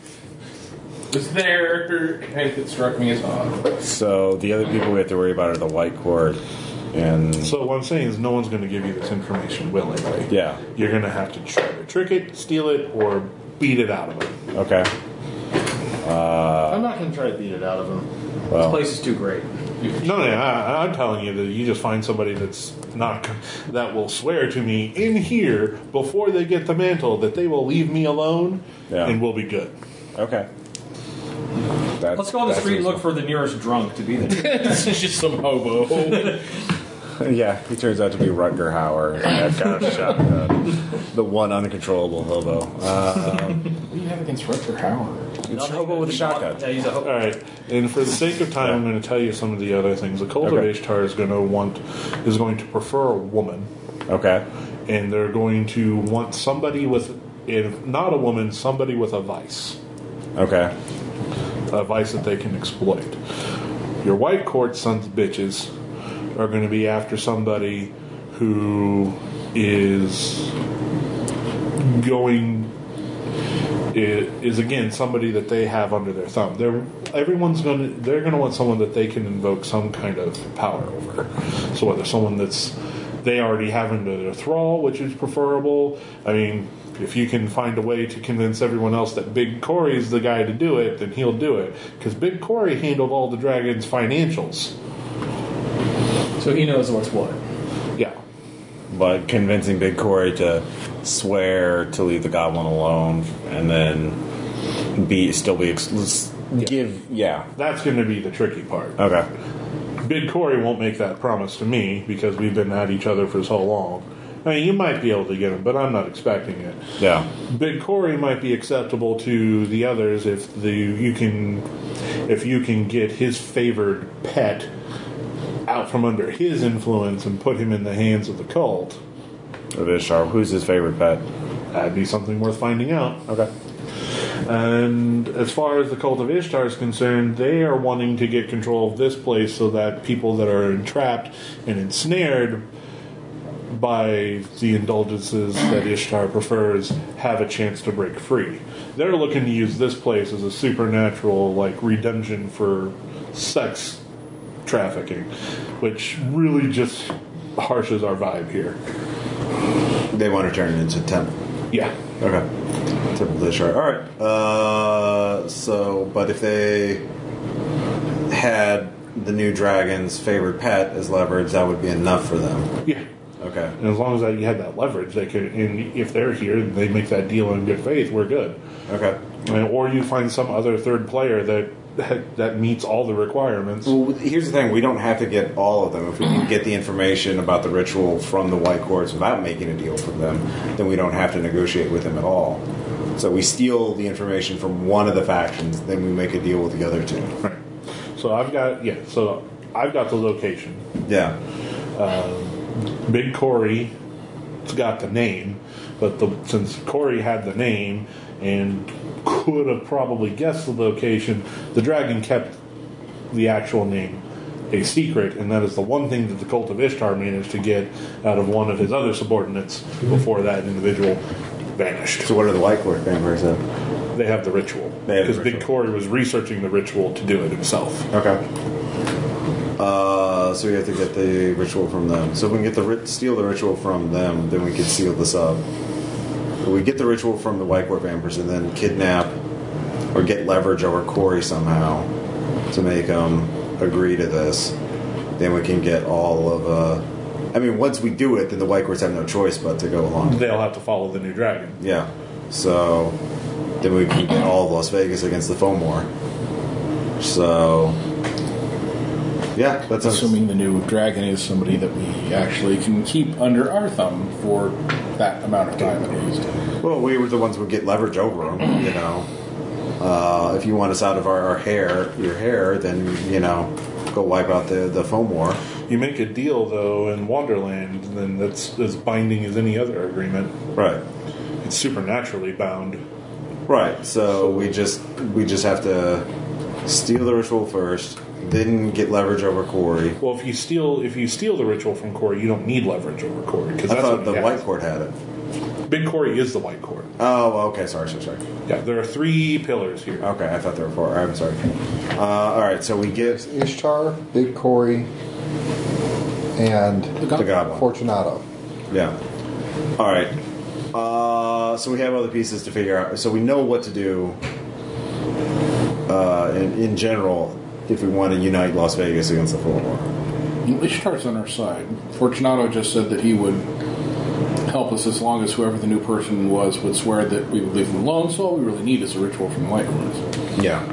It was there, and it struck me as odd. So the other people we have to worry about are the White Court and. so what I'm saying is, no one's going to give you this information willingly. Yeah. You're going to have to try to trick it, steal it, or beat it out of it. Okay. I'm not going to try to beat it out of him. Well, Place is too great. No, no, no I, I'm telling you that you just find somebody that's not that will swear to me in here before they get the mantle that they will leave me alone Yeah. and we'll be good. Okay. That's, Let's go on the that's street and look for the nearest drunk to be there. this is just some hobo. reasonable. Yeah, he turns out to be Rutger Hauer. That got a shotgun. The one uncontrollable hobo. Uh, um, What do you have against Rutger Hauer? it's hobo with a Yeah, shotgun. he's a hobo. All right, and for the sake of time, I'm going to tell you some of the other things. The cult Okay. of Ishtar is going to want is going to prefer a woman, Okay. and they're going to want somebody with, if not a woman, somebody with a vice, Okay. a vice that they can exploit. Your white court sons of bitches are going to be after somebody who is going i- is again somebody that they have under their thumb. They're everyone's going to they're going to want someone that they can invoke some kind of power over. So whether someone that's they already have under their thrall, which is preferable. I mean, if you can find a way to convince everyone else that Big Corey's the guy to do it, then he'll do it because Big Corey handled all the dragons' financials. So he knows what's what. Yeah. But convincing Big Corey to swear to leave the goblin alone and then be still be ex- give yeah That's going to be the tricky part. okay Big Corey won't make that promise to me because we've been at each other for so long. I mean, you might be able to get him, but I'm not expecting it. yeah Big Corey might be acceptable to the others if the you can if you can get his favored pet out from under his influence and put him in the hands of the cult. of Ishtar who's his favorite pet That'd be something worth finding out. okay And as far as the cult of Ishtar is concerned, they are wanting to get control of this place so that people that are entrapped and ensnared by the indulgences that Ishtar prefers have a chance to break free. They're looking to use this place as a supernatural, like, redemption for sex trafficking, which really just harshes our vibe here. they want to turn it into temple Yeah. okay temple to Ishtar all right uh so but if they had the new dragon's favorite pet as leverage that would be enough for them Yeah. okay And as long as that, you have that leverage, they can. And if they're here and they make that deal in good faith, we're good. okay And- or you find some other third player that that, that meets all the requirements. Well, here's the thing: we don't have to get all of them. If we can get the information about the ritual from the White Courts without making a deal from them, then we don't have to negotiate with them at all. So we steal the information from one of the factions, then we make a deal with the other two. Right. So I've got yeah. So I've got the location. Yeah, Big Corey. It's got the name, but the since Corey had the name and could have probably guessed the location, the dragon kept the actual name a secret, and that is the one thing that the cult of Ishtar managed to get out of one of his other subordinates Mm-hmm. before that individual vanished. So what are the White Court vampires then? They have the ritual. They have the Because Big ritual. Corey was researching the ritual to do it himself. Okay. Uh, so we have to get the ritual from them. So if we can get the rit- steal the ritual from them, then we can seal this up. We get the ritual from the White Court vampires, and then kidnap or get leverage over Corey somehow to make him agree to this. Then we can get all of. Uh, I mean, once we do it, then the White Courts have no choice but to go along. They'll have to follow the new dragon. Yeah. So then we can get all of Las Vegas against the Fomor. So yeah, that's Assuming the new dragon is somebody that we actually can keep under our thumb for that amount of time at least. Well, we were the ones who get leverage over them, you know. Uh, if you want us out of our, our hair, your hair, then you know, go wipe out the the Fomor. You make a deal, though, in Wonderland, then that's as binding as any other agreement. Right. It's supernaturally bound. Right. So we just we just have to steal the ritual first, then get leverage over Corey. Well, if you steal if you steal the ritual from Corey, you don't need leverage over Corey because I that's thought what the he has. white court had it. Big Corey is the white court. Oh, okay. Sorry, sorry, sorry. Yeah, there are three pillars here. Okay, I thought there were four. I'm sorry. Uh, all right, so we get Ishtar, Big Corey, and The goblin. Fortunato. Yeah. All right. Uh, so we have other pieces to figure out. So we know what to do. Uh, in, in general, if we want to unite Las Vegas against the full war. Ishtar's on our side. Fortunato just said that he would help us as long as whoever the new person was would swear that we would leave him alone. So all we really need is a ritual from the White Horse. Yeah.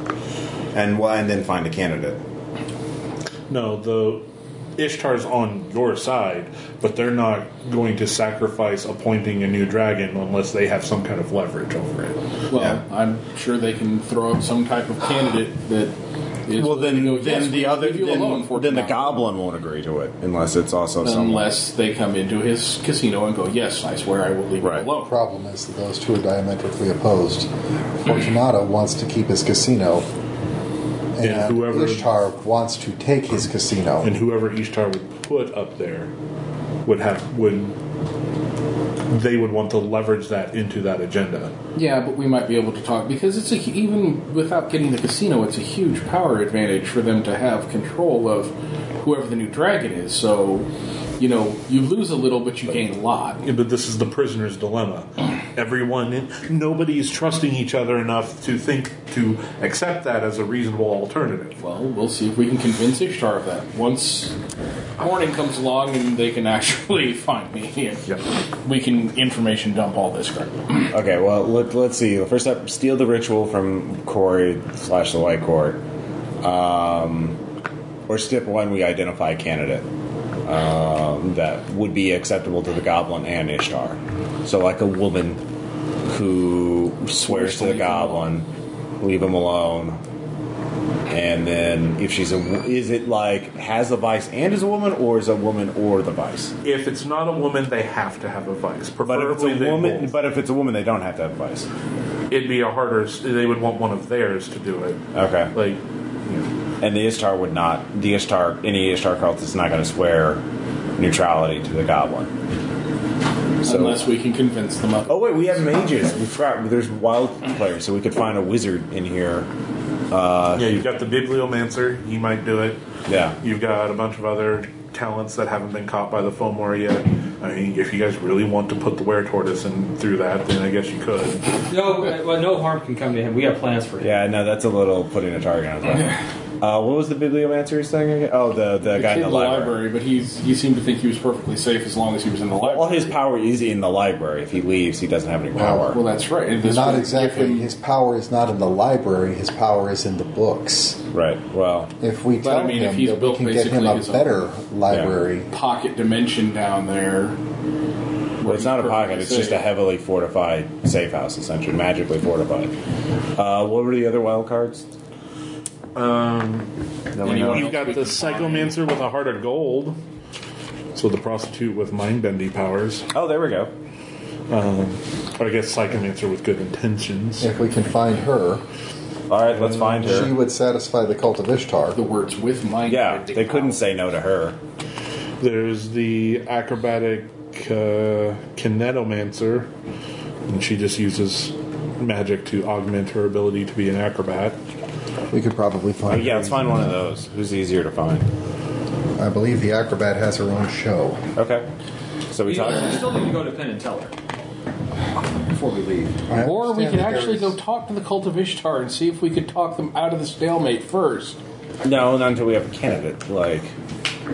And why? And then find a candidate. No, the Ishtar's on your side, but they're not going to sacrifice appointing a new dragon unless they have some kind of leverage over it. Well, I'm sure they can throw up some type of candidate that is. Well, then, then the other- then- then the goblin won't agree to it unless it's also someone. unless they come into his casino and go, "Yes, I swear I will leave him alone." Problem is that those two are diametrically opposed. Fortunato wants to keep his casino, and, whoever- Ishtar wants to take his casino. And whoever Ishtar would put up there would have would they would want to leverage that into that agenda. Yeah, but we might be able to talk because it's a, hu- even without getting the casino, it's a huge power advantage for them to have control of whoever the new dragon is. So, you know, you lose a little, but you gain a lot. Yeah, but this is the prisoner's dilemma. Everyone, in, nobody is trusting each other enough to think to accept that as a reasonable alternative. Well, we'll see if we can convince Ishtar of that. Once morning comes along and they can actually find me, and we can information dump all this crap. Okay, well let, let's see. The First up, steal the ritual from Corey slash the White Court, um, or step one, we identify a candidate um, that would be acceptable to the Goblin and Ishtar. So, like a woman who swears to the Goblin, leave him alone, and then if she's a, wo- is it like has a vice and is a woman, or is a woman or the vice? If it's not a woman, they have to have a vice. But if it's Preferably a they woman, but if it's a woman, they don't have to have a vice. it'd be a harder. They would want one of theirs to do it. Okay. Like, and the Ishtar would not. The Ishtar, any Ishtar cult is not going to swear neutrality to the Goblin. Unless we can convince them of Oh wait, we have mages. We forgot. There's wild players, so we could find a wizard in here. Uh, yeah, you've got the bibliomancer. He might do it. Yeah. You've got a bunch of other talents that haven't been caught by the Fomor yet. I mean, if you guys really want to put the were tortoise in through that, then I guess you could. No, uh, well, no harm can come to him. We have plans for him. Yeah, no, that's a little putting a target on that. Uh, what was the bibliomancer's thing again? Oh, the the, guy in kid the in library. but he's he seemed to think he was perfectly safe as long as he was in the library. All his power is in the library. If he leaves, he doesn't have any power. Well, that's right. And this not would- exactly. His power is not in the library. His power is in the books. Right. Well, if we But tell I mean, him if he's that built we can get him basically a his own- better library, pocket dimension down there. Well, it's not a pocket. It's just a heavily fortified safe house, essentially, magically fortified. Uh, what were the other wild cards? Um, Then we know. you've got the psychomancer with a heart of gold. So the prostitute with mind bendy powers. Oh, there we go. Um, or I guess psychomancer with good intentions. if we can find her, all right, let's find her. She would satisfy the cult of Ishtar. The words with my yeah, they couldn't say no to her. There's the acrobatic uh, kinetomancer, and she just uses magic to augment her ability to be an acrobat. We could probably Oh, find. yeah, let's find one of those. Who's easier to find? I believe the acrobat has her own show. Okay. So we You know, talked. we still need to go to Penn and Teller. Before we leave. Or we could actually go talk to the cult of Ishtar and see if we could talk them out of the stalemate first. No, not until we have a candidate. Like,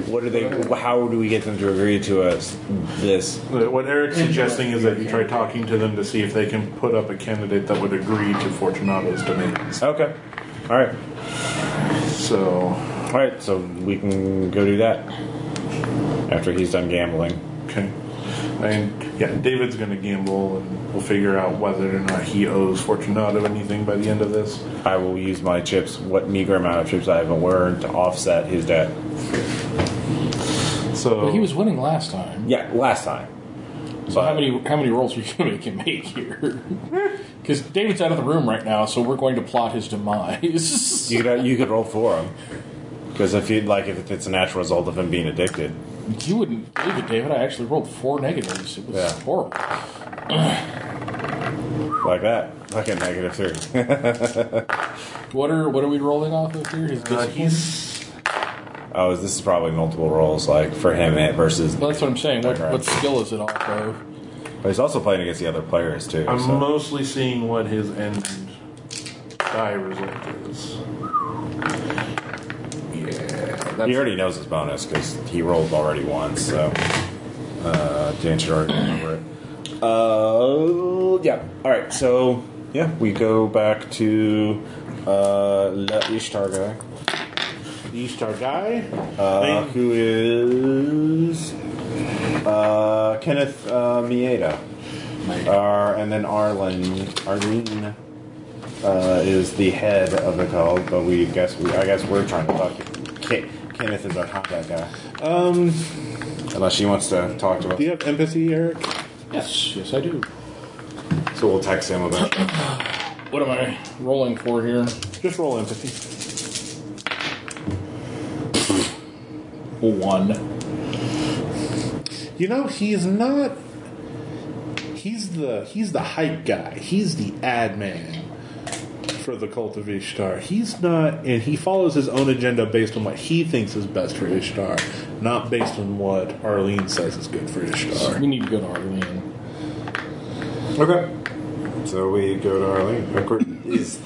what do they? How do we get them to agree to us? This. What Eric's suggesting is that you try talking to them to see if they can put up a candidate that would agree to Fortunato's demands. Okay. All right. So. All right. So we can go do that after he's done gambling. Okay. And yeah, David's going to gamble, and we'll figure out whether or not he owes Fortunato anything by the end of this. I will use my chips, what meager amount of chips I have earned, to offset his debt. So But he was winning last time. Yeah, last time. So how many how many rolls are you going to make here? Because David's out of the room right now, so we're going to plot his demise. You could, you could roll for him. Because if you like, if it's a natural result of him being addicted, You wouldn't believe it, David. I actually rolled four negatives. It was Yeah. horrible. like that, like a negative three. What are what are we rolling off of here? His Uh, uh, discipline. oh, this is probably multiple rolls, like for him and versus. Well, that's what I'm saying. What, Right. what skill is it off of? But he's also playing against the other players too. I'm so. mostly seeing what his end die result is. he already knows his bonus because he rolled already once. So uh, Dan should already remember it. Uh, yeah. All right. So yeah, we go back to uh, Le Ishtar guy. Ishtar guy, uh, who is uh, Kenneth uh, Mieda, uh, and then Arlen Arlene. Uh, is the head of the cult, but we guess we I guess we're trying to talk to Ke- Kenneth is our contact guy. Um, Unless she wants to talk to us. do you have empathy, Eric? Yes, yes, I do. So we'll text him about it. What am I rolling for here? Just roll empathy. One. You know, he's not. He's the he's the hype guy. He's the ad man for the cult of Ishtar. He's not, and he follows his own agenda based on what he thinks is best for Ishtar, not based on what Arlene says is good for Ishtar. We need to go to Arlene. Okay. So we go to Arlene. Of course, Is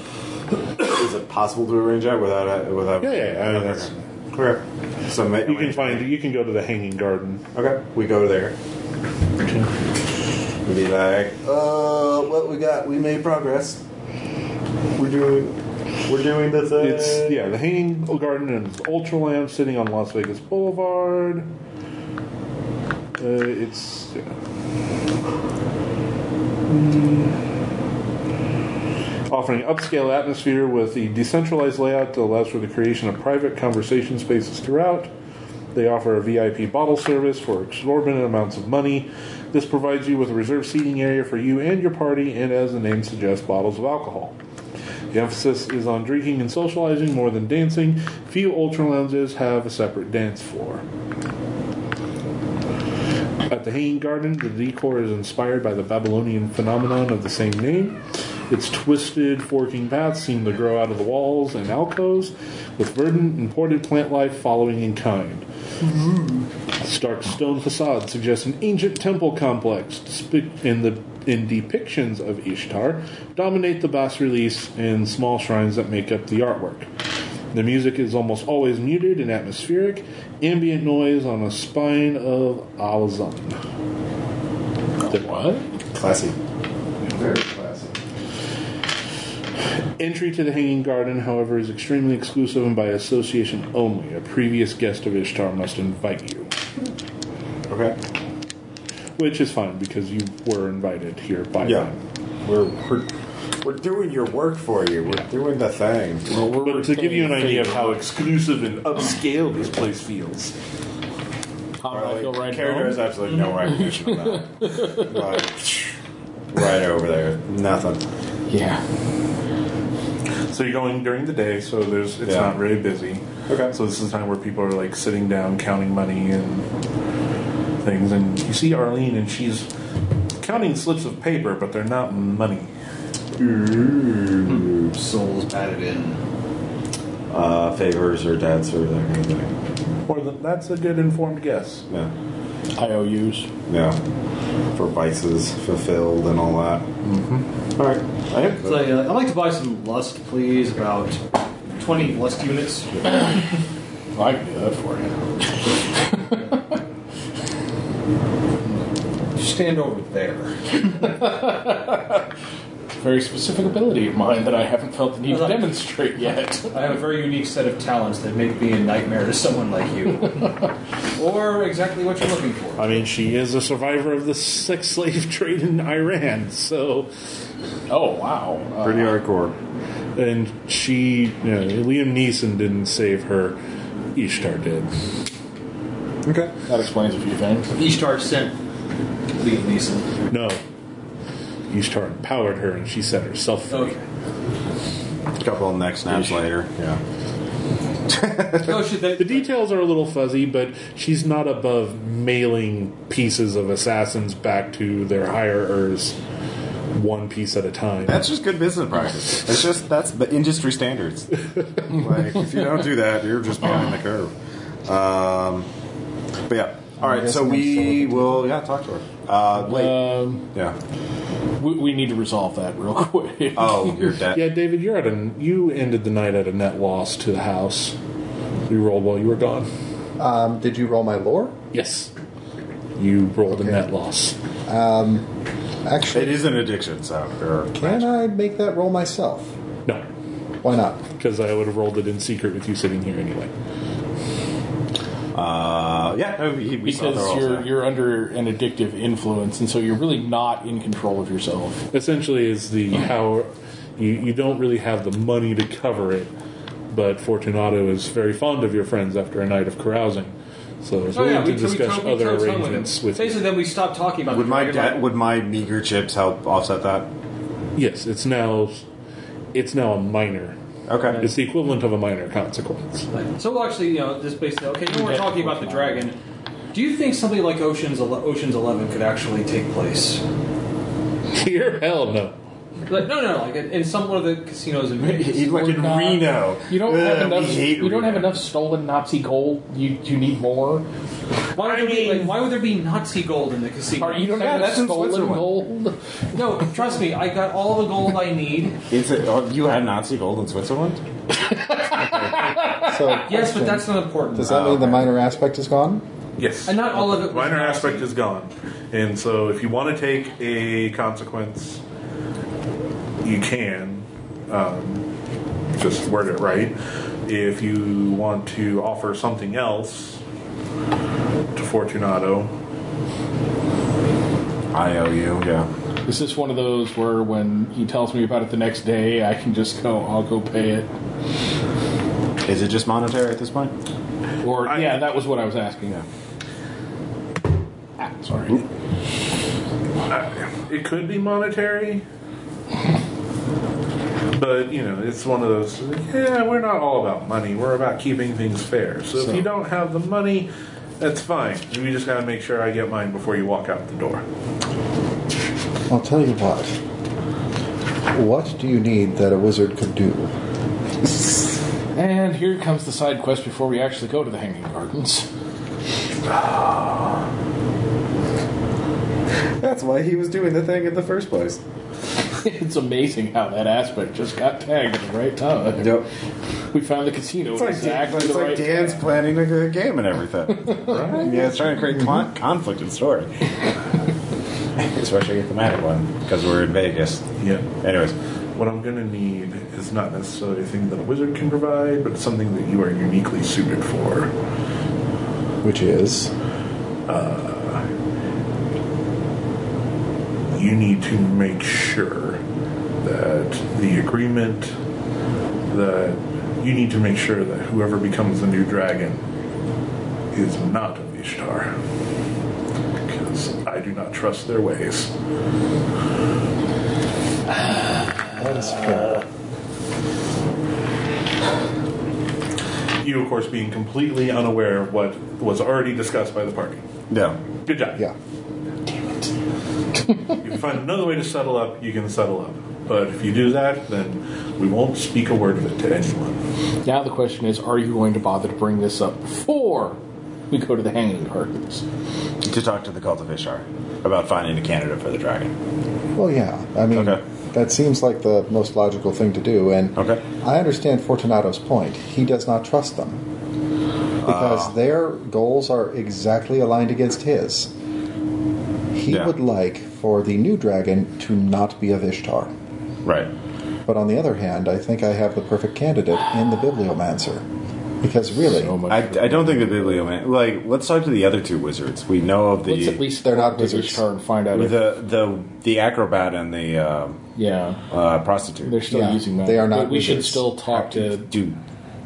is it possible to arrange that without a without? Yeah, yeah, yeah, Okay, that's- okay. Okay. So ma- You can find you can go to the Hanging Garden. Okay, we go there. We'll be like, uh, what we got? We made progress. We're doing we're doing the thing. It's yeah, the Hanging Garden and Ultralamp sitting on Las Vegas Boulevard. Uh, it's yeah. offering upscale atmosphere with the decentralized layout that allows for the creation of private conversation spaces throughout. They offer a VIP bottle service for exorbitant amounts of money. This provides you with a reserved seating area for you and your party, and as the name suggests, bottles of alcohol. The emphasis is on drinking and socializing more than dancing. Few ultra lounges have a separate dance floor. At the Hanging Garden, the decor is inspired by the Babylonian phenomenon of the same name. Its twisted, forking paths seem to grow out of the walls and alcoves, with verdant, imported plant life following in kind. Stark stone facade suggests an ancient temple complex, despi- and the in depictions of Ishtar dominate the bas reliefs and small shrines that make up the artwork. The music is almost always muted and atmospheric, ambient noise on a spine of Alazan. The what? classy. Very classy. Entry to the Hanging Garden, however, is extremely exclusive and by association only. A previous guest of Ishtar must invite you. Okay. Which is fine because you were invited here by Yeah. them. We're, we're we're doing your work for you. We're doing the thing. But to give you an idea of how exclusive and upscale this place feels, How do I feel right Character now? has absolutely no recognition of that. Like, right over there, nothing. Yeah. So you're going during the day, so there's it's Yeah. not really busy. Okay. So this is the time where people are like sitting down, counting money and things, and you see Arlene, and she's counting slips of paper, but they're not money. Mm-hmm. Hmm. Souls batted in. Uh, favors or debts or that kind of thing. Or the, that's a good informed guess. Yeah. IOUs. Yeah. For vices fulfilled and all that. All right. It's like, uh, I'd like to buy some lust, please, about 20 lust units. Well, I can do that for you. Stand over there. Very specific ability of mine that I haven't felt the need to Right. demonstrate yet. I have a very unique set of talents that make me a nightmare to someone like you. or exactly what you're looking for. I mean, she is a survivor of the sex slave trade in Iran, so Oh wow. Uh, Pretty hardcore. and she, you know, Liam Neeson didn't save her, Ishtar did. Okay. that explains a few things. Ishtar sent Liam Neeson. No. Ishtar empowered her and she set herself free. A couple of neck snaps later. Yeah. the details are a little fuzzy, but she's not above mailing pieces of assassins back to their hirers one piece at a time. That's just good business practice. It's just that's the industry standards. like if you don't do that, you're just behind the curve. Um, but yeah. All right. So we will yeah talk to her. Uh, wait. yeah. We, we need to resolve that real quick. Oh, Yeah, David, you're at a you ended the night at a net loss to the house. You rolled while you were gone. Um, did you roll my lore? Yes. You rolled a net loss. Um, actually, It is an addiction, so. Can I make that roll myself? No. Why not? Because I would have rolled it in secret with you sitting here anyway. Uh, yeah, no, we, we saw because the rolls you're there. you're under an addictive influence, and so you're really not in control of yourself. Essentially, is the how you you don't really have the money to cover it, but Fortunato is very fond of your friends after a night of carousing, so is Oh, willing to discuss other arrangements with. Basically, then we stopped talking about Would the my dragon. da- would my meager chips help offset that? Yes, it's now it's now a minor. Okay, it's the equivalent of a minor consequence. So we'll actually, you know, this basically okay. Now we're talking about the dragon. Do you think something like Ocean's Ele- Ocean's Eleven could actually take place? Here, hell no. Like, no, no, like in some one of the casinos in He's Vegas. like in Not- Reno. You don't Ugh, have enough. We hate You don't have enough stolen Nazi gold. You you need more. Why would, there be, like, why would there be Nazi gold in the casino? you don't have enough stolen gold. No, trust me, I got all the gold I need. Is it, oh, you had Nazi gold in Switzerland? So Yes, but that's not important. Does that mean the minor aspect is gone? Yes. And not all of it. Minor aspect is gone. And so if you want to take a consequence, you can. Um, just word it right. If you want to offer something else to Fortunato, I owe you. Yeah. Is this one of those where when he tells me about it the next day, I can just go, I'll go pay it? Is it just monetary at this point? Or yeah, that was what I was asking. Ah, sorry. uh, it could be monetary. But you know, it's one of those. Yeah, we're not all about money. We're about keeping things fair. So, So- if you don't have the money, that's fine. We just got to make sure I get mine before you walk out the door. I'll tell you what. What do you need that a wizard could do? And here comes the side quest before we actually go to the Hanging Gardens. That's why he was doing the thing in the first place. it's amazing how that aspect just got tagged at the right time. Yep. We found the casino It's at like, Dan, exactly it's the like right Dan's planning a good game and everything. right? Yeah, it's trying to create con- conflict in story. Especially a thematic one, because we're in Vegas. Yeah. Anyways, What I'm going to need is not necessarily a thing that a wizard can provide, but something that you are uniquely suited for. Which is? Uh, You need to make sure that the agreement that you need to make sure that whoever becomes the new dragon is not of Ishtar. Because I do not trust their ways. That is fair. You, of course, being completely unaware of what was already discussed by the party. Yeah. Good job. Yeah. Damn it. if you find another way to settle up, you can settle up. But if you do that, then we won't speak a word of it to anyone. Now the question is, are you going to bother to bring this up before we go to the Hanging Gardens? to talk to the cult of Ishtar about finding a candidate for the dragon. Well, yeah. I mean, that seems like the most logical thing to do, and I understand Fortunato's point. He does not trust them because their goals are exactly aligned against his. He Yeah. would like for the new dragon to not be of Ishtar. Right. But on the other hand, I think I have the perfect candidate in the bibliomancer. Because really, I, I don't think the biblioman. Like, let's talk to the other two wizards. We know of the Let's at least they're not wizards. Ishtar and find out. with If, the the the acrobat and the um, yeah, uh, prostitute. Uh, they're still Yeah, using that. they are not But we should wizards. still talk to. Dude.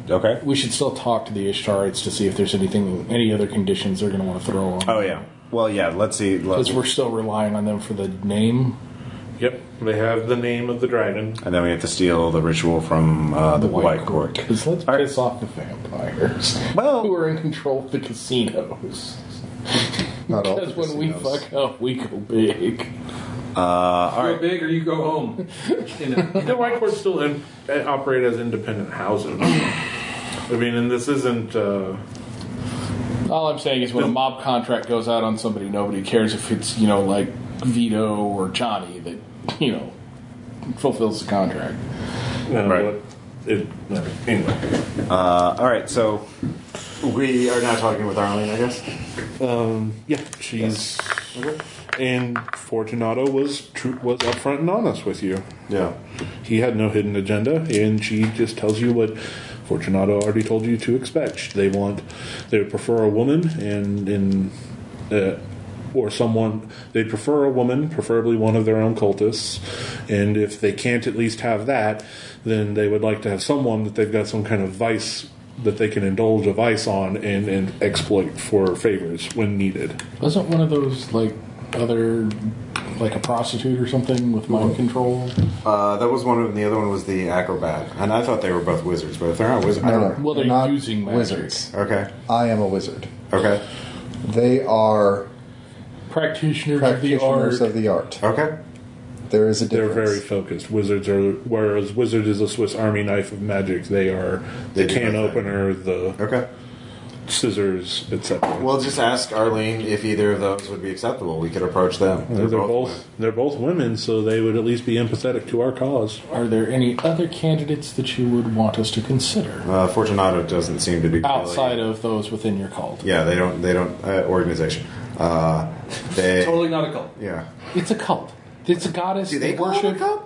Okay. We should still talk to the Ishtarites to see if there's anything, any other conditions they're going to want to throw on. Oh yeah. Well, yeah. Let's see. Because we're still relying on them for the name. Yep, they have the name of the dragon. And then we have to steal the ritual from uh, the, White, Court. Because let's piss off the vampires. Well, who are in control of the casinos? Not all. Because when we fuck up, we go big. Uh, all Go right. big or you go home. You know. The White Court still in, eh, uh, operate as independent houses. I mean, and this isn't. Uh, All I'm saying is when a mob contract goes out on somebody, nobody cares if it's, you know, like Vito or Johnny that, you know, fulfills the contract. no, what- it- no, anyway. Uh, all right. So we are now talking with Arlene, I guess. Um, yeah, she's. And Fortunato was tru- was upfront and honest with you. Yeah. He had no hidden agenda, and she just tells you what Fortunato already told you to expect. They want, they would prefer a woman, and in, uh, or someone they prefer a woman, preferably one of their own cultists. And if they can't at least have that, then they would like to have someone that they've got some kind of vice that they can indulge a vice on and, and exploit for favors when needed. Wasn't one of those, like, other, like a prostitute or something with mind control? Uh, that was one of them. The other one was the acrobat, and I thought they were both wizards, but if they're not wizards, I don't Well, they're not using magic. wizards. Okay. I am a wizard. Okay. They are Practitioners, practitioners of of the art. Okay. There is a They're difference. very focused. Wizards are whereas wizard is a Swiss Army knife of magic. They are the They do can that. opener, the Okay. scissors, etc. Well, just ask Arlene if either of those would be acceptable. We could approach them. They're, both, they're both women, so they would at least be empathetic to our cause. the art. Are there any other candidates that you would want us to consider? Uh, Fortunato doesn't seem to be Outside of those within your cult. Yeah, they don't. They don't. Uh, organization. Uh, they. Totally not a cult. Yeah. It's a cult. It's a goddess. Do they that call it a worship. cult?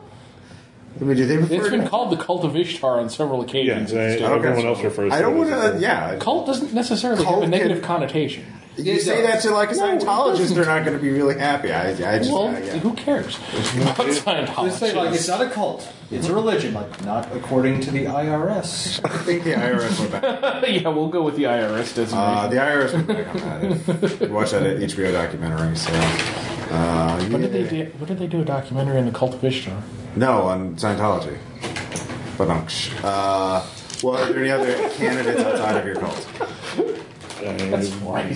I mean, do they refer It's to been called the cult of Ishtar on several occasions. Yeah, at this they- stage. everyone else refers. I don't to want it as a to. cult. Yeah. Cult doesn't necessarily Cult have a negative can- connotation. You It say that does. to like a No, it Scientologist, doesn't. they're not going to be really happy. I, I just. well, uh, yeah. who cares? About Oh, Just say like it's Scientologists. not a cult. It's a religion, like not according to the IRS. I think the IRS went back. yeah, we'll go with the IRS designation. Uh, the IRS went back on that. You watch that HBO documentary. So, uh, what did yeah. they do? What did they do? A documentary on the cult of Ishtar? No, on Scientology. But no. Uh, well, are there any other candidates outside of your cult? And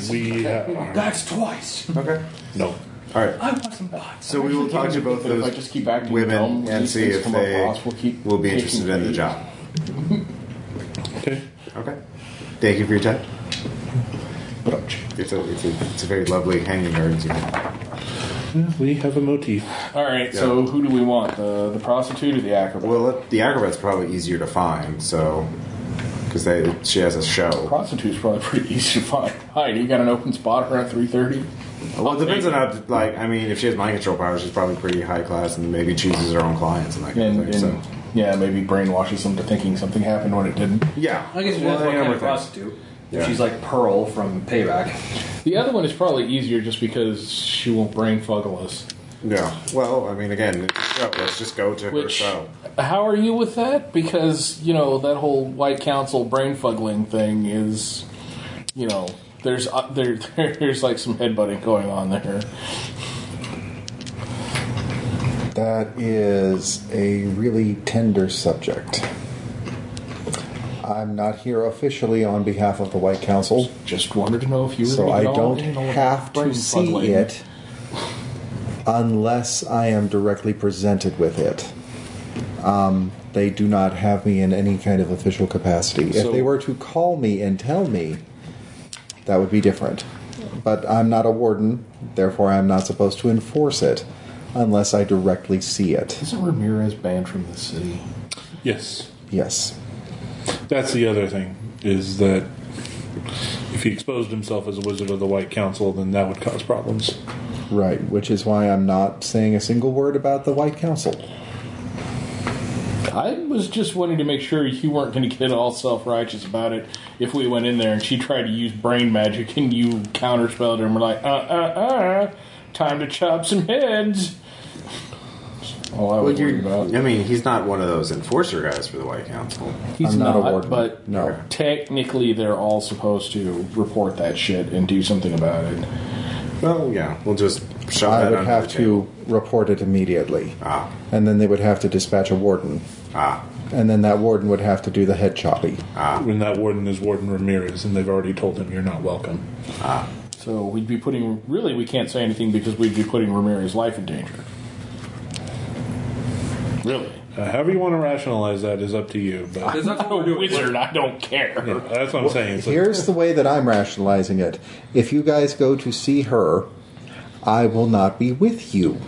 we have, That's twice. Okay. no. All right. I want some bots. So we will talk to both If I those just keep acting dumb women when and these see things if come they up, boss, we'll keep will be taking interested in the lead. job. Okay. Okay. Thank you for your time. Brunch. It's a, it's a, it's a very lovely hanging garden. you know. We have a motif. All right. So who do we want? The the prostitute or the acrobat? Well, it- the acrobat's probably easier to find, so because they she has a show. Prostitute's probably pretty easy to find. Hi, do you got an open spot around three thirty? Well, it depends on how. Like, I mean, if she has mind control powers, she's probably pretty high class, and maybe chooses her own clients and that kind And, of and thing. So, yeah, maybe brainwashes them to thinking something happened when it didn't. yeah, I guess you Well, have to yeah, kind everything. of prostitute. Yeah. If she's like Pearl from Payback. The other one is probably easier just because she won't brain fuggle us. Yeah. Well, I mean, again, it's a show. let's just go to her Which, show. how are you with that? Because, you know, that whole White Council brain fuggling thing is, you know, there's uh, there, there's like some headbutting going on there. That is a really tender subject. I'm not here officially on behalf of the White Council, Just wanted to know if you were so gonna I get all don't anal have brain to fuggling. see it unless I am directly presented with it. Um, they do not have me in any kind of official capacity. So- if they were to call me and tell me, that would be different. But I'm not a warden, therefore I'm not supposed to enforce it unless I directly see it. Isn't Ramirez banned from the city? Yes. Yes. That's the other thing is that if he exposed himself as a wizard of the White Council, then that would cause problems. Right, which is why I'm not saying a single word about the White Council. I was just wanting to make sure you weren't going to get all self righteous about it if we went in there and she tried to use brain magic and you counterspelled her and were like, uh uh uh, time to chop some heads. All I was worried about. I mean, he's not one of those enforcer guys for the White Council. He's I'm not, not a warden. but No. technically they're all supposed to report that shit and do something about it. Well, yeah, we'll just shove I that would under have the to report it immediately. Ah. And then they would have to dispatch a warden. Ah. And then that warden would have to do the head choppy. When that warden is Warden Ramirez, and they've already told him you're not welcome. Ah. So we'd be putting. Really, we can't say anything because we'd be putting Ramirez's life in danger. Really? Uh, however you want to rationalize that is up to you. But There's nothing we're doing. Wizard, I don't care. Yeah, that's what I'm saying. It's like, Here's the way that I'm rationalizing it. If you guys go to see her, I will not be with you.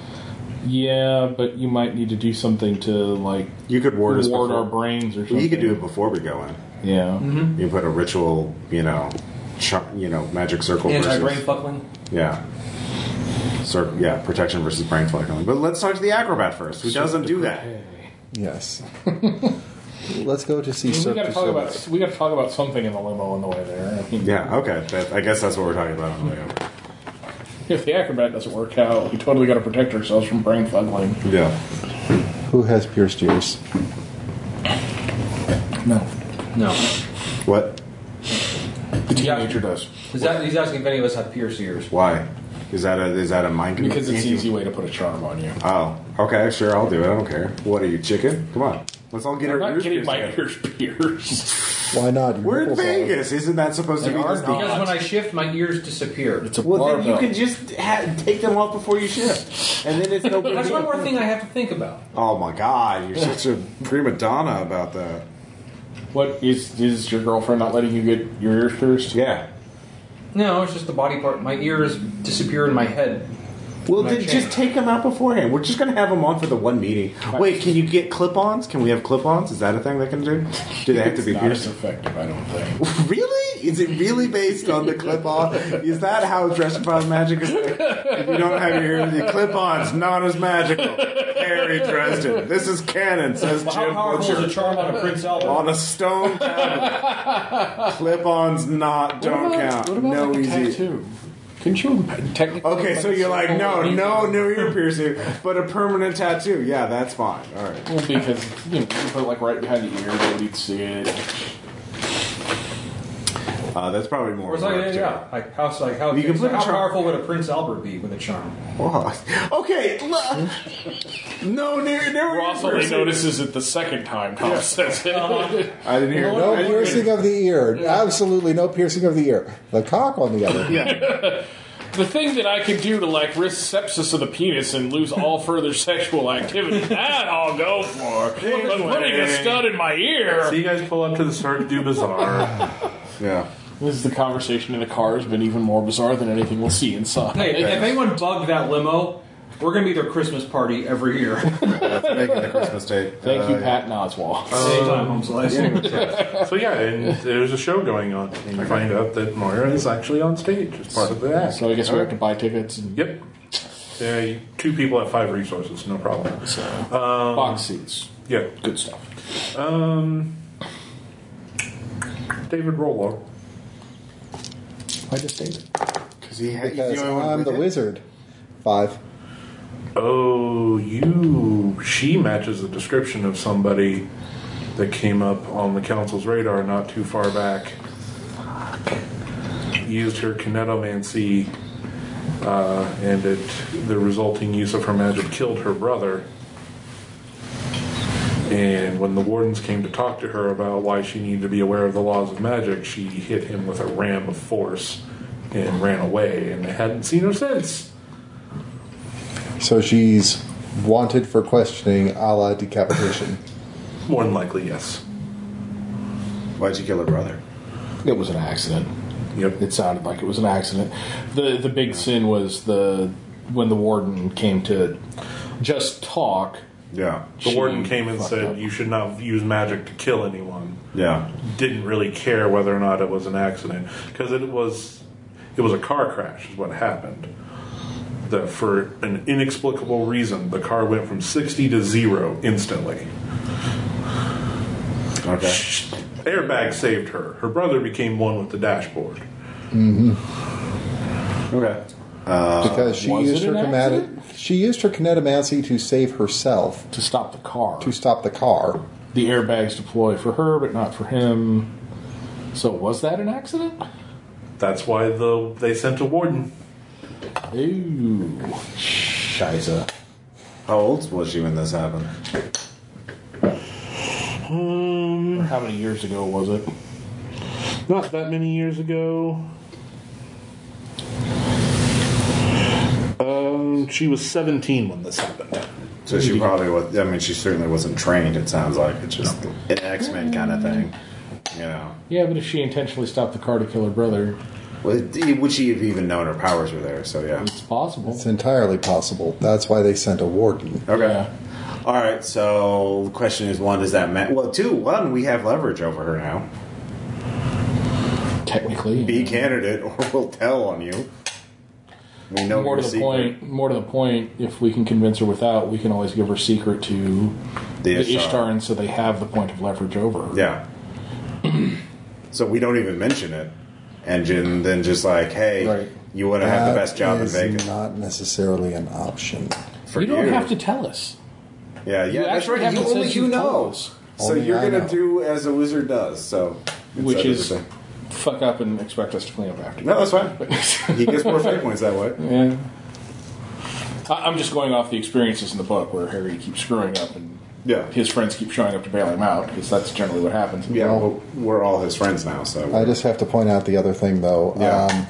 Yeah, but you might need to do something to like You could ward us before. our brains or something. Well, you could do it before we go in. Yeah. You can put a ritual, you know, char- you know, magic circle Anti brain versus fuckling. yeah, Cir- yeah, protection versus brain flackling. But let's talk to the acrobat first, who doesn't do that. Yes. Let's go to see I mean, we Cirque got du to talk Soleil. about we got to talk about something in the limo on the way there. I mean, Yeah, okay. That, I guess that's what we're talking about on the way over. If the acrobat doesn't work out, we totally got to protect ourselves from brain fuddling. Yeah. Who has pierced ears? No, No. What? the teenager does He's, a- he's asking if any of us have pierced ears. Why? Is that a is that a mind? con- because it's an easy way to put a charm on you. Oh, okay, sure, I'll do it. I don't care. What are you, chicken? Come on, let's all get I'm our not ears getting pierced. my together. ears pierced. Why not? We're in Nipples are- Vegas. Isn't that supposed to They be? are this- not. Because when I shift, my ears disappear. It's a Well, then you barbell. can just ha- take them off before you ship, and then it's no big That's deal. one more thing I have to think about. Oh my god, you're such a prima donna about that. What is is your girlfriend not letting you get your ears pierced? Yeah. No, it's just the body part. My ears disappear in my head. Well, My then chain. just take them out beforehand. We're just gonna have them on for the one meeting. Wait, can you get clip-ons? Can we have clip-ons? Is that a thing they can do? Do they have to be Not as pierced? effective, I don't think. Really? Is it really based on the clip-on? Is that how Dress Up Magic is? If you don't have your the clip-ons, not as magical. Harry Dresden. This is canon, says Well, how Jim powerful is Butcher. a charm on a Prince Albert? On a stone tablet. Clip-ons not don't count. What about no like a easy. tattoo? Couldn't you technically? Okay, so you're like, no, no, no ear piercing, but a permanent tattoo. Yeah, that's fine. All right. Well, because you know, you can put it like right behind the ear, nobody'd see it. Uh, that's probably more. Or it's work, like, too. yeah, like how, like how, You can put a how charm- powerful would a Prince Albert be with a charm? Wow. Okay. l- no, near, near ear Ross only piercing. notices it the second time Tom says it. I didn't hear. No I didn't hear- piercing of the ear. Absolutely no piercing of the ear. The cock, on the other hand. the thing that I could do to like risk sepsis of the penis and lose all further sexual activity, that I'll go for. But putting a stud in my So ear. you guys pull up to the Cirque du Bazaar. Yeah. This is the conversation in the car has been even more bizarre than anything we'll see inside. Hey, Yeah. if anyone bugged that limo, we're gonna be their Christmas party every year. That's making the Christmas date. Thank you, Uh, Patton Oswalt. Same time, home slice. so yeah, and there's a show going on, and you find out that Moira is actually on stage as part of the act. So I guess we have to buy tickets and Yep. Yeah, you- two people have five resources, no problem. Um, box seats. Yeah. Good stuff. Um, David Rolo. Why just David? 'Cause he had- he's Because only one I'm with the it. wizard. Five. Oh, you. She matches the description of somebody that came up on the council's radar not too far back. Used her kinetomancy, uh, and it, the resulting use of her magic killed her brother. And when the wardens came to talk to her about why she needed to be aware of the laws of magic, she hit him with a ram of force and ran away, and they hadn't seen her since. So she's wanted for questioning a la decapitation. More than likely, yes. Why'd you kill her brother? It was an accident. Yep. It sounded like it was an accident. The the big sin was the when the warden came to just talk. Yeah. The She warden came and fucked said up. you should not use magic to kill anyone. Yeah. Didn't really care whether or not it was an accident because it was it was a car crash is what happened. That for an inexplicable reason the car went from 60 to 0 instantly. Okay. Airbag saved her. Her brother became one with the dashboard. Okay. because she was used it her an kinetic, she used her kinetomancy to save herself to stop the car. to stop the car. The airbags deploy for her, but not for him. So was that an accident? That's why the they sent a warden. Ooh. Shiza. How old was she when this happened? Um, How many years ago was it? not that many years ago. Um, she was 17 when this happened. So she probably was. I mean, she certainly wasn't trained. It sounds like it's just an X Men kind of thing, you know. Yeah, but if she intentionally stopped the car to kill her brother, Would she have even known her powers were there? So yeah, it's possible. It's entirely possible. That's why they sent a warden. Okay. All right. So the question is, one, does that matter? Well, two, one, we have leverage over her now. Technically, be candidate, or we'll tell on you. We know more your to the secret. point. More to the point, if we can convince her without, we can always give her secret to The the, Ishtar. Ishtar, and so they have the point of leverage over her. Yeah. so we don't even mention it, and then- then just like, hey, you want to have the That best job in is Vegas. Not necessarily an option. For You don't you. have to tell us. Yeah, yeah, You that's actually right. You haven't said only you you know. told us. So Only you're I gonna know. do as a wizard does. So Which Instead of is the- fuck up and expect us to clean up after. no, that's fine. he gets more fake points that way. Yeah. I- I'm just going off the experiences in the book where Harry keeps screwing up and yeah. his friends keep showing up to bail him out because that's generally what happens. Yeah, well, we're all his friends now, so I just have to point out the other thing, though. Um,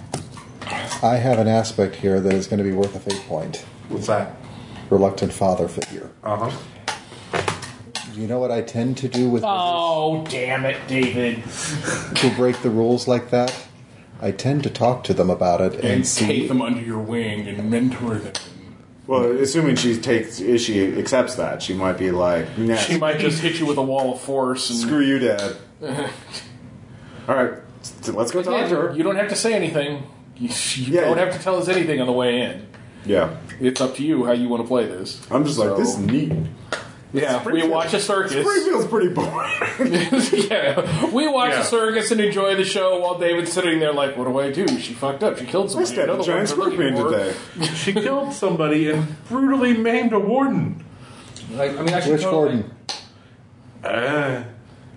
I have an aspect here that is going to be worth a fate point. What's that? Reluctant father figure. Uh huh. Do you know what I tend to do with Oh, damn it, David. who break the rules like that? I tend to talk to them about it and, And see. take them under your wing and mentor them. Well, assuming she takes, if she accepts that, she might be like, nah, She might just hit you with a wall of force. And screw you, Dad. All right, so let's go talk to her. You don't have to say anything. You, you Yeah, don't yeah. have to tell us anything on the way in. Yeah, It's up to you how you want to play this. I'm just like, this is neat. Yeah, we watch a circus. Springfield's pretty boring. yeah, we watch Yeah. a circus and enjoy the show while David's sitting there like, "What do I do? She fucked up. She killed somebody. stabbed a Another giant one they're scorpion looking for." today. She killed somebody and brutally maimed a warden. Like, I mean, actually, Which totally- warden? Uh,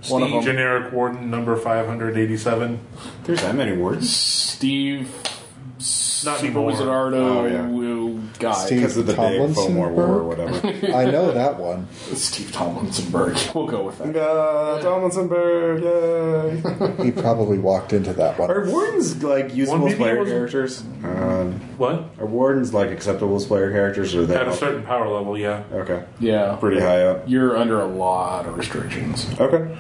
One of Steve. them. Generic warden number 587. There's that many wardens? Steve, Not Super anymore. Oh, Wizardardo yeah. uh, guy. Steve Because of the big Tomlinson Fomor War or Burke? whatever. I know that one. Steve Tomlinsonberg. We'll go with that. Uh, Tomlinsonberg, yay! He probably walked into that one. Are wardens like usable maybe as player wasn't- characters? Uh, Um, What? are wardens like acceptable as player characters? Or are they At a certain power level, yeah. okay, Yeah, pretty high up. you're under a lot of restrictions. Okay,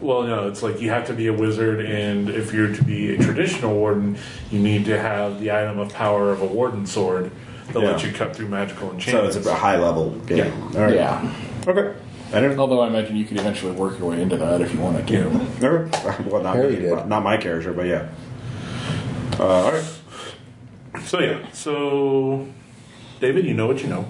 Well, no, it's like you have to be a wizard, and if you're to be a traditional warden, you need to have the item of power of a warden sword that lets Yeah. you cut through magical so enchantments. it's a high level game. Yeah. All right. Yeah. Okay. I don't Although I imagine you could eventually work your way into that if you wanted to. Never. Well, not Harry me, did. but- not my character, but yeah. Uh, all right. So, yeah, so David, you know what you know.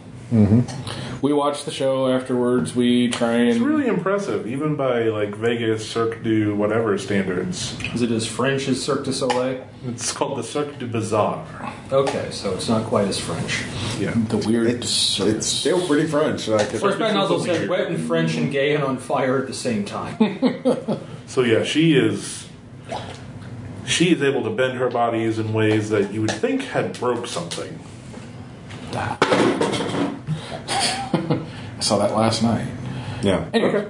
We watch the show afterwards. We try It's and really impressive, even by like Vegas Cirque du whatever standards. Is it as French as Cirque du Soleil? It's called the Cirque du Bazaar. Okay, so it's not quite as French. Yeah. the weird. It's, it's still pretty French. Like it's, First man also said wet and French and gay and on fire at the same time. So yeah, she is. She is able to bend her bodies in ways that you would think had broke something. I saw that last night. yeah. Anyway,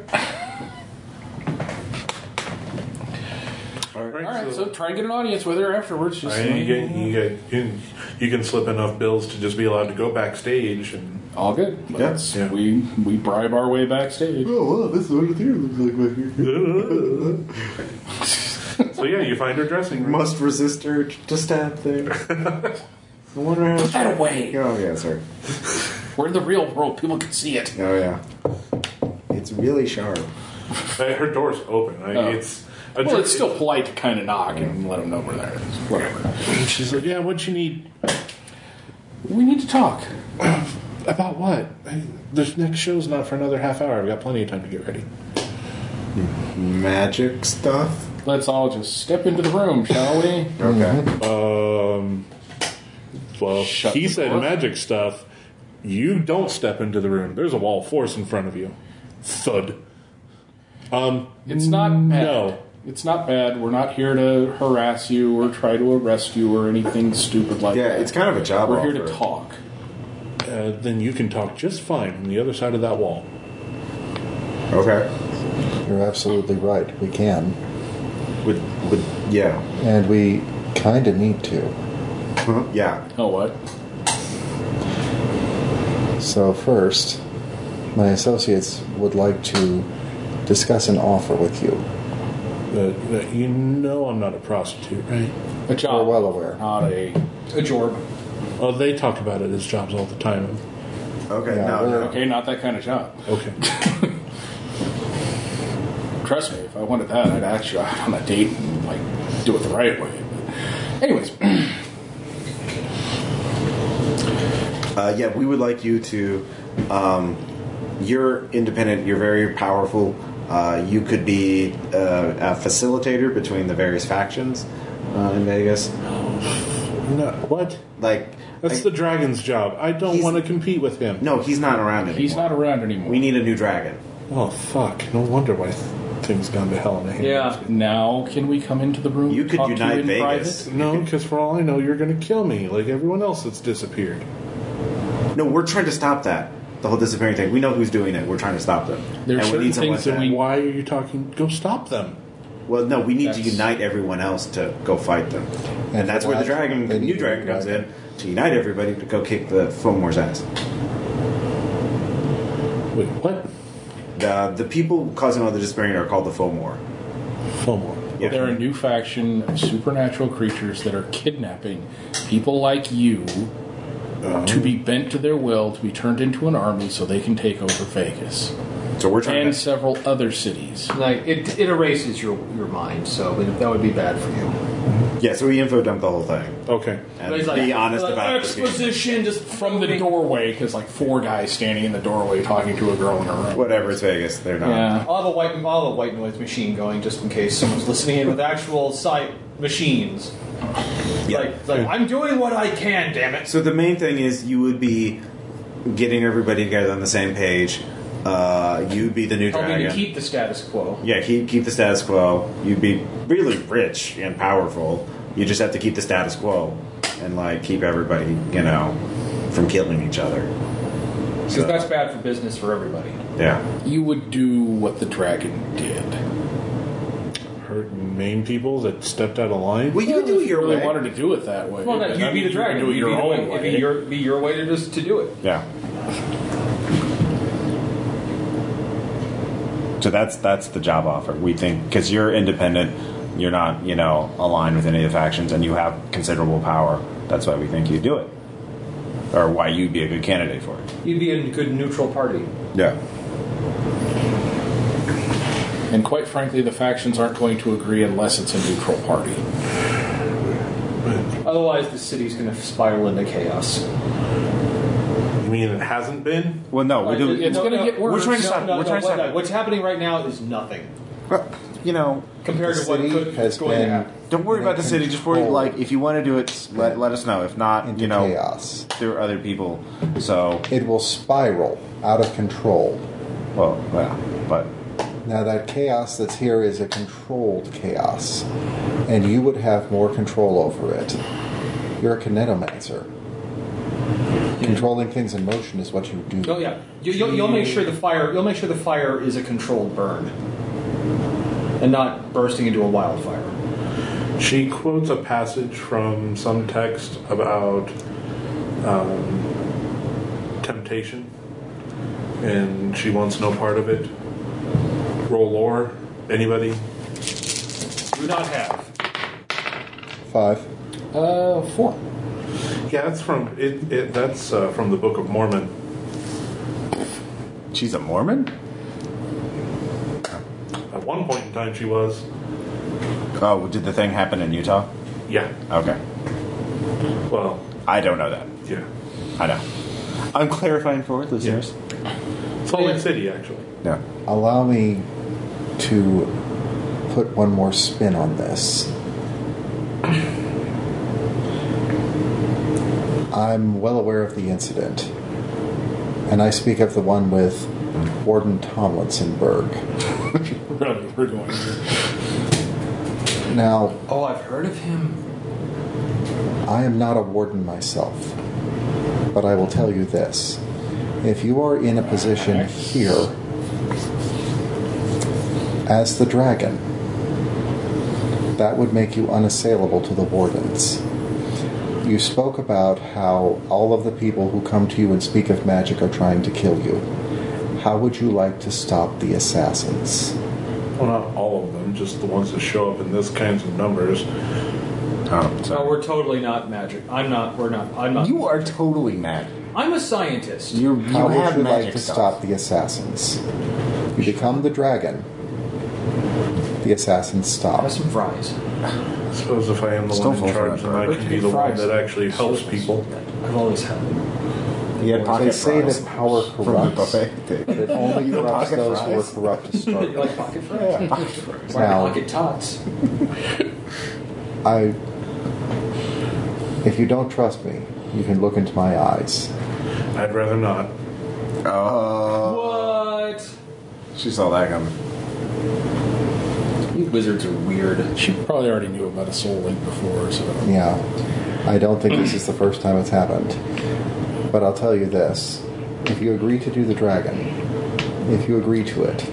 All right, all right. So try and get an audience with her afterwards. Just you, get, you, get, you, can, you can slip enough bills to just be allowed to go backstage and all good. Let's- Yeah. We we bribe our way backstage. Oh, wow, this is what the theater looks like right here. so yeah, you find her dressing room. Must resist urge to stab there. I wonder how. That away. Oh yeah, sorry. We're in the real world. People can see it. Oh yeah. It's really sharp. Uh, Her door's open. Like, Oh. It's a Well, it's still polite to kind of knock and let them know we're there. Whatever. She's like, yeah, what you need? We need to talk. About what? The next show's not for another half hour. I've got plenty of time to get ready. Magic stuff. Let's all just step into the room, shall we? Okay. Um, well, Shut he the said door. magic stuff. You don't step into the room. There's a wall of force in front of you. Thud. Um, It's not bad. no, It's not bad. We're not here to harass you or try to arrest you or anything stupid like that. Yeah, it's kind of a job We're here to offer. talk. Uh, then you can talk just fine on the other side of that wall. Okay. You're absolutely right. We can. With, with yeah. And we kind of need to. Yeah. Oh, what? So first, my associates would like to discuss an offer with you. Uh, uh, you know I'm not a prostitute, right? A Ah. job. We're well aware. Not a. A job. Oh, they talk about it as jobs all the time. Okay, Yeah, no, we're- no. Okay, not that kind of job. Okay. Trust me, if I wanted that, I'd actually out on a date and like do it the right way. Anyways, Uh, yeah, we would like you to. Um, you're independent. You're very powerful. Uh, you could be uh, a facilitator between the various factions uh, in Vegas. No, what? Like That's the dragon's job. I don't want to compete with him. No, he's not around anymore. He's not around anymore. We need a new dragon. Oh fuck! No wonder why th- things gone to hell in a handbasket. yeah. Now, can we come into the room? You Talk to in private? No, because for all I know, you're going to kill me like everyone else that's disappeared. No, we're trying to stop that. The whole disappearing thing. We know who's doing it. We're trying to stop them. There are we certain someone things that like we. Why are you talking? Go stop them. Well, no, we need to That's- unite everyone else to go fight them, and, that's where the dragon, the new dragon, comes in to unite everybody to go kick the Fillmore's ass. Wait, what? The the people causing all the disappearing are called the Fillmore. Fillmore. They're a new faction of supernatural creatures that are kidnapping people like you to be bent to their will to be turned into an army so they can take over Vegas. So we're trying and several other cities. Like it, it erases your your mind, so that would be bad for you. Yeah, so we info dumped the whole thing. Okay. And be honest like, uh, about it. exposition just from the doorway because like four guys standing in the doorway talking to a girl in a room. Whatever, it's Vegas. They're not. Yeah. I'll have a white, I'll have a white noise machine going just in case someone's listening in with actual sight machines. Like, like I'm doing what I can, damn it. So the main thing is you would be getting everybody together on the same page. Uh, you'd be the new Helping dragon. to keep the status quo. yeah, keep keep the status quo. You'd be really rich and powerful. You just have to keep the status quo and like keep everybody, you know, from killing each other. Because that's bad for business for everybody. Yeah. You would do what the dragon did. Hurt main people that stepped out of line. Well, you could do it your really way. wanted to do it that way. Well, no, I you'd be mean, the dragon. you could Do it You'd your be the way- own way. It'd be your, be your way to just to do it. Yeah. So that's that's the job offer. We think because you're independent, you're not you know aligned with any of the factions, and you have considerable power. That's why we think you do it, or why you'd be a good candidate for it. You'd be a good neutral party. Yeah. And quite frankly, the factions aren't going to agree unless it's a neutral party. Otherwise, the city's going to spiral into chaos. You mean it hasn't been? Well, no, we do. No, gonna no, get worse. We're trying to No, stop. no, we're no, trying to wait, stop. it. What's happening right now is nothing. You know, compared to what could has going been to happen. Don't worry about the city. Just worry. control. Like, if you want to do it, let, let us know. If not, you know, chaos. There are other people. So It will spiral out of control. Well, yeah, but now that chaos that's here is a controlled chaos, and you would have more control over it. You're a kinetomancer. Controlling things in motion is what you do. Oh yeah, you, you'll, you'll make sure the fire. You'll make sure the fire is a controlled burn, and not bursting into a wildfire. She quotes a passage from some text about um, temptation, and she wants no part of it. Roll lore. Anybody? Do not have. Five. Uh, four. Yeah, that's from it. it that's uh, from the Book of Mormon. She's a Mormon. At one point in time, she was. Oh, did the thing happen in Utah? Yeah. Okay. Well, I don't know that. Yeah. I know. I'm clarifying for listeners. Salt Lake City, actually. Yeah. Allow me to put one more spin on this. I'm well aware of the incident, and I speak of the one with Warden Tomlinson Berg. Really, we're going. here. Now, Oh, I've heard of him. I am not a warden myself, but I will tell you this. If you are in a position here as the dragon, that would make you unassailable to the wardens. You spoke about how all of the people who come to you and speak of magic are trying to kill you. How would you like to stop the assassins? Well, not all of them, just the ones that show up in this kinds of numbers. Um, No, we're totally not magic. I'm not. We're not. I'm not. You are totally mad. I'm a scientist. You, you How would have you magic like to stuff. stop the assassins? You become the dragon. The assassins stop. Have some fries. I suppose if I am the Still one full in charge, then I forever. can be the one that actually helps people. I've always helped. He had They say that power corrupts. It only You know, corrupts pocket those who are fries. corrupt to You start. like pocket fries? Yeah, pocket fries. Now- pocket tots. I, if you don't trust me, you can look into my eyes. I'd rather not. What? She saw Oh, that coming. You wizards are weird. She probably already knew about a soul link before, so. Yeah, I don't think this is the first time it's happened. But I'll tell you this: if you agree to do the dragon, if you agree to it,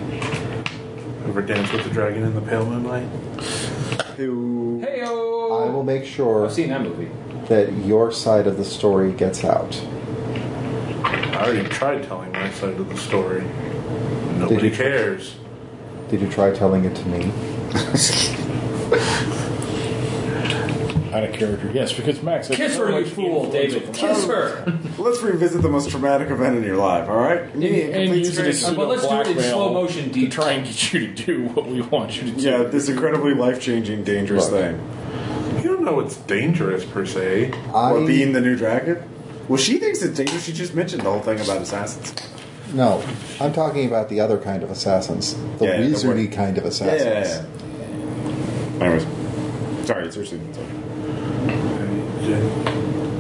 Ever dance with the dragon in the pale moonlight? I will make sure I've seen that movie. that your side of the story gets out. I already tried telling my side of the story. Nobody you- cares. Did you try telling it to me? Out of character, yes, because Max. Kiss her, you fool, David. Kiss her. Let's revisit the most traumatic event in your life, all right? You need a And complete use it as straight- pseudo blackmail motion to try and get you to do what we want you to do. Yeah, this incredibly life changing, dangerous Look. thing. You don't know it's dangerous per se. I- What, being the new dragon? Well, she thinks it's dangerous. She just mentioned the whole thing about assassins. No, I'm talking about the other kind of assassins, the Yeah, yeah, don't worry. wizardy kind of assassins. Anyways, sorry, it's seriously.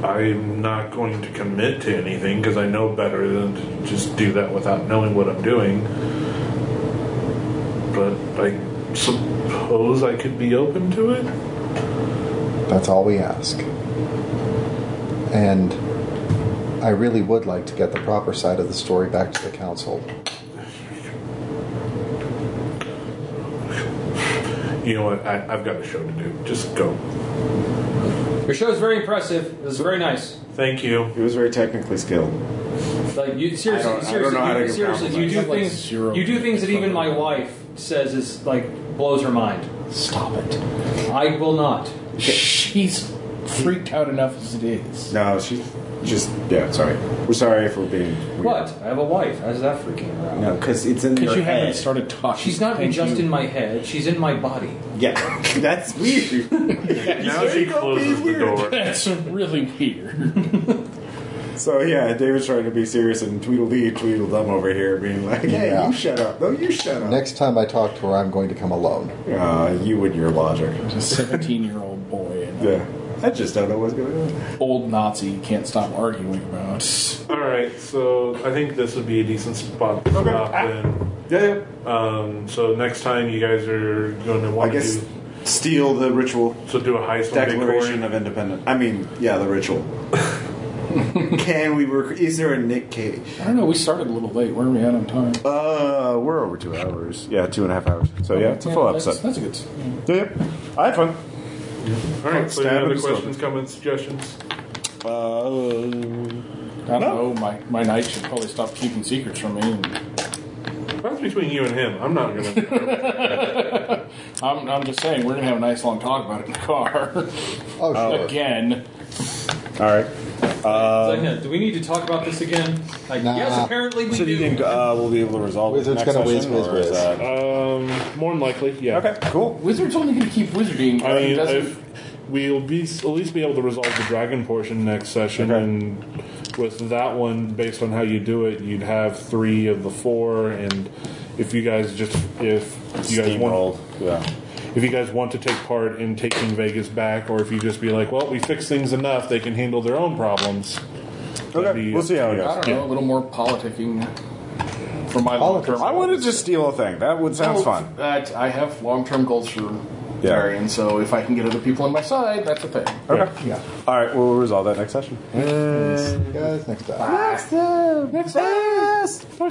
I'm not going to commit to anything because I know better than to just do that without knowing what I'm doing. But I suppose I could be open to it. That's all we ask. And I really would like to get the proper side of the story back to the council. You know what? I, I've got a show to do. Just go. Your show is very impressive. It was very nice. Thank you. He was very technically skilled. Like you, seriously, I don't- I don't seriously, know how to you, give seriously, you do compliments. Like things. zero you do things that even my wife says is like blows her mind. Stop it. I will not. She's freaked out enough as it is. No, she just yeah. Sorry, we're sorry if we're being weird. What? I have a wife. How's that freaking her out? No, because it's in Because your you head. haven't started talking. She's not Thank just you. in my head. She's in my body. Yeah, that's weird. now she closes the door. That's really weird. so yeah, David's trying to be serious and Tweedledee Tweedledum over here being like, "Hey, Yeah. you shut up! No, you shut up!" Next time I talk to her, I'm going to come alone. Uh, you and your logic. A 17 year old boy and Yeah, I just don't know what's going on. an old Nazi you can't stop arguing about. All right, so I think this would be a decent spot to stop in. Yeah, Um, so next time you guys are going to I want to guess do, steal the ritual so do a heist on declaration Bitcoin. of independence. I mean, yeah, the ritual. Can we? Rec- is there a Nick Cage? I don't know, we started a little late. Where are we at on time? Uh, we're over two hours. Yeah, two and a half hours. So yeah, it's a full that's, episode. That's a good. Yep. I had fun. All right, so Stab any other and stab. questions, comments, suggestions? Uh, I don't know, Oh, my, my knight should probably stop keeping secrets from me. And That's between you and him. I'm not going to. I'm, I'm just saying, we're going to have a nice long talk about it in the car. Oh, sure. Again. all right. It's like, yeah, do we need to talk about this again? Like, Nah. yes, apparently we So do do. you think uh, we'll be able to resolve Wizard's this next gonna whiz, session, whiz, or is whiz. that- um, more than likely, yeah. Okay. Cool. Wizard's only going to keep wizarding. I mean, doesn't- if we'll be at least be able to resolve the dragon portion next session, Okay. and with that one, based on how you do it, you'd have three of the four, and if you guys just if you guys want Steamrolled. Yeah. if you guys want to take part in taking Vegas back, or if you just be like, well, we fix things enough, they can handle their own problems. That'd Okay. be- We'll see how it I goes. don't know, a little more politicking for my long-term Oh, I want to just steal a thing. That would sounds goals. fun. That I have long-term goals for Targaryen. So if I can get other people on my side, that's a thing. Okay. Yeah. All right, we'll resolve that next session. guys, next time. Bye. Next time. Next time.